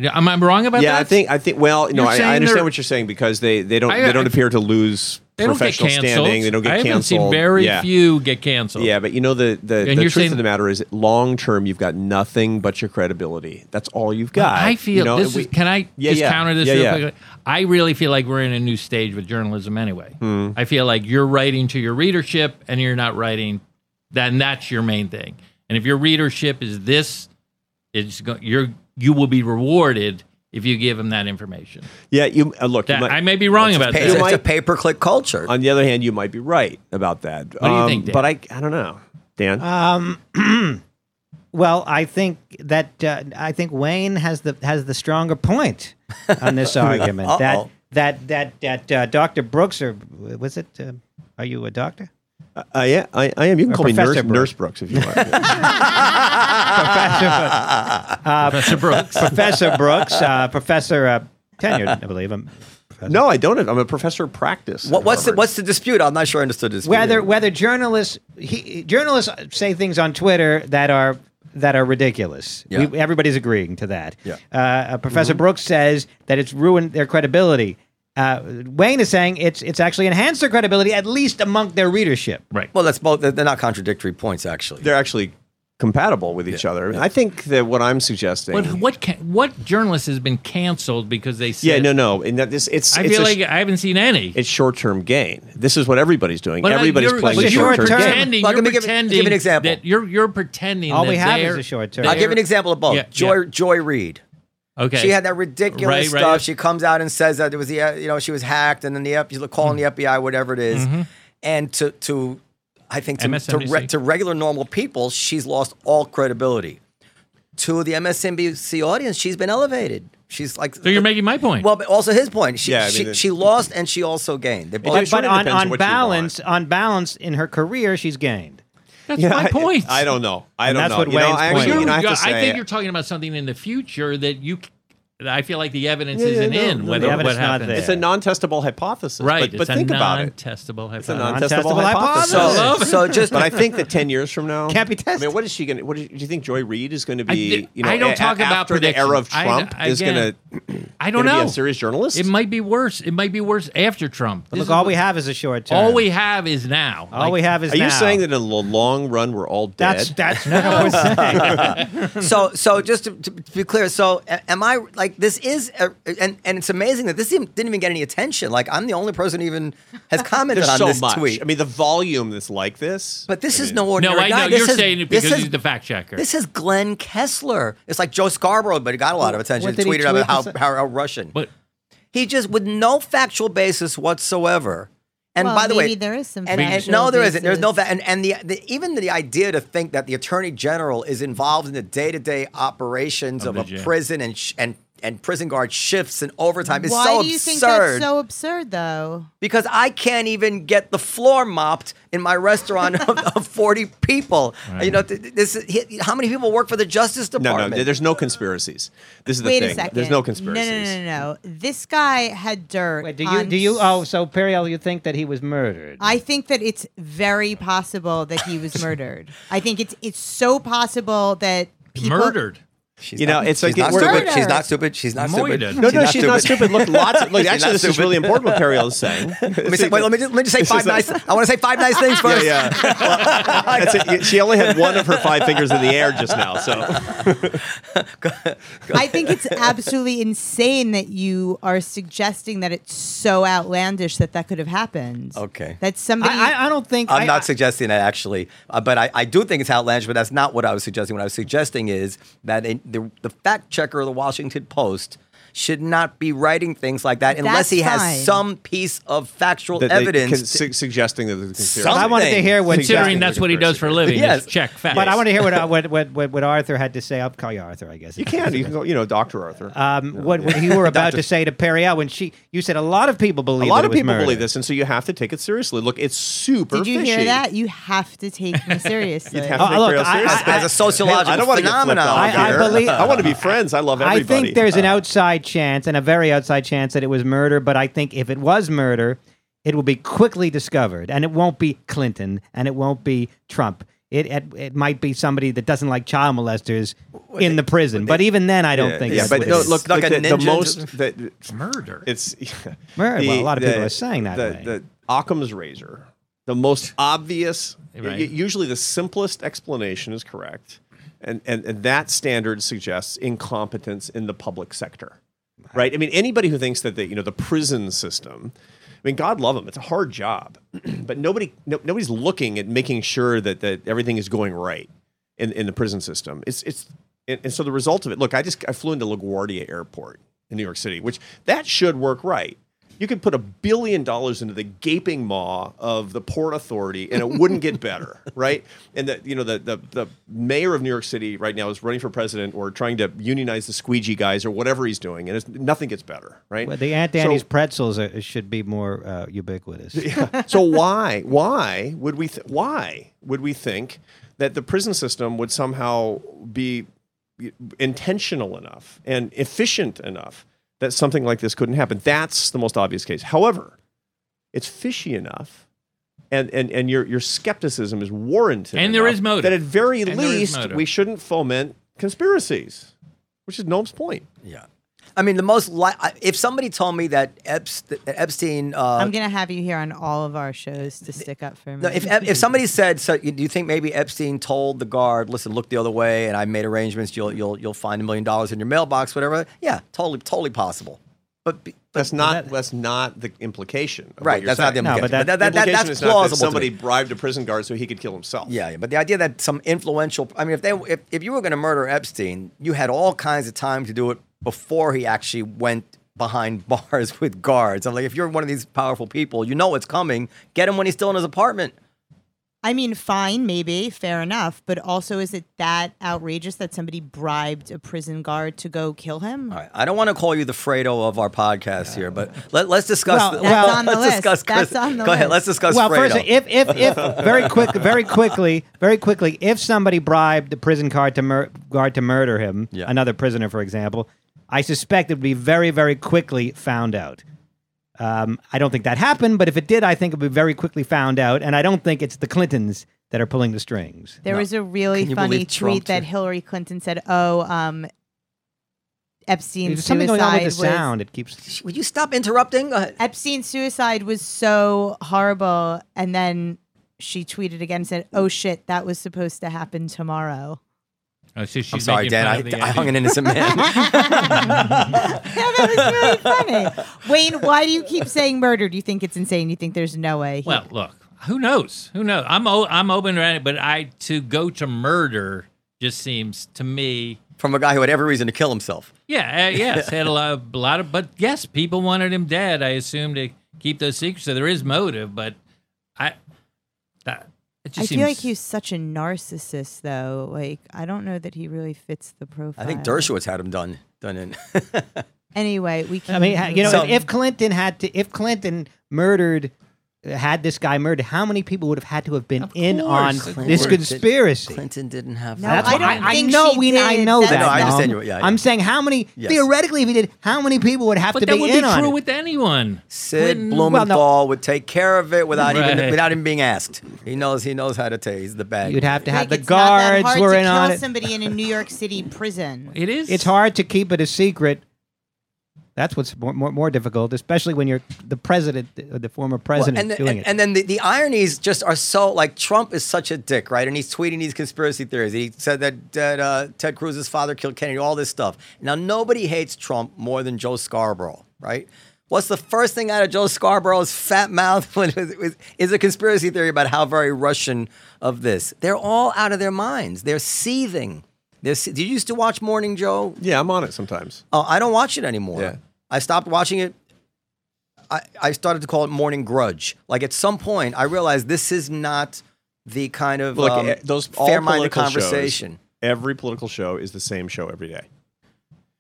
Speaker 3: Am I wrong about
Speaker 4: yeah,
Speaker 3: that?
Speaker 4: I think I think. Well, no,
Speaker 3: You're
Speaker 4: I, I
Speaker 3: saying
Speaker 4: understand
Speaker 3: they're-
Speaker 4: what you're saying because they they don't
Speaker 3: I-
Speaker 4: they don't
Speaker 3: I-
Speaker 4: appear to lose
Speaker 3: they don't get
Speaker 4: professional
Speaker 3: canceled.
Speaker 4: standing. They don't get
Speaker 3: I haven't
Speaker 4: canceled.
Speaker 3: seen very
Speaker 4: yeah.
Speaker 3: few get canceled.
Speaker 4: Yeah, but you know the the, the
Speaker 3: And you're
Speaker 4: truth
Speaker 3: saying-
Speaker 4: of the matter is, long term, you've got nothing but your credibility. That's all you've got.
Speaker 3: I feel
Speaker 4: you know,
Speaker 3: this
Speaker 4: we-
Speaker 3: is. Can I
Speaker 4: Yeah,
Speaker 3: just
Speaker 4: yeah.
Speaker 3: counter this
Speaker 4: Yeah,
Speaker 3: real
Speaker 4: yeah.
Speaker 3: quick? I really feel like we're in a new stage with journalism anyway.
Speaker 4: Hmm.
Speaker 3: I feel like you're writing to your readership and you're not writing, then that's your main thing. And if your readership is this, it's go, you're you will be rewarded if you give them that information.
Speaker 4: yeah, you uh, look. you
Speaker 3: That,
Speaker 4: might-
Speaker 3: I may be wrong about
Speaker 2: It's,
Speaker 4: You
Speaker 3: that.
Speaker 2: it's a
Speaker 4: might-
Speaker 2: pay per click culture.
Speaker 4: on the other hand, you might be right about that. Um,
Speaker 3: do you think, Dan?
Speaker 4: But I I don't know, Dan.
Speaker 1: Um, [CLEARS THROAT] Well, I think that uh, I think Wayne has the has the stronger point on this argument.
Speaker 2: Uh-oh.
Speaker 1: That that that that uh, Dr. Brooks or was it? Uh, are you a doctor?
Speaker 4: Uh, yeah, I, I am. You can
Speaker 1: Uh,
Speaker 4: call me
Speaker 1: Professor
Speaker 4: Nurse,
Speaker 1: Brooks.
Speaker 4: Nurse Brooks if you [LAUGHS] want. [LAUGHS]
Speaker 3: Professor Brooks.
Speaker 1: Professor Brooks, uh, Professor uh, tenured, I believe. Um,
Speaker 4: no, I don't. I'm a professor of practice.
Speaker 2: What,
Speaker 4: at
Speaker 2: what's the
Speaker 4: Harvard.
Speaker 2: what's the dispute? I'm not sure I understood this.
Speaker 1: whether whether journalists he, journalists say things on Twitter that are that are ridiculous.
Speaker 2: Yeah.
Speaker 1: We, everybody's agreeing to that.
Speaker 2: Yeah.
Speaker 1: Uh, uh, Professor
Speaker 4: Mm-hmm.
Speaker 1: Brooks says that it's ruined their credibility. Uh, Wayne is saying it's it's actually enhanced their credibility, at least among their readership.
Speaker 3: Right.
Speaker 2: Well, that's both. They're they're not contradictory points, actually.
Speaker 4: They're actually compatible with each other. I think that what I'm suggesting.
Speaker 3: But what can, what journalist has been canceled because they said?
Speaker 4: yeah, no, no. And that this, it's.
Speaker 3: I
Speaker 4: it's
Speaker 3: feel
Speaker 4: a
Speaker 3: like
Speaker 4: sh-
Speaker 3: I haven't seen any.
Speaker 4: it's short-term gain. This is what everybody's doing.
Speaker 3: But I-
Speaker 4: everybody's
Speaker 3: you're-
Speaker 4: playing
Speaker 3: but
Speaker 4: the
Speaker 1: you're
Speaker 4: short-term
Speaker 1: term.
Speaker 4: game.
Speaker 3: pretending.
Speaker 2: Well,
Speaker 3: you're
Speaker 2: let me give- give an
Speaker 3: pretending
Speaker 2: example.
Speaker 3: That you're you're pretending.
Speaker 1: All
Speaker 3: that
Speaker 1: we have is
Speaker 3: they're-
Speaker 1: a short term.
Speaker 3: they're-
Speaker 2: I'll give you an example of both.
Speaker 3: Yeah,
Speaker 2: Joy
Speaker 3: yeah.
Speaker 2: Joy Reid.
Speaker 3: Okay.
Speaker 2: She had that ridiculous
Speaker 3: Right, right.
Speaker 2: stuff. She comes out and says that it was the uh, you know she was hacked, and then the F- calling the FBI, whatever it is.
Speaker 3: Mm-hmm.
Speaker 2: and to to I think to to, re-
Speaker 3: MSNBC.
Speaker 2: to regular normal people, she's lost all credibility. To the MSNBC audience, she's been elevated. She's like uh,
Speaker 3: So you're making my point.
Speaker 2: well, but also his point. She
Speaker 4: Yeah, I
Speaker 2: she,
Speaker 4: mean, it-
Speaker 2: she lost and she also gained. They both.
Speaker 4: It
Speaker 1: But,
Speaker 4: sort
Speaker 1: but
Speaker 4: of
Speaker 1: on,
Speaker 4: depends
Speaker 1: on
Speaker 4: what you want.
Speaker 1: balance, on balance, in her career, she's gained.
Speaker 3: that's
Speaker 4: Yeah,
Speaker 3: my
Speaker 4: I-
Speaker 3: point.
Speaker 4: I, don't know. I
Speaker 1: And
Speaker 4: don't
Speaker 1: that's
Speaker 4: know.
Speaker 1: what
Speaker 4: You know,
Speaker 1: Wayne's
Speaker 4: I
Speaker 1: point
Speaker 4: actually,
Speaker 1: is.
Speaker 4: you know, I have to
Speaker 3: I
Speaker 4: say,
Speaker 3: think you're talking about something in the future that you. c- that I feel like the evidence
Speaker 4: Yeah, yeah,
Speaker 3: isn't
Speaker 4: no,
Speaker 3: in
Speaker 4: no,
Speaker 3: whether
Speaker 4: no.
Speaker 1: The
Speaker 3: what
Speaker 1: evidence not
Speaker 3: happens.
Speaker 1: there.
Speaker 4: it's a non-testable hypothesis.
Speaker 3: Right.
Speaker 4: But, but
Speaker 3: it's
Speaker 4: think
Speaker 3: a
Speaker 4: about it.
Speaker 3: non-testable
Speaker 4: It's a
Speaker 3: hypothesis.
Speaker 4: non-testable
Speaker 1: Non-testable
Speaker 4: hypothesis.
Speaker 2: so, so just
Speaker 4: but I think that ten years from now
Speaker 1: Can't be
Speaker 4: I
Speaker 1: tested.
Speaker 4: mean, what is she going to? What is, do you think Joy Reid is going to
Speaker 3: I
Speaker 4: be?
Speaker 3: di-
Speaker 4: you know,
Speaker 3: I don't
Speaker 4: a-
Speaker 3: talk
Speaker 4: a-
Speaker 3: about
Speaker 4: after the era of
Speaker 3: predictions. I-
Speaker 4: Trump is going
Speaker 3: again,
Speaker 4: to.
Speaker 3: I don't know.
Speaker 4: Be a serious journalist.
Speaker 3: It might be worse. It might be worse after Trump. This
Speaker 1: Look,
Speaker 3: is
Speaker 1: all
Speaker 3: what-
Speaker 1: we have is a short term.
Speaker 3: all we have is now.
Speaker 1: all we have is
Speaker 4: Are you
Speaker 1: now.
Speaker 4: saying that in the long run we're all dead?
Speaker 1: That's
Speaker 4: [LAUGHS]
Speaker 1: that's not what we're saying.
Speaker 2: so so just to, to be clear so a- am i like this is a, and and it's amazing that this even, didn't even get any attention like i'm the only person who even
Speaker 4: [LAUGHS]
Speaker 2: has commented
Speaker 4: There's
Speaker 2: on
Speaker 4: so
Speaker 2: this
Speaker 4: much.
Speaker 2: tweet
Speaker 4: I mean, the volume that's like this.
Speaker 2: but this is no ordinary
Speaker 3: No, I
Speaker 2: guy.
Speaker 3: know
Speaker 2: This
Speaker 3: you're
Speaker 2: is-
Speaker 3: saying it
Speaker 2: this
Speaker 3: because
Speaker 2: is-
Speaker 3: he's the fact checker.
Speaker 2: this is Glenn Kessler. It's like Joe Scarborough, but he got a lot of attention.
Speaker 1: what
Speaker 2: He tweeted
Speaker 1: did he
Speaker 2: about
Speaker 1: tweet
Speaker 2: how,
Speaker 1: this-
Speaker 2: how, how Russian.
Speaker 3: but
Speaker 2: He just, with no factual basis whatsoever. And
Speaker 5: Well,
Speaker 2: by the way,
Speaker 5: maybe there is some
Speaker 2: and, and-
Speaker 5: factual
Speaker 2: no, there isn't. There's no
Speaker 5: basis.
Speaker 2: fact. And, and the, the even the idea to think that the attorney general is involved in the day to day operations of,
Speaker 3: the
Speaker 2: a
Speaker 3: jail.
Speaker 2: prison and sh- and and prison guard shifts and overtime is
Speaker 5: Why
Speaker 2: so
Speaker 5: do you
Speaker 2: absurd
Speaker 5: think that's so absurd, though?
Speaker 2: because I can't even get the floor mopped in my restaurant of,
Speaker 4: [LAUGHS]
Speaker 2: of 40 people. You know, th- th- this is, he- how many people work for the Justice
Speaker 4: no,
Speaker 2: Department?
Speaker 4: no. There's no conspiracies. This is the
Speaker 5: Wait
Speaker 4: thing.
Speaker 5: a second.
Speaker 4: There's no
Speaker 5: No,
Speaker 4: conspiracies.
Speaker 5: no, no, no, no. This guy had dirt.
Speaker 1: Wait, do you
Speaker 5: on
Speaker 1: do you?
Speaker 5: s-
Speaker 1: Oh, so Periel, you think that he was murdered?
Speaker 5: I think that it's very possible that
Speaker 4: [LAUGHS]
Speaker 5: he was murdered. I think it's it's so possible that people
Speaker 3: murdered.
Speaker 2: She's
Speaker 4: You know, it's like
Speaker 2: she's not
Speaker 4: we're-
Speaker 2: stupid. She's
Speaker 5: Murder.
Speaker 2: not stupid. She's not stupid.
Speaker 3: Moided.
Speaker 4: No, no, she's not stupid. Look, lots. Of, look, actually,
Speaker 2: not
Speaker 4: this is
Speaker 2: stupid.
Speaker 4: really important. What Periel is [LAUGHS] saying.
Speaker 2: Let me say, wait, let me just, let me just say five nice. I want to say five nice things first.
Speaker 4: [LAUGHS] yeah, yeah. Well, [LAUGHS] that's it. She only had one of her five fingers in the air just now. So
Speaker 5: [LAUGHS] I think it's absolutely insane that you are suggesting that it's so outlandish that that could have happened.
Speaker 2: Okay.
Speaker 5: That somebody.
Speaker 1: I, I, I don't think
Speaker 2: I'm
Speaker 1: I-
Speaker 2: not
Speaker 1: I-
Speaker 2: suggesting that actually, uh, but I, I do think it's outlandish. But that's not what I was suggesting. What I was suggesting is that in, the the fact checker of the Washington Post should not be writing things like that unless
Speaker 5: That's
Speaker 2: he has
Speaker 5: fine.
Speaker 2: some piece of factual
Speaker 4: That they
Speaker 2: evidence.
Speaker 4: con- su- suggesting that the
Speaker 2: Some-
Speaker 1: I
Speaker 4: conspiracy.
Speaker 1: wanted to hear what
Speaker 3: Considering that's what he does for a living,
Speaker 2: Yes.
Speaker 3: just check facts.
Speaker 1: But I want to hear what, uh, what what what what Arthur had to say. I'll call you Arthur, I guess.
Speaker 4: You can. You can go. You know, Doctor Arthur.
Speaker 1: Um, what, what
Speaker 4: [LAUGHS]
Speaker 1: you were about to say to Periel when she you said a lot of people
Speaker 4: a
Speaker 1: believe
Speaker 4: lot
Speaker 1: that
Speaker 4: of
Speaker 1: it was
Speaker 4: people
Speaker 1: murder.
Speaker 4: believe this, and so you have to take it seriously. Look, it's super.
Speaker 5: did you
Speaker 4: fishy.
Speaker 5: hear that? You have to
Speaker 2: [LAUGHS]
Speaker 5: take me seriously.
Speaker 4: You'd have
Speaker 1: Oh,
Speaker 4: to take
Speaker 1: look,
Speaker 4: Periel
Speaker 1: I- I-
Speaker 4: seriously.
Speaker 2: as a sociological
Speaker 4: I don't want to
Speaker 2: phenomenon.
Speaker 4: Get flipped off
Speaker 1: I- I
Speaker 4: here.
Speaker 1: believe-
Speaker 4: I want to be friends. I love
Speaker 1: I
Speaker 4: everybody. Uh,
Speaker 1: think there's an outside chance and a very outside chance that it was murder. But I think if it was murder, it will be quickly discovered, and it won't be Clinton, and it won't be Trump. It, it it might be somebody that doesn't like child molesters in the prison, but even then, I don't think.
Speaker 4: yeah,
Speaker 1: that's
Speaker 4: but
Speaker 1: what
Speaker 4: no,
Speaker 1: it is.
Speaker 4: look,
Speaker 2: Like
Speaker 4: look,
Speaker 2: a
Speaker 4: the, the
Speaker 2: ninja
Speaker 4: most
Speaker 2: just-
Speaker 4: that
Speaker 3: murder.
Speaker 4: it's
Speaker 1: Well,
Speaker 4: the-
Speaker 1: a lot of people
Speaker 4: the-
Speaker 1: are saying that
Speaker 4: The,
Speaker 1: way.
Speaker 4: the Occam's razor, the most obvious,
Speaker 3: Right.
Speaker 4: u- usually the simplest explanation is correct, and, and and that standard suggests incompetence in the public sector, right? I mean, anybody who thinks that the you know the prison system. I mean, God love them. It's a hard job, [CLEARS THROAT] but nobody, no, nobody's looking at making sure that, that everything is going right in, in the prison system. It's it's and, and so the result of it. Look, I just I flew into LaGuardia Airport in New York City, which that should work right. You could put a billion dollars into the gaping maw of the port authority, and it wouldn't get
Speaker 1: [LAUGHS]
Speaker 4: better, right? And that you know the, the the mayor of New York City right now is running for president or trying to unionize the squeegee guys or whatever he's doing, and it's, nothing gets better, right?
Speaker 1: Well, the Aunt
Speaker 4: So-
Speaker 1: Annie's pretzels are, should be more uh,
Speaker 4: [LAUGHS]
Speaker 1: ubiquitous.
Speaker 4: so why why would we th- why would we think that the prison system would somehow be intentional enough and efficient enough that something like this couldn't happen that's the most obvious case however it's fishy enough and and, and your your skepticism is warranted
Speaker 3: And there
Speaker 4: enough
Speaker 3: is motive.
Speaker 4: that at very
Speaker 3: And there is
Speaker 4: least
Speaker 3: motive.
Speaker 4: we shouldn't foment conspiracies which is Noam's point
Speaker 2: Yeah. I mean, the most li- I- if somebody told me that, Epst- that Epstein, uh,
Speaker 5: I'm gonna have you here on all of our shows to stick up for me.
Speaker 2: no, if Ep- if somebody said, so you- do you think maybe Epstein told the guard, listen, look the other way, and I made arrangements, you'll you'll you'll find a million dollars in your mailbox, whatever. Yeah, totally, totally possible. But, be- but
Speaker 4: that's not that's not the implication of what
Speaker 2: right,
Speaker 4: you're
Speaker 2: that's
Speaker 4: saying.
Speaker 2: not the
Speaker 1: No, but
Speaker 2: implication.
Speaker 1: that-
Speaker 2: But that- that-
Speaker 4: implication
Speaker 2: that's
Speaker 4: is not
Speaker 2: plausible.
Speaker 4: that
Speaker 2: to me.
Speaker 4: somebody bribed a prison guard so he could kill himself.
Speaker 2: Yeah, yeah, but the idea that some influential, I mean, if they, if, if you were going to murder Epstein, you had all kinds of time to do it before he actually went behind [LAUGHS] bars with guards. I'm like, if you're one of these powerful people, you know it's coming. Get him when he's still in his apartment.
Speaker 5: I mean, fine, maybe, fair enough. But also, is it that outrageous that somebody bribed a prison guard to go kill him?
Speaker 2: All right, I don't want to call you the Fredo of our podcast here, but let, let's discuss. the-
Speaker 5: Well, that's on the
Speaker 2: let's
Speaker 5: list.
Speaker 2: discuss.
Speaker 5: That's
Speaker 2: Chris-
Speaker 5: on the
Speaker 2: go ahead. Let's
Speaker 5: list.
Speaker 2: discuss.
Speaker 1: well,
Speaker 2: Fredo.
Speaker 1: first, if if
Speaker 4: [LAUGHS]
Speaker 1: if very quick, very quickly, very quickly, if somebody bribed the prison guard to mur- guard to murder him,
Speaker 2: Yeah.
Speaker 1: another prisoner, for example, I suspect it would be very, very quickly found out. Um, I don't think that happened, but if it did, I think it would be very quickly found out, and I don't think it's the Clintons that are pulling the strings.
Speaker 5: There was a really
Speaker 2: Can you
Speaker 5: funny
Speaker 2: believe
Speaker 5: tweet
Speaker 2: Trump
Speaker 5: that
Speaker 2: too?
Speaker 5: Hillary Clinton said, "Oh, um, Epstein's
Speaker 1: There's something going on with
Speaker 5: suicide
Speaker 1: the
Speaker 5: was
Speaker 1: sound. It keeps.
Speaker 2: would you stop interrupting? Go ahead.
Speaker 5: Epstein's suicide was so horrible," and then she tweeted again and said, "Oh shit, that was supposed to happen tomorrow."
Speaker 3: Oh, so she's
Speaker 2: I'm sorry,
Speaker 3: making
Speaker 2: Dan.
Speaker 3: fun
Speaker 2: I,
Speaker 3: of the
Speaker 2: I hung
Speaker 3: ending.
Speaker 2: an innocent
Speaker 5: [LAUGHS]
Speaker 2: man.
Speaker 5: Yeah, that was really funny. Wayne, why do you keep saying murder? Do you think it's insane? You think there's no way? he-
Speaker 3: Well, look, who knows? Who knows? I'm o- I'm open to it, but I to go to murder just seems to me.
Speaker 2: From a guy who had every reason to kill himself.
Speaker 3: Yeah, uh, yes, had a lot, a lot of, [LAUGHS] but yes, people wanted him dead. I assume to keep those secrets, so there is motive, but I, that it just
Speaker 5: I
Speaker 3: seems,
Speaker 5: feel like he's such a narcissist, though. Like, I don't know that he really fits the profile.
Speaker 2: I think Dershowitz had him done done in. [LAUGHS]
Speaker 5: Anyway, we can.
Speaker 1: I mean, ha- you know,
Speaker 2: So-
Speaker 1: if, if Clinton had to, if Clinton murdered, uh, had this guy murdered, how many people would have had to have been
Speaker 3: Of
Speaker 1: in on
Speaker 3: course.
Speaker 1: this
Speaker 2: Clinton-
Speaker 1: conspiracy?
Speaker 2: Clinton didn't have.
Speaker 5: No,
Speaker 2: that.
Speaker 1: That's
Speaker 5: I
Speaker 1: what
Speaker 5: don't
Speaker 1: I,
Speaker 5: think
Speaker 1: know
Speaker 5: she
Speaker 1: we. I
Speaker 5: did.
Speaker 1: know
Speaker 5: That's
Speaker 1: that.
Speaker 5: No, I
Speaker 2: understand
Speaker 1: Mom.
Speaker 2: you. Yeah, yeah.
Speaker 1: I'm saying how many
Speaker 2: Yes.
Speaker 1: theoretically, if he did, how many people would have
Speaker 3: but
Speaker 1: to
Speaker 3: that
Speaker 1: be
Speaker 3: would
Speaker 1: in
Speaker 3: be
Speaker 1: on
Speaker 3: true
Speaker 1: it?
Speaker 3: with anyone.
Speaker 2: Sid
Speaker 3: Wouldn't-
Speaker 2: Blumenthal
Speaker 1: Well,
Speaker 2: would take care of it without even
Speaker 3: Right.
Speaker 2: without him being asked. He knows he knows how to take. He's the bag.
Speaker 1: You'd have to have the
Speaker 5: Like, it's not that
Speaker 1: guards
Speaker 5: hard
Speaker 1: were
Speaker 5: to
Speaker 1: in
Speaker 5: kill
Speaker 1: on it.
Speaker 5: somebody in a New York City prison.
Speaker 3: [LAUGHS] It is.
Speaker 1: It's hard to keep it a secret. That's what's more, more, more difficult, especially when you're the president, the, the former
Speaker 2: Well,
Speaker 1: president,
Speaker 2: and, the-
Speaker 1: doing
Speaker 2: and,
Speaker 1: it.
Speaker 2: and then the, the ironies just are so like Trump is such a dick, right? And he's tweeting these conspiracy theories. He said that, that uh, Ted Cruz's father killed Kennedy, all this stuff. Now, nobody hates Trump more than Joe Scarborough, right? What's the first thing out of Joe Scarborough's fat mouth [LAUGHS] when it was- it was- is a conspiracy theory about how very Russian of this? They're all out of their minds. They're seething. They're se- Did you used to watch Morning Joe?
Speaker 4: Yeah, I'm on it sometimes.
Speaker 2: Oh, I don't watch it anymore.
Speaker 4: Yeah.
Speaker 2: I stopped watching it. I, I started to call it morning grudge. Like at some point, I realized this is not the kind of
Speaker 4: Look,
Speaker 2: um,
Speaker 4: eh, those all
Speaker 2: fair-minded
Speaker 4: political shows,
Speaker 2: conversation.
Speaker 4: every political show is the same show every day.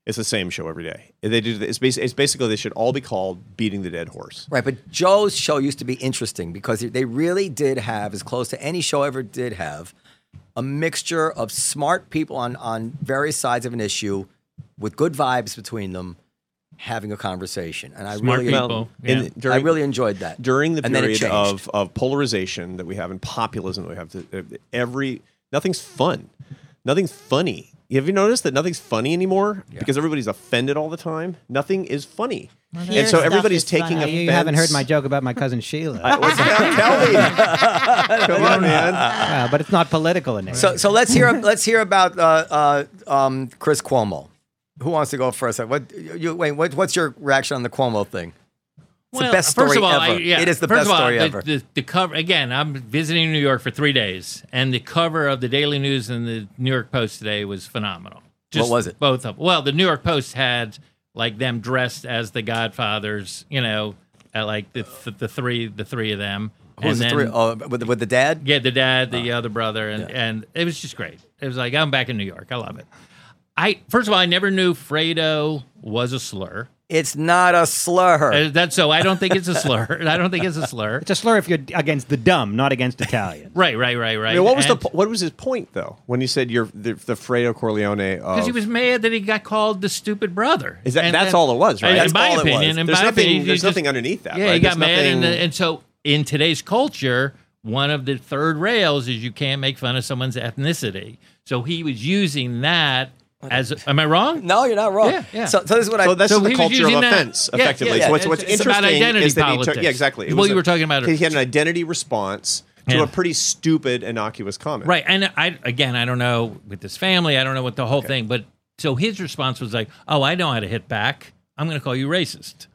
Speaker 4: It's the same show every day. They do. It's basically, it's basically they should all be called beating the dead horse.
Speaker 2: Right, but Joe's show used to be interesting because they really did have, as close to any show ever did have, a mixture of smart people on on various sides of an issue with good vibes between them having a conversation, and I
Speaker 3: Smart
Speaker 2: really,
Speaker 3: people. yeah.
Speaker 4: in- during-
Speaker 2: I really enjoyed that
Speaker 4: during the
Speaker 2: and then it
Speaker 4: period
Speaker 2: changed.
Speaker 4: of, of polarization that we have and populism that we have. th- th- Every nothing's fun, nothing's funny. Have you noticed that nothing's funny anymore because everybody's offended all the time? Nothing is funny,
Speaker 5: Your
Speaker 4: and so
Speaker 5: stuff
Speaker 4: everybody's
Speaker 5: is
Speaker 4: taking
Speaker 5: funny.
Speaker 4: offense.
Speaker 1: You haven't heard
Speaker 4: [LAUGHS]
Speaker 1: my joke about my cousin Sheila.
Speaker 4: What's that? Tell
Speaker 3: [LAUGHS]
Speaker 4: me. Come on, man.
Speaker 1: Yeah, but it's not political in nature.
Speaker 2: So, so let's hear let's hear about uh, uh, um, Chris Cuomo. Who wants to go first? What you, wait? What, what's your reaction on the Cuomo thing? It's the best story
Speaker 3: first of all,
Speaker 2: ever.
Speaker 3: I, yeah,
Speaker 2: It is the
Speaker 3: first
Speaker 2: best
Speaker 3: of all,
Speaker 2: story
Speaker 3: the,
Speaker 2: ever.
Speaker 3: The, the cover again. I'm visiting New York for three days, and the cover of the Daily News and the New York Post today was phenomenal.
Speaker 2: was it?
Speaker 3: Both of well, the New York Post had like them dressed as the Godfathers, you know, at, like the th- the three the three of them.
Speaker 2: Who was
Speaker 3: and
Speaker 2: the three-
Speaker 3: then-
Speaker 2: oh, Ah. with, with the dad?
Speaker 3: yeah, the dad, the other brother, and and it was just great. It was like I'm back in New York. I love it. I first of all, I never knew Fredo was a slur.
Speaker 2: It's not a slur.
Speaker 3: Uh, That's so. I don't think it's a slur. [LAUGHS] I don't think it's a slur.
Speaker 1: it's a slur if you're against the dumb, not against Italian.
Speaker 3: Right, right, right, right.
Speaker 4: I mean, what was the
Speaker 3: And-
Speaker 4: po- what was his point though when you said you're the, the Fredo Corleone? Of,
Speaker 3: because he was mad that he got called the stupid brother.
Speaker 4: Is that- that's all it was, right?
Speaker 3: In
Speaker 4: That's
Speaker 3: my
Speaker 2: all it was.
Speaker 3: opinion, in
Speaker 4: There's
Speaker 3: my
Speaker 4: nothing-
Speaker 3: opinion, he
Speaker 4: there's
Speaker 3: just-
Speaker 4: nothing underneath that,
Speaker 3: Yeah,
Speaker 4: right?
Speaker 3: he got
Speaker 4: There's
Speaker 3: mad, and,
Speaker 4: nothing-
Speaker 3: and so in today's culture, one of the third rails is you can't make fun of someone's ethnicity. So he was using that as. Am I wrong?
Speaker 2: no, you're not wrong.
Speaker 3: Yeah, yeah.
Speaker 2: So, so this is what I.
Speaker 4: So that's
Speaker 3: So
Speaker 4: the
Speaker 3: he was
Speaker 4: culture of
Speaker 3: using that-
Speaker 4: offense,
Speaker 3: yeah,
Speaker 4: effectively.
Speaker 3: yeah,
Speaker 4: So what's,
Speaker 3: yeah.
Speaker 4: what's
Speaker 3: It's about
Speaker 4: interesting
Speaker 3: identity
Speaker 4: is that he took,
Speaker 3: politics.
Speaker 4: yeah, exactly. It
Speaker 3: What
Speaker 4: was
Speaker 3: you
Speaker 4: a-
Speaker 3: were talking about.
Speaker 4: He had an identity response to
Speaker 3: Yeah.
Speaker 4: a pretty stupid, innocuous comment.
Speaker 3: Right. And I again, I don't know with this family, I don't know what the whole thing, but so his response was like, "Oh, I know how to hit back. I'm going to call you racist."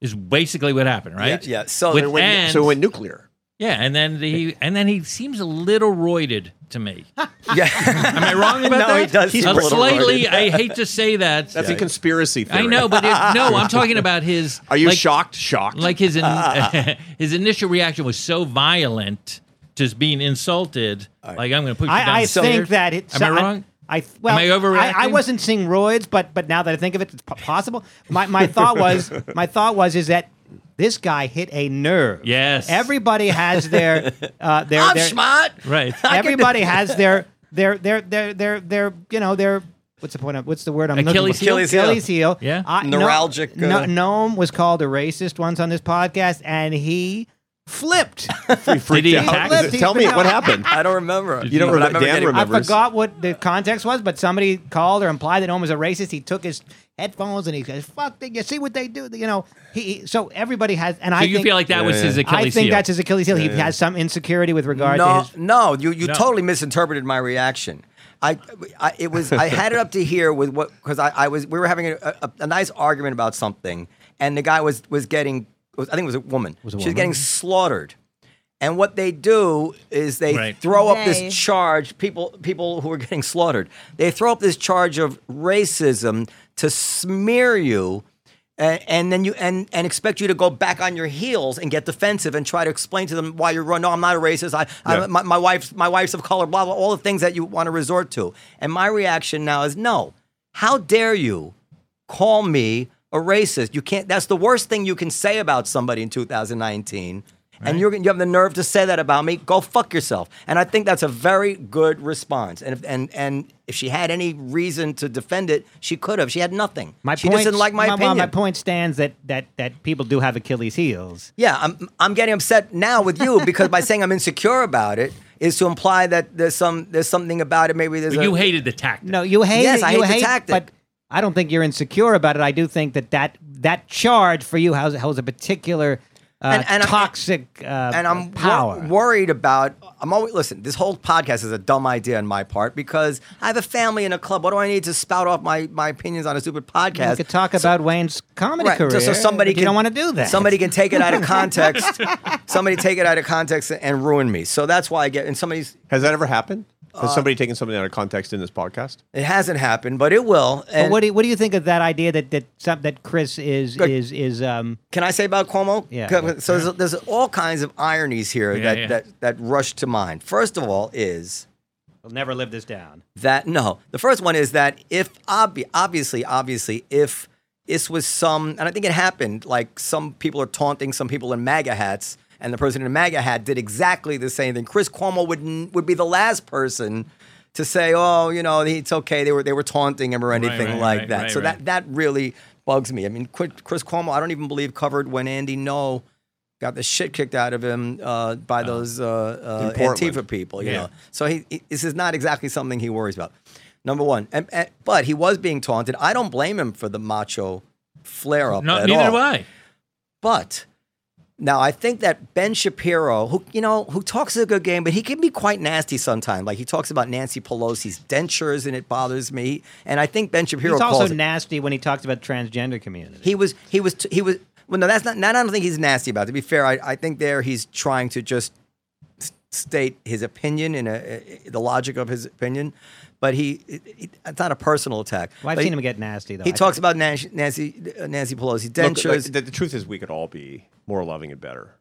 Speaker 3: Is basically what happened, right?
Speaker 2: Yeah, yeah. So
Speaker 3: With
Speaker 4: So it went-
Speaker 3: and-
Speaker 4: so it went nuclear.
Speaker 3: yeah, and then he and then he seems a little roided to me. Am
Speaker 2: [LAUGHS] yeah.
Speaker 3: I wrong about
Speaker 2: No,
Speaker 3: that?
Speaker 2: he does
Speaker 3: A
Speaker 2: seem a little
Speaker 3: slightly.
Speaker 2: roided.
Speaker 3: I hate to say that.
Speaker 4: That's a conspiracy theory.
Speaker 3: I know, but it, no, I'm talking
Speaker 2: [LAUGHS]
Speaker 3: about his.
Speaker 4: Are you
Speaker 3: like,
Speaker 4: shocked? Shocked. [LAUGHS]
Speaker 3: Like his in, [LAUGHS] his initial reaction was so violent, just being insulted. Like I'm going to put you down
Speaker 1: I, I
Speaker 3: the
Speaker 1: think
Speaker 3: stairs.
Speaker 1: that it.
Speaker 3: Am I
Speaker 1: so-
Speaker 3: wrong?
Speaker 1: I, I well,
Speaker 3: I overreacting?
Speaker 1: I, wasn't seeing roids, but but now that I think of it, it's po- possible. My my thought
Speaker 3: [LAUGHS]
Speaker 1: was my thought was is that this guy hit a nerve.
Speaker 3: Yes.
Speaker 1: everybody has their uh, their.
Speaker 2: I'm
Speaker 1: their-
Speaker 2: smart.
Speaker 1: [LAUGHS]
Speaker 3: Right.
Speaker 2: [LAUGHS]
Speaker 1: Everybody has their their their their their their you know their. What's the point of what's the word I'm
Speaker 3: Achilles
Speaker 1: looking for?
Speaker 3: heel?
Speaker 2: Achilles heel.
Speaker 1: heel.
Speaker 3: Yeah.
Speaker 1: I- no-
Speaker 2: Neuralgic,
Speaker 1: No,
Speaker 2: uh,
Speaker 1: Gnome was called a racist once on this podcast, and he flipped.
Speaker 3: [LAUGHS] Did he
Speaker 4: Freaked out.
Speaker 3: attack?
Speaker 1: He's
Speaker 4: Tell me
Speaker 1: been-
Speaker 4: what [LAUGHS] happened.
Speaker 2: I don't remember.
Speaker 4: You don't
Speaker 2: But I
Speaker 4: remember? Dan
Speaker 2: getting-
Speaker 1: I
Speaker 4: remembers.
Speaker 1: forgot what the context was, but somebody called or implied that Gnome was a racist. He took his headphones and he says, "Fuck! Did you see what they do?" You know. He, he- so everybody has, and I
Speaker 3: So you
Speaker 1: think,
Speaker 3: feel like that was his Achilles
Speaker 1: I think
Speaker 3: heel.
Speaker 1: that's his Achilles heel. He has some insecurity with regard
Speaker 2: No,
Speaker 1: to his.
Speaker 2: no, you you
Speaker 3: No.
Speaker 2: totally misinterpreted my reaction. I, I it was I had it up to here with what because I, I was we were having a, a, a nice argument about something and the guy was was getting was, I think it was a woman was she was getting slaughtered and what they do is they
Speaker 3: Right.
Speaker 2: throw up
Speaker 5: They.
Speaker 2: this charge people people who are getting slaughtered they throw up this charge of racism to smear you and, and then you and, and expect you to go back on your heels and get defensive and try to explain to them why you're wrong. No, I'm not a racist. I, I my, my wife's my wife's of color. Blah blah. All the things that you want to resort to. And my reaction now is no. How dare you call me a racist? You can't. That's the worst thing you can say about somebody in 2019. And you're, you have the nerve to say that about me? Go fuck yourself. And I think that's a very good response. And if, and and if she had any reason to defend it, she could have. She had nothing.
Speaker 1: My
Speaker 2: she
Speaker 1: point,
Speaker 2: just didn't like my, opinion.
Speaker 1: My point stands that that that people do have Achilles heels.
Speaker 2: Yeah, I'm I'm getting upset now with you because by [LAUGHS] saying I'm insecure about it is to imply that there's some there's something about it. Maybe there's
Speaker 3: But you
Speaker 2: a,
Speaker 3: hated the tactic.
Speaker 1: uh, No, you hate
Speaker 2: Yes,
Speaker 1: it.
Speaker 2: I
Speaker 1: you
Speaker 2: hate the tactic.
Speaker 1: But I don't think you're insecure about it. I do think that that, that charge for you has, has a particular uh,
Speaker 2: And- and I-
Speaker 1: toxic uh,
Speaker 2: and I'm wor-
Speaker 1: power.
Speaker 2: worried about. I'm always listen. This whole podcast is a dumb idea on my part because I have a family and a club. What do I need to spout off my, my opinions on a stupid podcast?
Speaker 1: we could talk about Wayne's comedy
Speaker 2: Right,
Speaker 1: career.
Speaker 2: just so somebody
Speaker 1: but
Speaker 2: can,
Speaker 1: you don't want to do that.
Speaker 2: Somebody can take it out
Speaker 1: [LAUGHS]
Speaker 2: of context. somebody take it out of context and ruin me. So that's why I get. And somebody's
Speaker 4: Has that ever happened? Has somebody taken something out of context in this podcast?
Speaker 2: it hasn't happened, but it will.
Speaker 1: But
Speaker 2: And
Speaker 1: what do you, what do you think of that idea that that some, that Chris is
Speaker 2: Good.
Speaker 1: is is um
Speaker 2: Can I say about Cuomo?
Speaker 1: Yeah.
Speaker 2: Co- So there's, there's all kinds of ironies here that,
Speaker 3: yeah.
Speaker 2: that that rush to mind. First of all, is
Speaker 1: will never live this down.
Speaker 2: that no? The first one is that if obvi- obviously, obviously, if this was some, and I think it happened, like some people are taunting some people in MAGA hats, and the person in a MAGA hat did exactly the same thing. Chris Cuomo would n- would be the last person to say, oh, you know, it's okay. They were they were taunting him or anything
Speaker 3: right,
Speaker 2: like
Speaker 3: right,
Speaker 2: that.
Speaker 3: right,
Speaker 2: so
Speaker 3: right.
Speaker 2: that that really bugs me. I mean, Qu- Chris Cuomo, I don't even believe covered when Andy No got the shit kicked out of him uh, by those uh, uh,
Speaker 4: In Portland.
Speaker 2: Antifa people. You
Speaker 3: Uh-huh. Yeah.
Speaker 2: know, so he, he- this is not exactly something he worries about. Number one, and, and- but he was being taunted. I don't blame him for the macho flare up.
Speaker 3: No,
Speaker 2: at
Speaker 3: neither
Speaker 2: all.
Speaker 3: do I.
Speaker 2: But now I think that Ben Shapiro, who you know, who talks a good game, but he can be quite nasty sometimes. Like he talks about Nancy Pelosi's dentures, and it bothers me. And I think Ben Shapiro
Speaker 1: He's
Speaker 2: calls
Speaker 1: also
Speaker 2: it-
Speaker 1: nasty when he talks about transgender community.
Speaker 2: he was he was he was. Well, no, that's not. That I don't think he's nasty about. it. To be fair, I, I think there he's trying to just s- state his opinion and the logic of his opinion. But he, it, it- it's not a personal attack.
Speaker 1: well, I've
Speaker 2: But
Speaker 1: seen
Speaker 2: he,
Speaker 1: him get nasty though.
Speaker 2: He
Speaker 1: I
Speaker 2: talks about Nancy Nancy, uh, Nancy Pelosi
Speaker 4: Look,
Speaker 2: dentures.
Speaker 4: like, the, the truth is, we could all be more loving and better.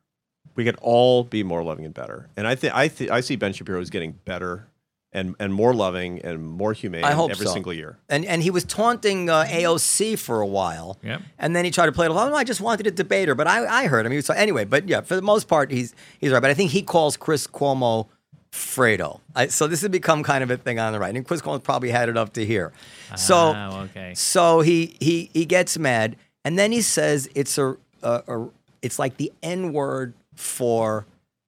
Speaker 4: We could all be more loving and better. And I think I thi- I see Ben Shapiro is getting better and and more loving and more humane
Speaker 2: I hope
Speaker 4: every
Speaker 2: so.
Speaker 4: single year.
Speaker 2: And and he was taunting uh, AOC for a while.
Speaker 3: Yep.
Speaker 2: And then he tried to play it along. No, I just wanted to debate her, but I, I heard him. He was so anyway. But yeah, for the most part, he's he's right. But I think he calls Chris Cuomo Fredo. I, so this has become kind of a thing on the right. And Chris Cuomo's probably had it up to here. So
Speaker 3: Oh, okay.
Speaker 2: so he he he gets mad, and then he says it's a, a, a it's like the N word for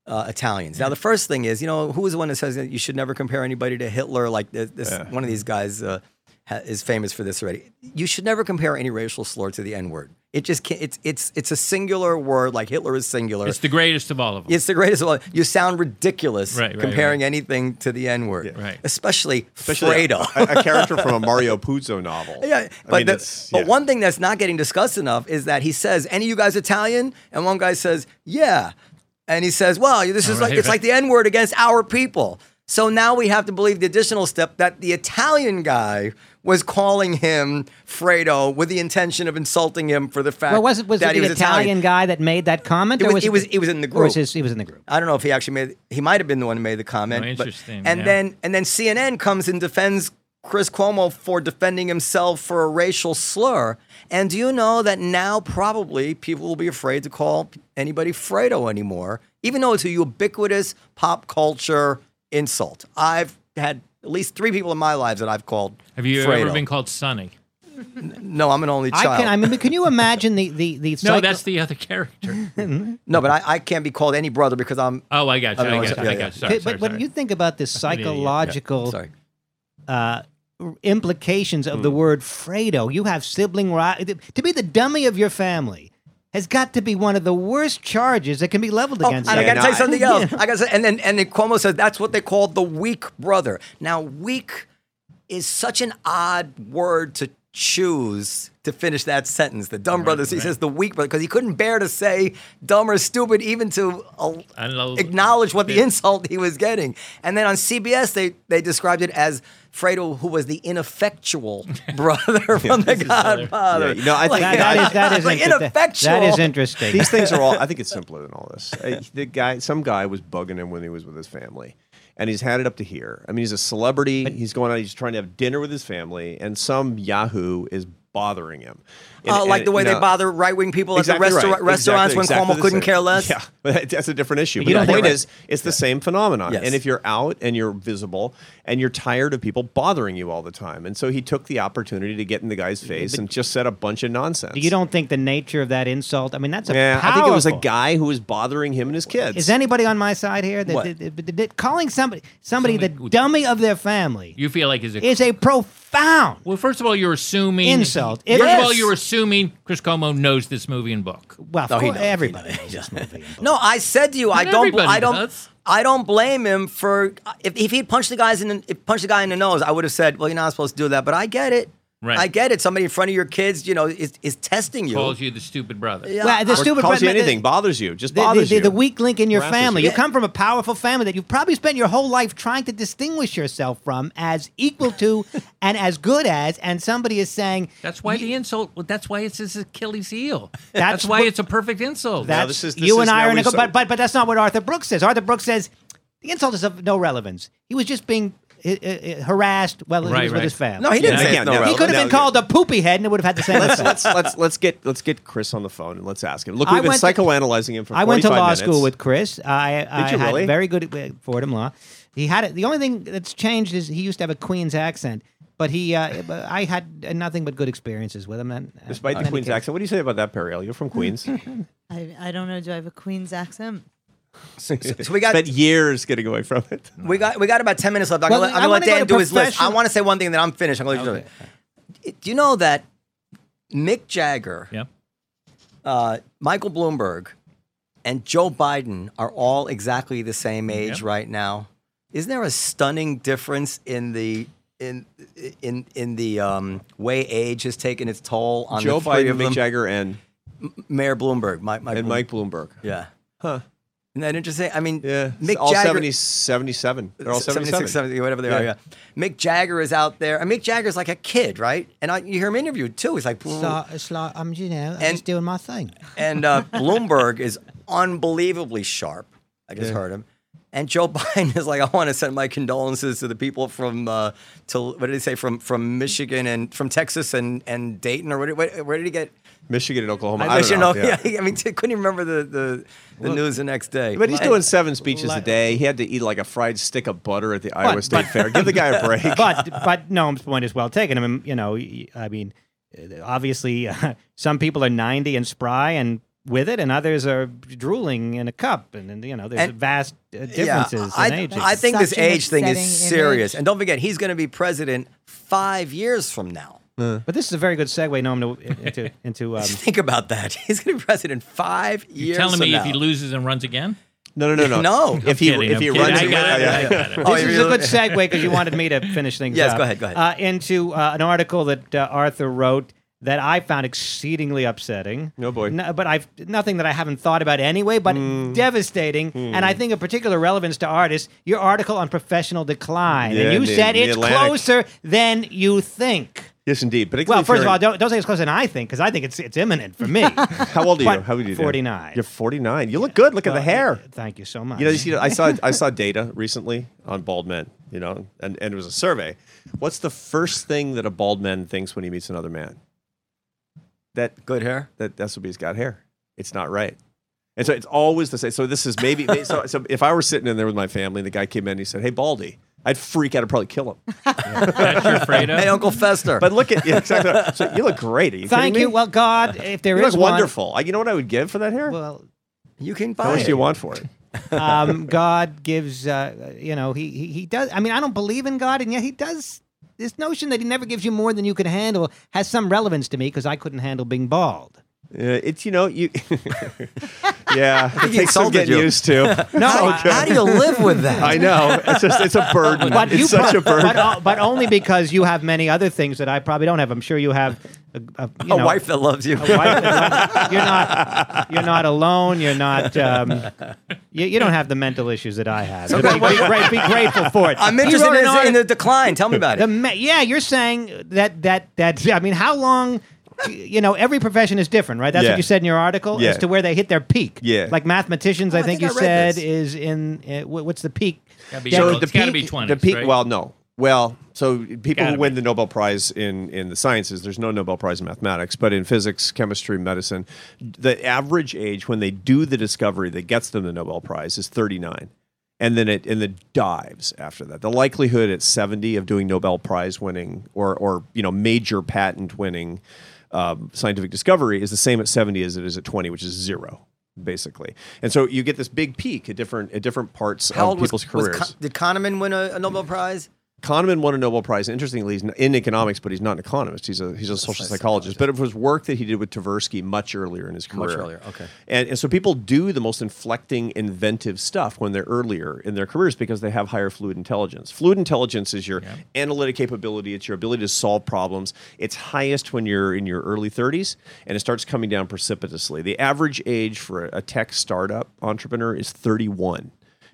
Speaker 2: uh, Italians. Now the
Speaker 3: Mm.
Speaker 2: first thing is, you know, who is the one that says that you should never compare anybody to Hitler? Like this, this one of these guys uh, ha- is famous for this already. You should never compare any racial slur to the N word. It just can't, it's it's it's a singular word. Like Hitler is singular.
Speaker 3: It's
Speaker 2: It's,
Speaker 3: the greatest of all of them.
Speaker 2: the greatest. of all. You sound ridiculous
Speaker 3: Right, right,
Speaker 2: comparing anything to the N word,
Speaker 3: Right.
Speaker 2: Especially,
Speaker 4: Especially
Speaker 2: Fredo.
Speaker 4: A, a character from a Mario Puzo novel.
Speaker 2: [LAUGHS] Yeah,
Speaker 4: I
Speaker 2: but
Speaker 4: mean,
Speaker 2: the-
Speaker 4: it's-
Speaker 2: but
Speaker 4: yeah.
Speaker 2: one thing that's not getting discussed enough is that he says, "Any of you guys Italian?" And one guy says, "Yeah," and he says, "Well, this is
Speaker 3: Right,
Speaker 2: like it's
Speaker 3: right.
Speaker 2: like the N word against our people." So now we have to believe the additional step that the Italian guy was calling him Fredo with the intention of insulting him for the fact
Speaker 1: Well, was it was
Speaker 2: that
Speaker 1: it
Speaker 2: he
Speaker 1: the
Speaker 2: was
Speaker 1: Italian, guy that made that comment?
Speaker 2: It
Speaker 1: or
Speaker 2: was-
Speaker 1: was
Speaker 2: he was- he was in the
Speaker 1: or
Speaker 2: group.
Speaker 1: his- he was in the group.
Speaker 2: I don't know if he actually made. He might have been the one who made the comment.
Speaker 3: Oh,
Speaker 2: but-
Speaker 3: interesting,
Speaker 2: and
Speaker 3: yeah.
Speaker 2: then and then CNN comes and defends Chris Cuomo for defending himself for a racial slur. And do you know that now probably people will be afraid to call anybody Fredo anymore, even though it's a ubiquitous pop culture insult. I've had at least three people in my lives that I've called.
Speaker 3: Have you
Speaker 2: Fredo.
Speaker 3: ever been called Sonny?
Speaker 2: No, I'm an only
Speaker 1: I
Speaker 2: child.
Speaker 1: can. I mean, but can you imagine the the the?
Speaker 3: No,
Speaker 1: psycho-
Speaker 3: that's the other character.
Speaker 2: no, but I, I can't be called any brother because I'm.
Speaker 3: Oh, I got you.
Speaker 2: Oh,
Speaker 3: I
Speaker 2: no,
Speaker 3: got you.
Speaker 2: yeah,
Speaker 3: I
Speaker 2: yeah.
Speaker 3: got you. Sorry,
Speaker 1: but
Speaker 3: sorry,
Speaker 1: when
Speaker 3: sorry.
Speaker 1: you think about the psychological
Speaker 2: Sorry.
Speaker 1: uh, implications of the word Fredo. You have sibling rivalry. To be the dummy of your family has got to be one of the worst charges that can be leveled
Speaker 2: Oh,
Speaker 1: against
Speaker 2: and I
Speaker 1: you.
Speaker 2: got to
Speaker 4: no,
Speaker 2: tell you
Speaker 4: I-
Speaker 2: something else. I got to, and then and then Cuomo says that's what they call the weak brother. Now weak is such an odd word to choose to finish that sentence. The dumb brother. He says the weak brother because he couldn't bear to say dumb or stupid, even to uh,
Speaker 3: I know-
Speaker 2: acknowledge what the
Speaker 3: Yeah.
Speaker 2: insult he was getting. And then on CBS, they they described it as Fredo, who was the
Speaker 4: [LAUGHS]
Speaker 2: ineffectual brother from the Godfather.
Speaker 4: Yeah, you know, I
Speaker 1: [LAUGHS]
Speaker 4: think
Speaker 1: That-
Speaker 4: I-
Speaker 1: that is that is
Speaker 2: Like
Speaker 1: inter-
Speaker 2: ineffectual.
Speaker 1: That is interesting.
Speaker 4: These things are all. I think
Speaker 2: [LAUGHS]
Speaker 4: it's simpler than all this. Uh, The guy, some guy, was bugging him when he was with his family, and he's had it up to here. I mean, he's a celebrity. He's going out. He's trying to have dinner with his family, and some Yahoo is bothering him. And-
Speaker 2: Oh, like
Speaker 4: and,
Speaker 2: the way
Speaker 4: you
Speaker 2: they
Speaker 4: know,
Speaker 2: bother right wing people
Speaker 4: Exactly
Speaker 2: at the restaurant
Speaker 4: right.
Speaker 2: restaurants
Speaker 4: Exactly-
Speaker 2: when
Speaker 4: exactly
Speaker 2: Cuomo
Speaker 4: the
Speaker 2: couldn't
Speaker 4: same.
Speaker 2: care less.
Speaker 4: Yeah, [LAUGHS] but that's a different issue.
Speaker 1: you
Speaker 4: But
Speaker 1: don't
Speaker 4: the
Speaker 1: think-
Speaker 4: point is, it's the same phenomenon.
Speaker 2: Yes.
Speaker 4: And if you're out and you're visible and you're tired of people bothering you all the time, and so he took the opportunity to get in the guy's face and just said a bunch of nonsense.
Speaker 1: you don't think the nature of that insult? I mean, that's a
Speaker 4: Yeah, I think it was a
Speaker 1: powerful-
Speaker 4: guy who was bothering him and his kids.
Speaker 1: Is anybody on my side here? That,
Speaker 2: What?
Speaker 1: that- that- that- that- calling somebody somebody
Speaker 3: Somebody-
Speaker 1: the dummy of their family
Speaker 3: you feel like is a
Speaker 1: is a profound.
Speaker 3: well. First of all, you're assuming
Speaker 1: Insult.
Speaker 3: First
Speaker 1: Yes.
Speaker 3: of all, you're assuming Chris Cuomo knows this movie and book.
Speaker 1: Well, of
Speaker 2: he
Speaker 1: course,
Speaker 2: knows, he
Speaker 1: everybody knows [LAUGHS] this movie.
Speaker 2: No, I said to you, I
Speaker 3: Not
Speaker 2: don't.
Speaker 3: everybody
Speaker 2: I don't.
Speaker 3: does.
Speaker 2: I don't blame him for if, if he punched the guys in the, if punched the guy in the nose. I would have said, well, you're not supposed to do that. But I get it.
Speaker 3: Right.
Speaker 2: I get it. Somebody in front of your kids, you know, is, is testing you.
Speaker 3: Calls you the stupid brother.
Speaker 2: Yeah.
Speaker 1: Well, the
Speaker 4: Or
Speaker 1: stupid
Speaker 4: calls you
Speaker 1: but-
Speaker 4: anything, bothers you, just
Speaker 1: uh, the, the,
Speaker 4: bothers
Speaker 1: the,
Speaker 4: you.
Speaker 1: the weak link in your
Speaker 4: harasses
Speaker 1: family.
Speaker 4: you.
Speaker 1: You come from a powerful family that you've probably spent your whole life trying to distinguish yourself from as equal
Speaker 4: [LAUGHS]
Speaker 1: to and as good as, and somebody is saying,
Speaker 3: That's why the insult. well, That's why it's his Achilles heel. That's, why
Speaker 1: what-
Speaker 3: it's a perfect insult.
Speaker 1: that's
Speaker 4: this is- this
Speaker 1: you
Speaker 4: is
Speaker 1: and
Speaker 4: now
Speaker 1: I are in a
Speaker 4: we've
Speaker 1: good,
Speaker 4: so-
Speaker 1: but, but, but that's not what Arthur Brooks says. Arthur Brooks says, the insult is of no relevance. He was just being uh, uh, uh, harassed while he
Speaker 3: Right,
Speaker 1: was with
Speaker 3: right.
Speaker 1: his family.
Speaker 2: no, he didn't
Speaker 4: Yeah,
Speaker 2: say
Speaker 4: again,
Speaker 2: it's no.
Speaker 4: no,
Speaker 1: he
Speaker 2: relevance.
Speaker 1: could have been
Speaker 4: Now-
Speaker 1: called a poopy head and it would have had the same effect.
Speaker 4: let's let's let's get let's get Chris on the phone and let's ask him. Look,
Speaker 1: I
Speaker 4: we've been
Speaker 1: went to-
Speaker 4: psychoanalyzing him for.
Speaker 1: I went to
Speaker 4: 45
Speaker 1: law
Speaker 4: minutes.
Speaker 1: school with Chris. I, I
Speaker 4: you
Speaker 1: had
Speaker 4: really?
Speaker 1: uh, very good at Fordham Law. He had it. The only thing that's changed is he used to have a Queens accent, But he, uh, but I had uh, nothing but good experiences with him. And,
Speaker 4: Despite
Speaker 1: in
Speaker 4: the
Speaker 1: any
Speaker 4: Queens
Speaker 1: case.
Speaker 4: accent, what do you say about that, Perry? Al? You're from Queens.
Speaker 5: I, I don't know. Do I have a Queen's accent?
Speaker 2: So, so we got
Speaker 4: Spent years getting away from it.
Speaker 2: we got we got about ten minutes left. I'm
Speaker 1: Well,
Speaker 2: gonna, let- I'm
Speaker 1: I
Speaker 2: gonna let
Speaker 1: wanna go
Speaker 2: Dan
Speaker 1: to
Speaker 2: do his list. I
Speaker 1: professional-
Speaker 2: want to say one thing, and then I'm finished. I'm gonna let you do it. Do you know that Mick Jagger,
Speaker 3: Yep.
Speaker 2: uh, Michael Bloomberg, and Joe Biden are all exactly the same age
Speaker 3: Yep.
Speaker 2: right now? Isn't there a stunning difference in the in in in the um, way age has taken its toll on
Speaker 4: Joe
Speaker 2: the three
Speaker 4: Biden,
Speaker 2: of them?
Speaker 4: Mick Jagger, and
Speaker 2: Mayor Bloomberg, Mike, Mike
Speaker 4: and
Speaker 2: Bloomberg.
Speaker 4: Mike Bloomberg.
Speaker 2: Yeah.
Speaker 4: Huh.
Speaker 2: Isn't that interesting? I mean,
Speaker 4: Yeah.
Speaker 2: Mick
Speaker 4: all
Speaker 2: Jagger.
Speaker 4: 70, 77. They're all 77.
Speaker 2: 76, 70, whatever they are.
Speaker 4: Yeah.
Speaker 2: Yeah. Mick Jagger is out there. And Mick Jagger's like a kid, right? And I, you hear him interviewed too. He's like,
Speaker 1: So it's like I'm, you know, I'm
Speaker 2: And-
Speaker 1: just doing my
Speaker 4: [LAUGHS]
Speaker 1: thing.
Speaker 2: and uh, Bloomberg is unbelievably sharp. I just heard him. And Joe [LAUGHS] Biden is like, I want to send my condolences to the people from, uh, to, what did he say, from from Michigan and from Texas and, and Dayton or what, did- what, where did he get?
Speaker 4: Michigan and Oklahoma. I,
Speaker 2: wish
Speaker 4: don't
Speaker 2: you [LAUGHS]
Speaker 4: know.
Speaker 2: Yeah. I mean, t- couldn't even remember the, the, the news the next day.
Speaker 4: But he's
Speaker 2: And-
Speaker 4: doing seven speeches a
Speaker 1: Like-
Speaker 4: day. He had to eat like a fried stick of butter at the Iowa State Fair. Give the
Speaker 1: [LAUGHS]
Speaker 4: guy a break.
Speaker 1: but but Noam's point is well taken. I mean, you know, y- I mean, uh, obviously, [LAUGHS] uh, some people are ninety and spry and with it, and others are drooling in a cup, and, and you know, there's
Speaker 2: And-
Speaker 1: vast uh,
Speaker 2: Yeah,
Speaker 1: differences
Speaker 2: I,
Speaker 1: in ages.
Speaker 2: I think this
Speaker 5: Such an
Speaker 2: age thing is
Speaker 5: upsetting
Speaker 2: serious.
Speaker 5: image.
Speaker 2: And don't forget, he's going to be president five years from now.
Speaker 1: but this is a very good segue,
Speaker 3: [LAUGHS]
Speaker 1: Noam, to, into into um,
Speaker 2: Think about that. [LAUGHS] He's going to be president five
Speaker 3: You're
Speaker 2: years
Speaker 3: telling
Speaker 2: from
Speaker 3: me
Speaker 2: now.
Speaker 3: if he loses and runs again?
Speaker 4: No, no, no, no.
Speaker 2: No.
Speaker 4: If he
Speaker 3: Kidding,
Speaker 4: if
Speaker 3: I'm
Speaker 4: he
Speaker 3: kidding.
Speaker 4: runs,
Speaker 3: I got
Speaker 4: again-
Speaker 3: it. I got it.
Speaker 2: Oh,
Speaker 1: this
Speaker 2: if
Speaker 1: is
Speaker 2: you-
Speaker 1: a good segue because you wanted me to finish
Speaker 4: [LAUGHS]
Speaker 1: things.
Speaker 2: Yes,
Speaker 1: up,
Speaker 2: go ahead, go ahead.
Speaker 1: Uh, into uh, an article that uh, Arthur wrote that I found exceedingly upsetting.
Speaker 4: Oh, boy. Hmm.
Speaker 1: No, but I've nothing that I haven't thought about anyway, but devastating. And I think of particular relevance to artists. Your article on professional decline,
Speaker 4: Yeah,
Speaker 1: and you
Speaker 4: in the-
Speaker 1: said
Speaker 4: in the
Speaker 1: it's
Speaker 4: Atlantic.
Speaker 1: closer than you think.
Speaker 4: Yes, indeed. Particularly
Speaker 1: Well,
Speaker 4: if
Speaker 1: first of
Speaker 4: you're-
Speaker 1: all, don't, don't say it's closer than I think because I think it's it's imminent for me.
Speaker 4: how old are you?
Speaker 1: but
Speaker 4: How old are you? Dan?
Speaker 1: 49.
Speaker 4: You're 49. You look good. Look at [LAUGHS] the hair.
Speaker 1: Thank you so much.
Speaker 4: You know, you see,
Speaker 1: [LAUGHS]
Speaker 4: I saw I saw data recently on bald men. You know, and, and it was a survey. What's the first thing that a bald man thinks when he meets another man? That
Speaker 2: Good hair.
Speaker 4: that that's what he's got hair. It's not right. And so it's always the same. So this is maybe so, so if I were sitting in there with my family and the guy came in and he said, "Hey, Baldy," I'd freak out and probably kill him.
Speaker 3: That's your Fredo.
Speaker 2: Hey, Uncle Fester.
Speaker 4: But look at yeah, exactly. So you look great. Are you
Speaker 1: thank
Speaker 4: kidding me?
Speaker 1: you. Well,
Speaker 4: [LAUGHS]
Speaker 1: God, if there
Speaker 4: you
Speaker 1: is
Speaker 4: look
Speaker 1: one-
Speaker 4: wonderful. I, you know what I would give for that hair?
Speaker 1: well,
Speaker 2: you can buy
Speaker 4: How much
Speaker 2: it.
Speaker 4: do you want for it?
Speaker 1: um, [LAUGHS] God gives, uh, you know, he, he he does. I mean, I don't believe in God, and yet he does. This notion that he never gives you more than you can handle has some relevance to me because I couldn't handle being bald.
Speaker 4: Uh, it's you know you. [LAUGHS] yeah, it
Speaker 2: he
Speaker 4: takes some
Speaker 2: insulted
Speaker 4: getting
Speaker 2: you.
Speaker 4: used to.
Speaker 1: No,
Speaker 2: How,
Speaker 1: I-
Speaker 2: how do you live with that?
Speaker 4: I know. It's just it's a burden.
Speaker 1: but
Speaker 4: it's
Speaker 1: you
Speaker 4: such
Speaker 1: prob-
Speaker 4: a burden.
Speaker 1: But, uh, but only because you have many other things that I probably don't have. I'm sure you have a, a, you
Speaker 2: a
Speaker 1: know,
Speaker 2: wife that loves you.
Speaker 1: a wife that loves- you're not you're not alone. You're not. Um, you, you don't have the mental issues that I have. So be, be, gra- be grateful for it.
Speaker 2: I'm
Speaker 1: He
Speaker 2: interested
Speaker 1: wrote an
Speaker 2: in,
Speaker 1: article-
Speaker 2: in the decline. Tell me about
Speaker 1: The
Speaker 2: it.
Speaker 1: ma- yeah, you're saying that that that I mean, how long? You know, every profession is different, right? That's
Speaker 4: Yeah.
Speaker 1: what you said in your article
Speaker 4: Yeah.
Speaker 1: as to where they hit their peak.
Speaker 4: Yeah.
Speaker 1: like mathematicians, I,
Speaker 2: Oh, I
Speaker 1: think,
Speaker 2: think
Speaker 1: you
Speaker 2: I
Speaker 1: said
Speaker 2: read this.
Speaker 1: is in uh, wh- what's the peak?
Speaker 3: Gotta be
Speaker 1: Yeah,
Speaker 3: young.
Speaker 1: well,
Speaker 4: the
Speaker 3: it's got to
Speaker 4: peak-
Speaker 3: be 20s.
Speaker 4: The peak.
Speaker 3: right?
Speaker 4: Well, no. Well, so people
Speaker 3: Gotta
Speaker 4: who win the Nobel Prize in in the sciences, there's no Nobel Prize in mathematics, but in physics, chemistry, medicine, the average age when they do the discovery that gets them the Nobel Prize is 39. And then it and it dives after that. The likelihood at 70 of doing Nobel Prize winning or or you know major patent winning um, scientific discovery is the same at 70 as it is at 20, which is zero basically. And so you get this big peak at different at different parts
Speaker 2: How
Speaker 4: of
Speaker 2: old was,
Speaker 4: people's
Speaker 2: was
Speaker 4: careers.
Speaker 2: Con- did Kahneman win a, a Nobel Prize?
Speaker 4: Kahneman won a Nobel Prize. Interestingly, he's n- in economics, but he's not an economist. He's a he's a social psychologist. But it was work that he did with Tversky much earlier in his career.
Speaker 2: Much earlier, okay.
Speaker 4: And, and so people do the most inflecting, inventive stuff when they're earlier in their careers because they have higher fluid intelligence. Fluid intelligence is your analytic capability. It's your ability to solve problems. It's highest when you're in your early 30s, and it starts coming down precipitously. The average age for a- a tech startup entrepreneur is 31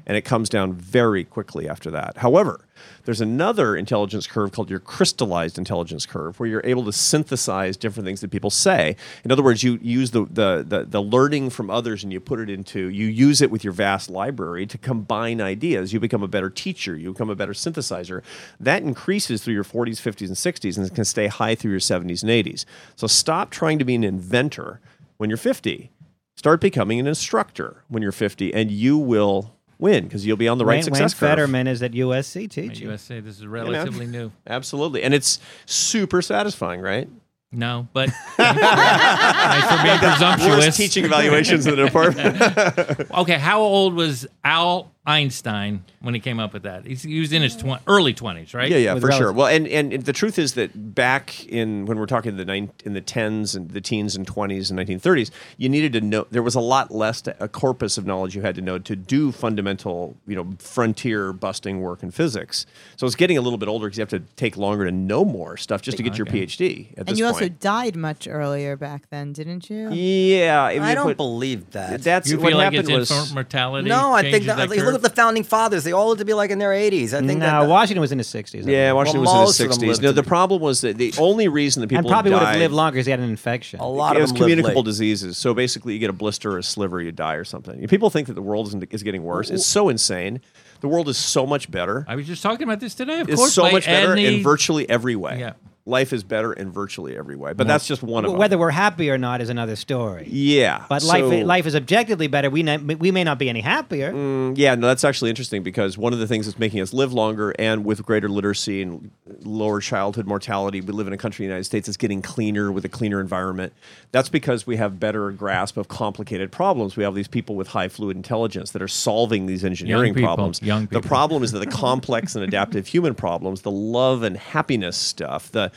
Speaker 4: and it comes down very quickly after that. However, there's another intelligence curve called your crystallized intelligence curve, where you're able to synthesize different things that people say. In other words, you use the the the, the learning from others and you put it into you use it with your vast library to combine ideas. You become a better teacher. You become a better synthesizer. That increases through your 40s, 50s, and 60s, and can stay high through your 70s and 80s. So stop trying to be an inventor when you're 50. Start becoming an instructor when you're 50, and you will win because you'll be on the right
Speaker 1: Wayne,
Speaker 4: success
Speaker 1: Wayne
Speaker 4: curve.
Speaker 1: Fetterman is at USC teaching.
Speaker 3: USA, this is relatively new.
Speaker 4: Absolutely, and it's super satisfying, right?
Speaker 3: No, but [LAUGHS] thanks for being presumptuous.
Speaker 4: Worst teaching evaluations in the department.
Speaker 3: Okay, how old was Al Einstein when he came up with that? He's, he was in his twen- early twenties, right?
Speaker 4: Yeah, yeah,
Speaker 1: With
Speaker 4: for sure.
Speaker 1: relative-
Speaker 4: Well, and, and and the truth is that back in when we're talking the nine in the tens and the teens and twenties and 1930s, you needed to know there was a lot less to, a corpus of knowledge you had to know to do fundamental, you know, frontier busting work in physics. So it's getting a little bit older because you have to take longer to know more stuff just to get your PhD. At
Speaker 5: And
Speaker 4: this
Speaker 5: you
Speaker 4: point.
Speaker 5: also died much earlier back then, didn't you?
Speaker 4: yeah, mean,
Speaker 2: I don't
Speaker 4: but
Speaker 2: believe that.
Speaker 4: That's
Speaker 3: You
Speaker 4: what
Speaker 3: feel like
Speaker 4: happened
Speaker 3: it's
Speaker 4: was
Speaker 3: infant mortality?
Speaker 2: no, I think
Speaker 3: changes
Speaker 2: that,
Speaker 3: that
Speaker 2: at least look
Speaker 3: curve?
Speaker 2: at the founding fathers. They all had to be like in their 80s. I think
Speaker 1: No,
Speaker 2: that.
Speaker 1: Washington was in his 60s. I
Speaker 4: Yeah,
Speaker 1: think.
Speaker 4: Washington
Speaker 2: Well, most
Speaker 4: was in
Speaker 2: of
Speaker 4: the
Speaker 2: them
Speaker 4: 60s.
Speaker 2: lived
Speaker 4: No,
Speaker 2: to
Speaker 4: the
Speaker 2: be-
Speaker 4: problem was that the only reason that people
Speaker 1: and probably would have
Speaker 4: died-
Speaker 1: lived longer because he had an infection.
Speaker 2: a lot
Speaker 4: it
Speaker 2: of
Speaker 4: was
Speaker 2: them lived
Speaker 4: communicable
Speaker 2: late.
Speaker 4: diseases. So basically, you get a blister, or a sliver, you die, or something. People think that the world is, is getting worse. It's so insane. The world is so much better.
Speaker 3: I was just talking about this today. Of
Speaker 4: It's
Speaker 3: course,
Speaker 4: so
Speaker 3: by
Speaker 4: much better
Speaker 3: any-
Speaker 4: in virtually every way.
Speaker 3: Yeah.
Speaker 4: Life is better in virtually every way. But that's just one of
Speaker 1: Well, Whether
Speaker 4: them.
Speaker 1: we're happy or not is another story.
Speaker 4: Yeah.
Speaker 1: But life,
Speaker 4: so- Mm.
Speaker 1: life is objectively better. We, na- we may not be any happier.
Speaker 4: Yeah, no, that's actually interesting because one of the things that's making us live longer and with greater literacy and lower childhood mortality, we live in a country in the United States that's getting cleaner with a cleaner environment. That's because we have better grasp of complicated problems. We have these people with high fluid intelligence that are solving these engineering
Speaker 3: people,
Speaker 4: problems.
Speaker 3: young
Speaker 4: the
Speaker 3: people.
Speaker 4: problem is that the complex and adaptive human problems, the love and happiness stuff, the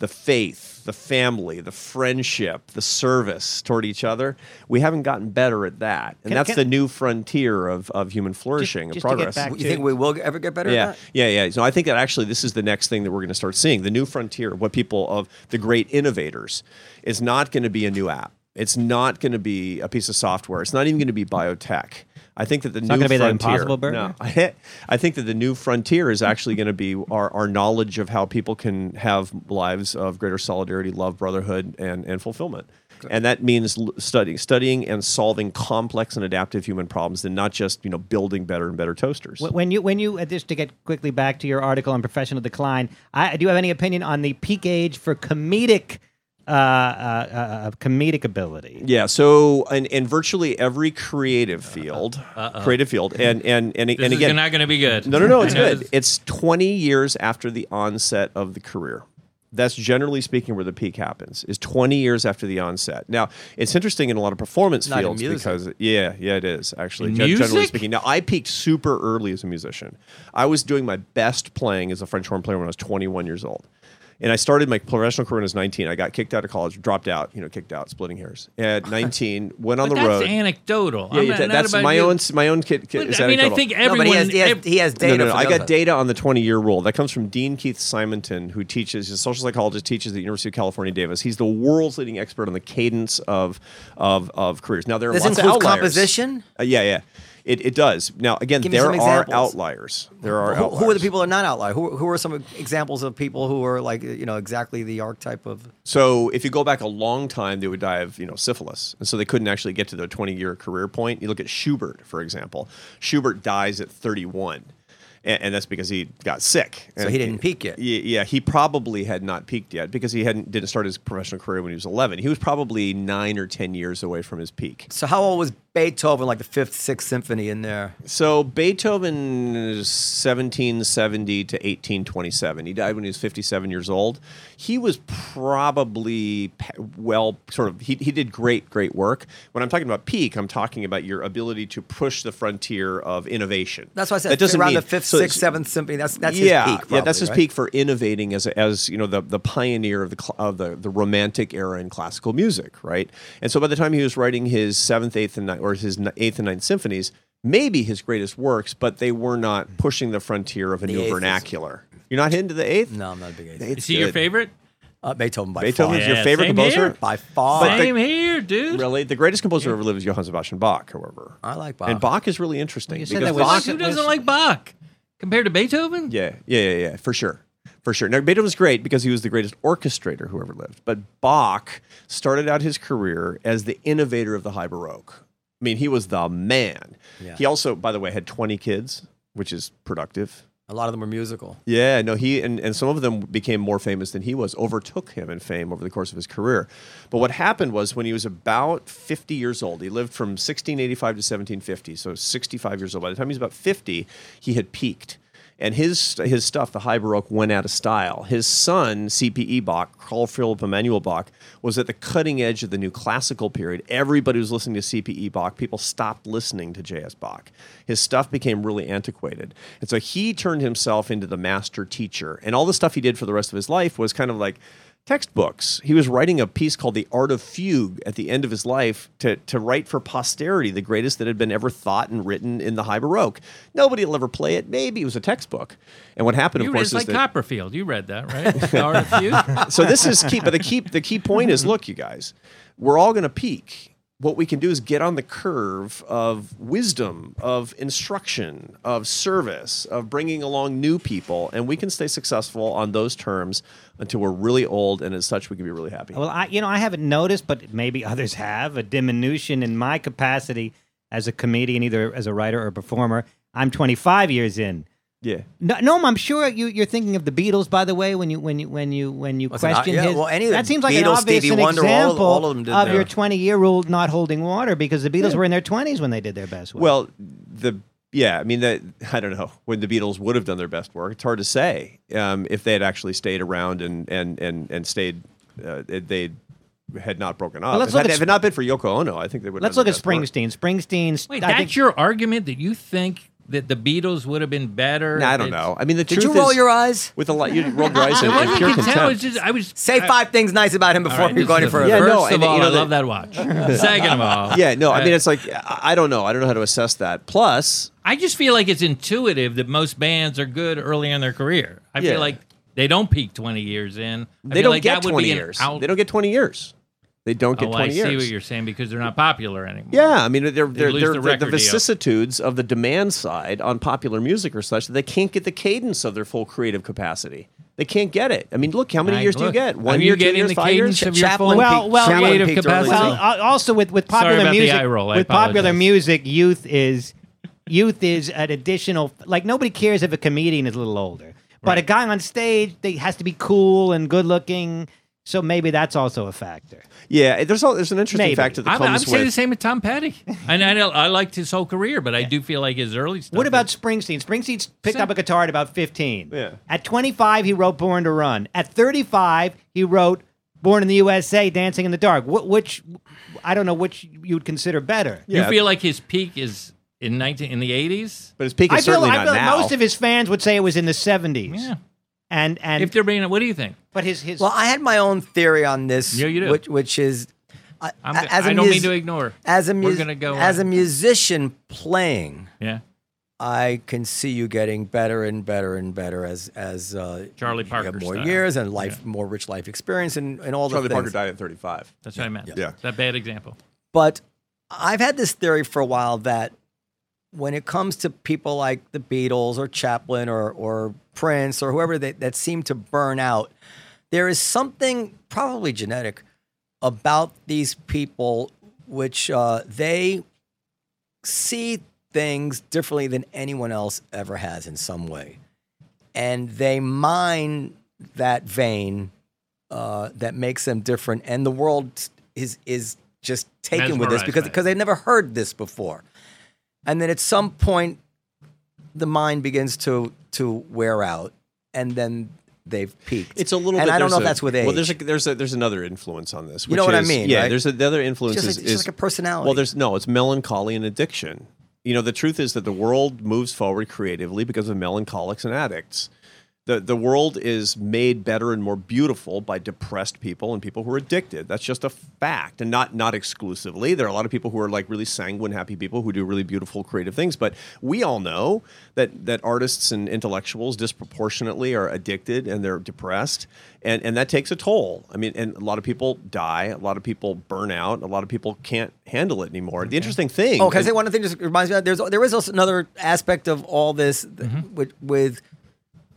Speaker 4: the faith, the family, the friendship, the service toward each other, we haven't gotten better at that. And
Speaker 1: Can-
Speaker 4: that's
Speaker 1: can-
Speaker 4: the new frontier of, of human flourishing
Speaker 1: just to
Speaker 4: and
Speaker 1: get
Speaker 4: progress.
Speaker 1: back
Speaker 2: You think we will ever get better
Speaker 4: yeah,
Speaker 2: at that?
Speaker 4: yeah, yeah. So I think that actually this is the next thing that we're going to start seeing. The new frontier, what people of the great innovators, is not going to be a new app. It's not going to be a piece of software. It's not even going to be biotech. I think that the
Speaker 1: not
Speaker 4: new
Speaker 1: gonna be the
Speaker 4: frontier.
Speaker 1: Impossible Burger?
Speaker 4: No, [LAUGHS] I think that the new frontier is actually going to be our, our knowledge of how people can have lives of greater solidarity, love, brotherhood, and and fulfillment. And that means l- studying, studying, and solving complex and adaptive human problems, and not just you know building better and better toasters.
Speaker 1: Wh- When you when you uh, just to get quickly back to your article on professional decline, I do you have any opinion on the peak age for comedic uh, uh, uh, comedic ability?
Speaker 4: Yeah. So, and in virtually every creative field, creative field, and and and,
Speaker 3: Uh-huh. This
Speaker 4: and
Speaker 3: is
Speaker 4: again,
Speaker 3: not going to be good.
Speaker 4: no, no, no, it's
Speaker 3: I know
Speaker 4: good.
Speaker 3: this-
Speaker 4: It's 20 years after the onset of the career. That's generally speaking where the peak happens. Is 20 years after the onset. Now, it's interesting in a lot of performance
Speaker 2: Not in
Speaker 4: fields
Speaker 2: music.
Speaker 4: because yeah, yeah, it is actually
Speaker 3: In
Speaker 4: gen- generally
Speaker 3: music?
Speaker 4: speaking. Now, I peaked super early as a musician. I was doing my best playing as a French horn player when I was 21 years old. And I started my professional career when I was 19. I got kicked out of college, dropped out, you know, kicked out, splitting hairs.
Speaker 3: [LAUGHS]
Speaker 4: At 19, went on
Speaker 3: but
Speaker 4: the
Speaker 3: that's
Speaker 4: road.
Speaker 3: anecdotal.
Speaker 4: Yeah,
Speaker 3: I'm
Speaker 4: yeah,
Speaker 3: not-
Speaker 4: that-
Speaker 3: not
Speaker 4: that's
Speaker 3: about
Speaker 4: my
Speaker 3: you.
Speaker 4: own my own kid. kid
Speaker 3: But,
Speaker 4: is
Speaker 3: I mean, I
Speaker 4: anecdotal.
Speaker 3: think everyone.
Speaker 2: no, but he has, he
Speaker 3: ev-
Speaker 2: has, he has data.
Speaker 4: No, no, no.
Speaker 2: for
Speaker 4: I
Speaker 2: the other
Speaker 4: got
Speaker 2: side.
Speaker 4: data on the 20 year rule. That comes from Dean Keith Simonton, who teaches, he's a social psychologist, teaches at the University of California, Davis. He's the world's leading expert on the cadence of of, of careers. Now, there are
Speaker 2: This
Speaker 4: lots of
Speaker 2: includes
Speaker 4: outliers.
Speaker 2: composition?
Speaker 4: Uh, yeah, yeah. It, it does. Now, again,
Speaker 2: Give me
Speaker 4: there
Speaker 2: some
Speaker 4: are
Speaker 2: examples.
Speaker 4: outliers. There are
Speaker 2: Who,
Speaker 4: outliers.
Speaker 2: who are the people that are not outlier? Who, who are some examples of people who are like, you know, exactly the archetype of.
Speaker 4: So if you go back a long time, they would die of you know syphilis, and so they couldn't actually get to their 20 year career point. You look at Schubert, for example. Schubert dies at 31, and, and that's because he got sick.
Speaker 2: So
Speaker 4: And-
Speaker 2: he didn't peak yet.
Speaker 4: Yeah, yeah, he probably had not peaked yet because he hadn't didn't start his professional career when he was 11. He was probably nine or 10 years away from his peak.
Speaker 2: So how old was Beethoven, like the fifth, sixth symphony in there?
Speaker 4: So Beethoven is 1770 to 1827. He died when he was 57 years old. He was probably pe- well, sort of. He, he did great, great work. When I'm talking about peak, I'm talking about your ability to push the frontier of innovation.
Speaker 2: That's why I said
Speaker 4: that doesn't
Speaker 2: around
Speaker 4: mean,
Speaker 2: the fifth,
Speaker 4: so-
Speaker 2: sixth, seventh symphony. That's that's
Speaker 4: yeah,
Speaker 2: his peak.
Speaker 4: yeah, that's
Speaker 2: probably,
Speaker 4: his
Speaker 2: right?
Speaker 4: peak for innovating as as you know the the pioneer of the cl- of the the Romantic era in classical music, right? And so by the time he was writing his seventh, eighth, and ninth, or his ni- eighth and ninth symphonies, maybe his greatest works, but they were not pushing the frontier of a
Speaker 2: Mm. eighth
Speaker 4: new
Speaker 2: is-
Speaker 4: vernacular. You're not into the eighth?
Speaker 2: No, I'm not a big eighth.
Speaker 4: It's
Speaker 3: Is he your
Speaker 4: good.
Speaker 3: favorite?
Speaker 2: Uh, Beethoven by
Speaker 4: Beethoven's
Speaker 2: far.
Speaker 4: your
Speaker 3: Yeah,
Speaker 4: favorite
Speaker 3: same
Speaker 4: composer
Speaker 3: here.
Speaker 2: by far.
Speaker 4: But
Speaker 3: Same here, dude.
Speaker 4: Really, the greatest composer who ever lived is Johann Sebastian Bach. However,
Speaker 2: I like
Speaker 4: and
Speaker 2: Bach.
Speaker 4: Bach is really interesting.
Speaker 1: You said that
Speaker 4: because
Speaker 1: was-
Speaker 4: Bach-
Speaker 3: Who doesn't like Bach compared to Beethoven?
Speaker 4: Yeah, yeah, yeah, yeah, for sure. For sure. Now, Beethoven's great because he was the greatest orchestrator who ever lived. But Bach started out his career as the innovator of the high baroque. I mean, he was the man. He also, by the way, had 20 kids, which is productive.
Speaker 2: A lot of them were musical.
Speaker 4: Yeah, no, he and, and some of them became more famous than he was, overtook him in fame over the course of his career. But what happened was when he was about 50 years old, he lived from 1685 to 1750, so 65 years old. By the time he was about 50, he had peaked. And his his stuff, the High Baroque, went out of style. His son, C.P.E. Bach, Carl Philipp Emanuel Bach, was at the cutting edge of the new classical period. Everybody was listening to C.P.E. Bach. People stopped listening to J.S. Bach. His stuff became really antiquated. And so he turned himself into the master teacher. And all the stuff he did for the rest of his life was kind of like textbooks. He was writing a piece called The Art of Fugue at the end of his life to, to write for posterity the greatest that had been ever thought and written in the High Baroque. Nobody will ever play it. Maybe it was a textbook. And what happened,
Speaker 3: You
Speaker 4: of
Speaker 3: read,
Speaker 4: course,
Speaker 3: it's like
Speaker 4: is that,
Speaker 3: Copperfield. You read that, right?
Speaker 4: [LAUGHS]
Speaker 3: The Art of Feud?
Speaker 4: so this is key. But the key the key point is, look, you guys, we're all going to peak. What we can do is get on the curve of wisdom, of instruction, of service, of bringing along new people, and we can stay successful on those terms until we're really old, and as such, we can be really happy.
Speaker 1: Well, I you know I haven't noticed, but maybe others have a diminution in my capacity as a comedian, either as a writer or performer. I'm 25 years in.
Speaker 4: yeah,
Speaker 1: No, no, I'm sure you, you're thinking of the Beatles. By the way, when you when you when you when you
Speaker 2: an o-
Speaker 1: question
Speaker 2: yeah,
Speaker 1: his,
Speaker 2: well, any of the
Speaker 1: that seems like an
Speaker 2: Beatles,
Speaker 1: obvious
Speaker 2: Stevie
Speaker 1: an
Speaker 2: Wonder, all-
Speaker 1: example
Speaker 2: all of them did
Speaker 1: of
Speaker 2: that.
Speaker 1: your 20 year old not holding water because the Beatles were in their 20s when they did their best work.
Speaker 4: Well, the yeah, I mean, the, [LAUGHS] I don't know when the Beatles would have done their best work. It's hard to say um, if they had actually stayed around and and and and stayed. Uh, they had not broken up.
Speaker 1: let's
Speaker 4: if,
Speaker 1: look
Speaker 4: had,
Speaker 1: at
Speaker 4: if it not been for Yoko Ono, I think they would.
Speaker 1: let's look at Springsteen. Springsteen's
Speaker 3: Wait,
Speaker 1: I
Speaker 3: that's
Speaker 1: think-
Speaker 3: your argument that you think that the Beatles would have been better?
Speaker 4: No, I don't
Speaker 3: It's-
Speaker 4: know. I mean, the
Speaker 2: Did
Speaker 4: truth
Speaker 2: you roll
Speaker 4: is,
Speaker 2: your eyes?
Speaker 4: with a lot. You rolled
Speaker 3: [LAUGHS]
Speaker 4: your eyes in,
Speaker 3: I
Speaker 4: in pure
Speaker 3: can tell. It's
Speaker 4: contempt.
Speaker 3: just, I was
Speaker 2: Say five things nice about him before
Speaker 3: This
Speaker 2: you're
Speaker 3: is
Speaker 2: going
Speaker 3: the
Speaker 2: any further.
Speaker 4: Yeah,
Speaker 3: First
Speaker 4: no,
Speaker 3: of
Speaker 4: and,
Speaker 3: all,
Speaker 4: you know,
Speaker 3: I
Speaker 4: the-
Speaker 3: love that watch.
Speaker 4: [LAUGHS]
Speaker 3: Second of all,
Speaker 4: Yeah, no. I mean,
Speaker 3: uh,
Speaker 4: it's like I I don't know. I don't know how to assess that. Plus,
Speaker 3: I just feel like it's intuitive that most bands are good early in their career. I
Speaker 4: Yeah.
Speaker 3: feel like they don't peak 20 years in. I
Speaker 4: they
Speaker 3: feel
Speaker 4: don't
Speaker 3: like
Speaker 4: get
Speaker 3: that would
Speaker 4: twenty
Speaker 3: be an
Speaker 4: years.
Speaker 3: Out-
Speaker 4: They don't get twenty years. They don't get
Speaker 3: oh,
Speaker 4: twenty
Speaker 3: I
Speaker 4: years.
Speaker 3: see what you're saying because they're not popular anymore.
Speaker 4: Yeah, I mean, they're, they're,
Speaker 3: lose
Speaker 4: they're,
Speaker 3: the
Speaker 4: they're- the
Speaker 3: record deal.
Speaker 4: vicissitudes of the demand side on popular music are such that they can't get the cadence of their full creative capacity. They can't get it. I mean, look, how many
Speaker 3: Like,
Speaker 4: years do you
Speaker 3: look,
Speaker 4: get? One
Speaker 3: are
Speaker 4: year,
Speaker 3: you
Speaker 4: two
Speaker 3: getting
Speaker 4: years,
Speaker 3: the
Speaker 4: five years?
Speaker 3: cadence of your
Speaker 2: Chaplin
Speaker 3: full
Speaker 1: peaked- Well, well,
Speaker 2: Chaplin
Speaker 3: creative
Speaker 2: peaked early.
Speaker 3: capacity?
Speaker 1: Well, al- also with with
Speaker 3: Sorry
Speaker 1: popular
Speaker 3: about the
Speaker 1: music,
Speaker 3: eye roll. I
Speaker 1: with popular
Speaker 3: apologize.
Speaker 1: music, youth is youth is an additional. Like nobody cares if a comedian is a little older, but a guy on stage they has to be cool and good looking. So maybe that's also a factor.
Speaker 4: Yeah, there's all, there's an interesting
Speaker 1: Maybe.
Speaker 4: factor that
Speaker 3: I'm, I'm
Speaker 4: comes
Speaker 3: saying the
Speaker 4: with.
Speaker 3: same with Tom Petty.
Speaker 4: [LAUGHS]
Speaker 3: And I, know, I liked his whole career, but I do feel like his early stuff.
Speaker 1: What about
Speaker 3: is-
Speaker 1: Springsteen? Springsteen picked
Speaker 3: Same.
Speaker 1: up a guitar at about 15.
Speaker 4: Yeah.
Speaker 1: At 25, he wrote Born to Run. At 35, he wrote Born in the USA, Dancing in the Dark. Wh- which, I don't know which you would consider better.
Speaker 3: you
Speaker 4: Yeah.
Speaker 3: feel like his peak is in 19 in the 80s?
Speaker 4: But his peak
Speaker 1: I
Speaker 4: is
Speaker 1: feel,
Speaker 4: certainly
Speaker 1: I
Speaker 4: not
Speaker 1: feel
Speaker 4: now.
Speaker 1: most of his fans would say it was in the 70s.
Speaker 3: Yeah.
Speaker 1: And, and
Speaker 3: If they're being, what do you think?
Speaker 1: But his his
Speaker 2: Well, I had my own theory on this,
Speaker 3: Yeah, you do.
Speaker 2: which which is I-
Speaker 3: I'm,
Speaker 2: a-
Speaker 3: go-
Speaker 2: as a
Speaker 3: I don't
Speaker 2: mus-
Speaker 3: mean to ignore.
Speaker 2: as a
Speaker 3: We're
Speaker 2: mus-
Speaker 3: gonna go
Speaker 2: as a
Speaker 3: on.
Speaker 2: musician playing.
Speaker 3: Yeah.
Speaker 2: I can see you getting better and better and better as as uh,
Speaker 3: Charlie
Speaker 2: you
Speaker 3: Parker
Speaker 2: have more
Speaker 3: style.
Speaker 2: years and life more rich life experience and, and all
Speaker 4: Charlie
Speaker 2: the
Speaker 4: Parker
Speaker 2: things.
Speaker 4: died at 35.
Speaker 3: That's what I meant.
Speaker 4: Yeah.
Speaker 3: That bad example.
Speaker 2: But I've had this theory for a while that when it comes to people like the Beatles or Chaplin or or Prince or whoever they, that seem to burn out, there is something probably genetic about these people which uh, they see things differently than anyone else ever has in some way, and they mine that vein uh, that makes them different, and the world is is just taken with this
Speaker 3: Mesmerized
Speaker 2: because
Speaker 3: by it.
Speaker 2: because they've never heard this before, and then at some point the mind begins to to wear out, and then they've peaked.
Speaker 4: It's a little.
Speaker 2: and
Speaker 4: bit,
Speaker 2: I don't
Speaker 4: there's
Speaker 2: know
Speaker 4: a-
Speaker 2: if that's with age.
Speaker 4: Well, there's a, there's a, there's another influence on this.
Speaker 2: You know
Speaker 4: which
Speaker 2: what I
Speaker 4: is-
Speaker 2: mean,
Speaker 4: Yeah,
Speaker 2: right?
Speaker 4: there's a, the other influence
Speaker 2: just like,
Speaker 4: is,
Speaker 2: it's just
Speaker 4: is-
Speaker 2: like a personality.
Speaker 4: Well, there's no. It's melancholy and addiction. You know, the truth is that the world moves forward creatively because of melancholics and addicts. The, the world is made better and more beautiful by depressed people and people who are addicted. That's just a fact, and not not exclusively. There are a lot of people who are like really sanguine, happy people who do really beautiful, creative things. But we all know that that artists and intellectuals disproportionately are addicted and they're depressed, and and that takes a toll. I mean, and a lot of people die, a lot of people burn out, a lot of people can't handle it anymore. The interesting thing,
Speaker 2: Oh, can I say
Speaker 4: and- Mm-hmm.
Speaker 2: one other thing? Just reminds me. Of, there's there is also another aspect of all this th- with, with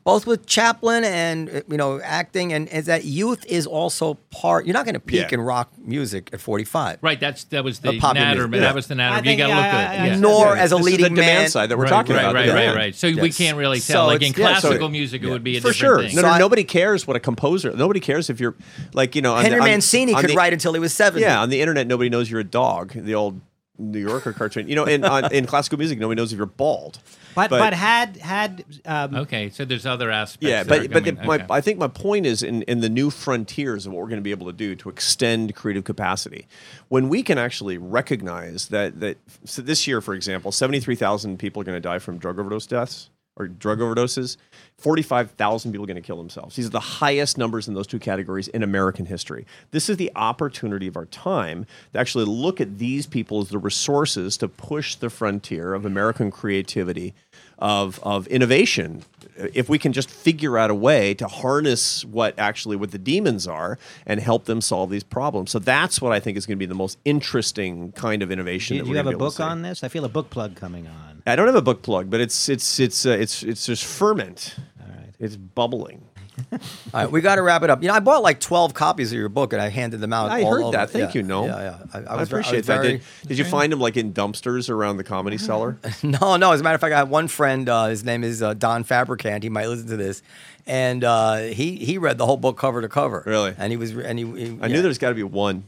Speaker 2: both with Chaplin and uh, you know acting, and is that youth is also part. You're not going to peak
Speaker 4: Yeah.
Speaker 2: in rock music at 45,
Speaker 3: Right, that's that was the
Speaker 2: The pop music,
Speaker 3: natter.
Speaker 2: yeah.
Speaker 3: That was the natter.
Speaker 1: I
Speaker 3: You
Speaker 1: think-
Speaker 3: gotta
Speaker 1: yeah,
Speaker 3: look
Speaker 1: I-
Speaker 3: good.
Speaker 1: I-
Speaker 3: yeah.
Speaker 1: I-
Speaker 2: nor
Speaker 4: Yeah,
Speaker 2: as a
Speaker 4: this is
Speaker 2: leading
Speaker 4: the demand
Speaker 2: man.
Speaker 4: side that we're
Speaker 3: right,
Speaker 4: talking
Speaker 3: right,
Speaker 4: about.
Speaker 3: Right,
Speaker 4: Yeah.
Speaker 3: right, right. So we
Speaker 2: Yes.
Speaker 3: can't really
Speaker 2: So
Speaker 3: tell. like
Speaker 2: it's-
Speaker 3: in
Speaker 2: yeah, so
Speaker 3: classical
Speaker 2: it-
Speaker 3: music, it would be a
Speaker 4: for
Speaker 3: different
Speaker 4: sure.
Speaker 3: thing.
Speaker 4: No,
Speaker 2: So
Speaker 4: no,
Speaker 2: I-
Speaker 4: nobody cares what a composer. Nobody cares if you're like you know. on the-
Speaker 2: Henry
Speaker 4: on-
Speaker 2: Mancini
Speaker 4: on
Speaker 2: could
Speaker 4: the-
Speaker 2: write until he was 70.
Speaker 4: Yeah, on the internet, nobody knows you're a dog. The old New Yorker cartoon, you know. In
Speaker 1: [LAUGHS]
Speaker 4: on, in classical music, nobody knows if you're bald.
Speaker 1: But, but had had um,
Speaker 3: okay, so there's other aspects.
Speaker 4: yeah,
Speaker 3: that are
Speaker 4: but but the,
Speaker 3: coming.
Speaker 4: my,
Speaker 3: Okay.
Speaker 4: I think my point is in in the new frontiers of what we're going to be able to do to extend creative capacity, when we can actually recognize that that so this year, for example, seventy three thousand people are going to die from drug overdose deaths or drug overdoses, forty five thousand people are going to kill themselves. These are the highest numbers in those two categories in American history. This is the opportunity of our time to actually look at these people as the resources to push the frontier of American creativity of of innovation if we can just figure out a way to harness what actually what the demons are and help them solve these problems so that's what i think is going to be the most interesting kind of innovation
Speaker 1: Did
Speaker 4: that
Speaker 1: you
Speaker 4: we're
Speaker 1: have
Speaker 4: gonna
Speaker 1: a
Speaker 4: be able to
Speaker 1: book
Speaker 4: see.
Speaker 1: on this? I feel a book plug coming on.
Speaker 4: i don't have a book plug but it's it's it's uh, it's it's just ferment it's bubbling
Speaker 2: All right, we got to wrap it up. You know, I bought like 12 copies of your book and I handed them out.
Speaker 4: i
Speaker 2: all
Speaker 4: heard
Speaker 2: over.
Speaker 4: that thank
Speaker 2: Yeah,
Speaker 4: you no
Speaker 2: Yeah, yeah. I, I was ver- I
Speaker 4: I
Speaker 2: was
Speaker 4: appreciate that
Speaker 2: very-
Speaker 4: did, did you find them like in dumpsters around the comedy cellar
Speaker 2: [LAUGHS] No, no. As a matter of fact, I have one friend. Uh, his name is uh, Don Fabricant. He might listen to this, and uh, he he read the whole book cover to cover.
Speaker 4: Really?
Speaker 2: And he was re- and he. he
Speaker 4: i knew
Speaker 2: [LAUGHS]
Speaker 4: there's got to be one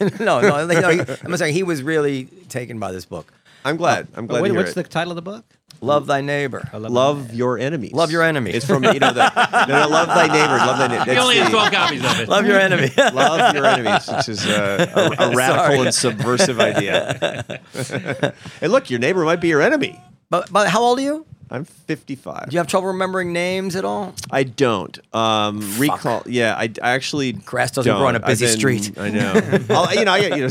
Speaker 2: no,
Speaker 4: [LAUGHS]
Speaker 2: no, no. He, I'm saying he was really taken by this book.
Speaker 4: i'm glad
Speaker 2: Oh,
Speaker 4: i'm glad
Speaker 1: Wait,
Speaker 4: to hear
Speaker 1: what's
Speaker 4: it.
Speaker 1: the title of the book?
Speaker 2: Love thy neighbor.
Speaker 4: Love your enemies.
Speaker 2: Love your enemy.
Speaker 4: It's from you know the
Speaker 2: [LAUGHS]
Speaker 4: no, no, love thy neighbor. Love thy neighbor.
Speaker 3: He
Speaker 4: It's
Speaker 3: only has
Speaker 4: the-
Speaker 3: 12 copies of
Speaker 4: [LAUGHS]
Speaker 3: it.
Speaker 2: Love your enemy.
Speaker 4: Love your enemies, which is uh, a, a radical
Speaker 2: [LAUGHS] Sorry.
Speaker 4: and subversive idea.
Speaker 2: [LAUGHS]
Speaker 4: and look, your neighbor might be your enemy.
Speaker 2: [LAUGHS] but but how old are you?
Speaker 4: I'm 55.
Speaker 2: Do you have trouble remembering names at all?
Speaker 4: I don't um, recall. Yeah, I, I actually.
Speaker 2: Grass doesn't grow on
Speaker 4: don't.
Speaker 2: a busy
Speaker 4: I've
Speaker 2: street.
Speaker 4: I
Speaker 2: [LAUGHS]
Speaker 4: know. I'll, you know. I, you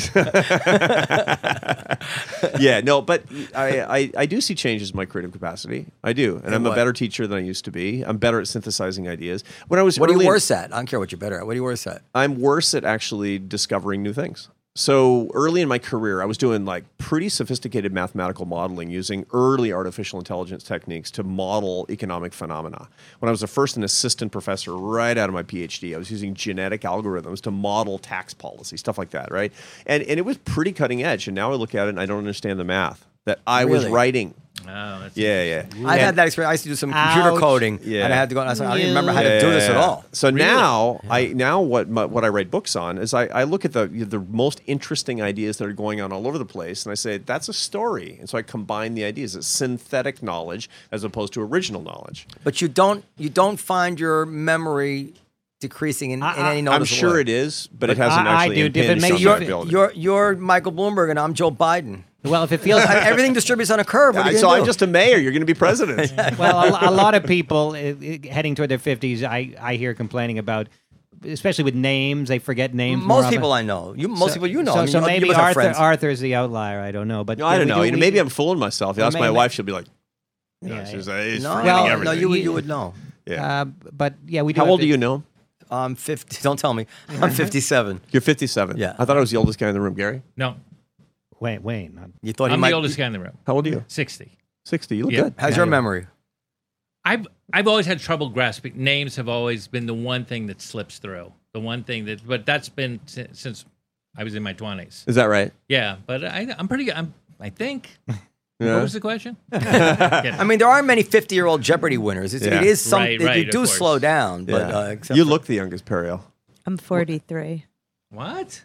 Speaker 2: [LAUGHS]
Speaker 4: know. yeah. No, but I, I I do see changes in my creative capacity. I do, and I'm
Speaker 2: what?
Speaker 4: a better teacher than I used to be. I'm better at synthesizing ideas. When I was
Speaker 2: What are
Speaker 4: early
Speaker 2: you
Speaker 4: in-
Speaker 2: worse at? I don't care what you're better at. What are you worse at?
Speaker 4: I'm worse at actually discovering new things. So early in my career, I was doing like pretty sophisticated mathematical modeling using early artificial intelligence techniques to model economic phenomena. When I was a first and assistant professor right out of my PhD, I was using genetic algorithms to model tax policy, stuff like that, right? And and it was pretty cutting edge. And now I look at it and I don't understand the math that I was
Speaker 2: Really?
Speaker 4: writing.
Speaker 3: Oh, that's-
Speaker 4: Yeah, yeah.
Speaker 2: I've had that experience. I used to do some computer
Speaker 1: Ouch.
Speaker 2: coding,
Speaker 4: Yeah.
Speaker 2: and I had to go. And I, said, I don't even remember how to do this at
Speaker 4: Yeah.
Speaker 2: all.
Speaker 4: So now I now what my, what I write books on is I, I look at the the most interesting ideas that are going on all over the place, and I say that's a story, and so I combine the ideas. It's synthetic knowledge as opposed to original knowledge.
Speaker 2: But you don't you don't find your memory decreasing in, in
Speaker 1: I-
Speaker 2: any noticeable
Speaker 4: I'm sure
Speaker 2: way.
Speaker 4: it is, but, it hasn't
Speaker 1: I- I
Speaker 4: actually
Speaker 1: do. If it
Speaker 4: impinged
Speaker 1: makes
Speaker 4: on
Speaker 1: you-
Speaker 4: my
Speaker 2: You're,
Speaker 4: ability.
Speaker 2: you're you're Michael Bloomberg and I'm Joe Biden.
Speaker 1: Well, if it feels [LAUGHS]
Speaker 2: I mean, everything distributes on a curve. What are
Speaker 4: I-
Speaker 2: you
Speaker 4: so
Speaker 2: gonna
Speaker 4: I'm
Speaker 2: do?
Speaker 4: just a mayor. You're going to be
Speaker 1: [LAUGHS]
Speaker 4: president.
Speaker 1: well, a, a lot of people uh, uh, heading toward their fifties, I I hear complaining about, especially with names, they forget names. more
Speaker 2: most
Speaker 1: often.
Speaker 2: people I know. You most people you know.
Speaker 1: So,
Speaker 2: I mean,
Speaker 1: so
Speaker 2: you, you
Speaker 1: maybe
Speaker 2: must have
Speaker 1: Arthur
Speaker 2: friends.
Speaker 1: Arthur is the outlier. I don't know, but
Speaker 4: No, I
Speaker 1: yeah,
Speaker 4: don't
Speaker 1: we
Speaker 4: know.
Speaker 1: do-
Speaker 4: You know,
Speaker 1: we-
Speaker 4: maybe I'm fooling myself. You ask my
Speaker 1: maybe-
Speaker 4: wife, she'll be like, you know,
Speaker 1: Yeah,
Speaker 4: she's, uh, he's
Speaker 2: No,
Speaker 4: forgetting
Speaker 1: Well,
Speaker 2: well,
Speaker 4: everything.
Speaker 2: no, you would
Speaker 1: You-
Speaker 2: you would know.
Speaker 4: yeah.
Speaker 1: Uh, but yeah, we do.
Speaker 4: How
Speaker 1: have
Speaker 4: old
Speaker 1: to-
Speaker 4: do you know?
Speaker 2: I'm fifty. Don't tell
Speaker 4: [LAUGHS]
Speaker 2: me. I'm fifty-seven.
Speaker 4: You're 57.
Speaker 2: Yeah.
Speaker 4: I thought I was the oldest guy in the room, Gary.
Speaker 3: No,
Speaker 1: Wayne, Wayne, I'm-
Speaker 2: You thought he
Speaker 3: I'm
Speaker 2: might.
Speaker 3: the oldest guy in the room.
Speaker 4: How old are you?
Speaker 3: 60.
Speaker 4: 60. You look
Speaker 3: Yeah.
Speaker 4: good.
Speaker 2: How's your memory?
Speaker 3: I've I've always had trouble grasping. Names have always been the one thing that slips through. The one thing that, but that's been si- since I was in my 20s.
Speaker 4: Is that right?
Speaker 3: Yeah, but I, I'm pretty. I'm. I think.
Speaker 4: Yeah.
Speaker 3: What was the question?
Speaker 2: I mean, there aren't many fifty-year-old Jeopardy winners. It's,
Speaker 4: Yeah.
Speaker 2: It is something
Speaker 3: Right, right,
Speaker 2: you
Speaker 3: of
Speaker 2: do
Speaker 3: course.
Speaker 2: slow down, but
Speaker 4: Yeah.
Speaker 2: uh, except
Speaker 4: you
Speaker 2: for-
Speaker 4: look the youngest, Perio.
Speaker 5: I'm 43.
Speaker 3: What?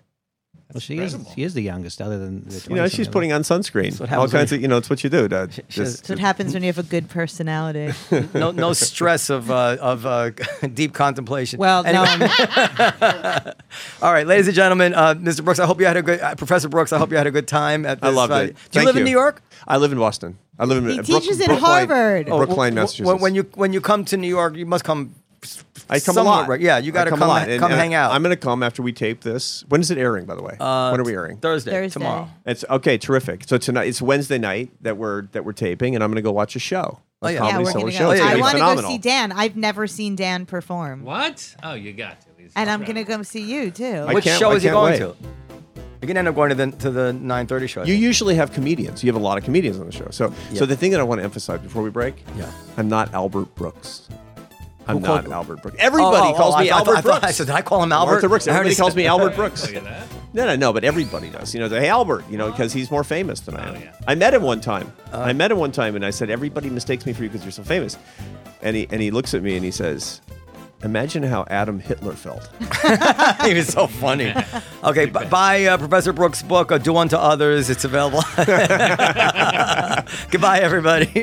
Speaker 1: well, she is she is the youngest, other than the
Speaker 4: You know, she's putting on sunscreen. All
Speaker 2: happens when
Speaker 4: kinds of, you know, it's what you do. To,
Speaker 2: she's-
Speaker 4: just,
Speaker 5: That's what happens when you have a good personality.
Speaker 2: no
Speaker 4: [LAUGHS]
Speaker 2: no stress of uh, of uh, [LAUGHS] deep contemplation.
Speaker 1: Well,
Speaker 2: Anyway.
Speaker 1: no, I'm-
Speaker 2: All right, ladies and gentlemen, uh, Mr. Brooks, I hope you had a good uh, Professor Brooks. I hope you had a good time at
Speaker 4: I
Speaker 2: this.
Speaker 4: loved
Speaker 2: uh,
Speaker 4: it.
Speaker 2: Do you
Speaker 4: Thank
Speaker 2: live in New York?
Speaker 4: I live in Boston. I live in.
Speaker 5: He
Speaker 4: Brook-
Speaker 5: teaches at
Speaker 4: Brookline-
Speaker 5: Harvard. Oh,
Speaker 4: Brookline,
Speaker 2: Wh- wh-
Speaker 4: Massachusetts.
Speaker 2: When you when you come to New York, you must come. s-
Speaker 4: I come a
Speaker 2: somewhat
Speaker 4: lot.
Speaker 2: reg- Yeah, you
Speaker 4: I
Speaker 2: got to
Speaker 4: come,
Speaker 2: come
Speaker 4: a lot.
Speaker 2: ha-
Speaker 4: And-
Speaker 2: come
Speaker 4: and
Speaker 2: hang out. Uh,
Speaker 4: I'm going to come after we tape this. When is it airing, by the way? when are we airing?
Speaker 2: Thursday,
Speaker 5: Thursday.
Speaker 2: tomorrow.
Speaker 4: It's okay, terrific. So tonight it's Wednesday night that we're that we're taping, and I'm going to go watch a show.
Speaker 2: Oh, yeah.
Speaker 4: A
Speaker 2: Yeah,
Speaker 4: Comedy
Speaker 5: yeah, we're
Speaker 4: Cellar
Speaker 5: gonna
Speaker 4: show.
Speaker 5: go.
Speaker 4: It's gonna
Speaker 5: I
Speaker 4: be
Speaker 5: want to go
Speaker 4: phenomenal.
Speaker 5: see Dan. I've never seen Dan perform.
Speaker 3: What? Oh, you got to. He's-
Speaker 5: And I'm gonna come see you too.
Speaker 4: I
Speaker 2: Which
Speaker 4: can't-
Speaker 2: show
Speaker 4: I
Speaker 2: is he
Speaker 4: can't
Speaker 2: going
Speaker 4: wait.
Speaker 2: to? You can end up going to the to the 9:30 show. I
Speaker 4: You
Speaker 2: think.
Speaker 4: usually have comedians. You have a lot of comedians on the show. So, so the thing that I want to emphasize before we break,
Speaker 2: Yeah.
Speaker 4: I'm not Albert Brooks. I'm
Speaker 2: Who
Speaker 4: not
Speaker 2: called-
Speaker 4: Albert Brooks. Everybody calls me
Speaker 2: Oh, I thought-
Speaker 4: Albert
Speaker 2: I thought-
Speaker 4: Brooks.
Speaker 2: I said, did I call him Albert?
Speaker 4: Martha
Speaker 2: [LAUGHS]
Speaker 4: Brooks.
Speaker 2: I heard
Speaker 4: Everybody
Speaker 2: he
Speaker 4: calls
Speaker 2: said-
Speaker 4: me Albert Brooks. No, no, no, but everybody does. You know, the hey Albert, you
Speaker 2: Oh,
Speaker 4: know, because he's more famous than I am. I met him one time.
Speaker 2: Uh.
Speaker 4: I met him one time and I said, Everybody mistakes me for you because you're so famous. And he and he looks at me and he says, Imagine how Adam Hitler felt.
Speaker 2: he was so funny. Okay, b- buy uh, Professor Brooks' book, uh, Do Unto Others. It's available. [LAUGHS] Goodbye, everybody.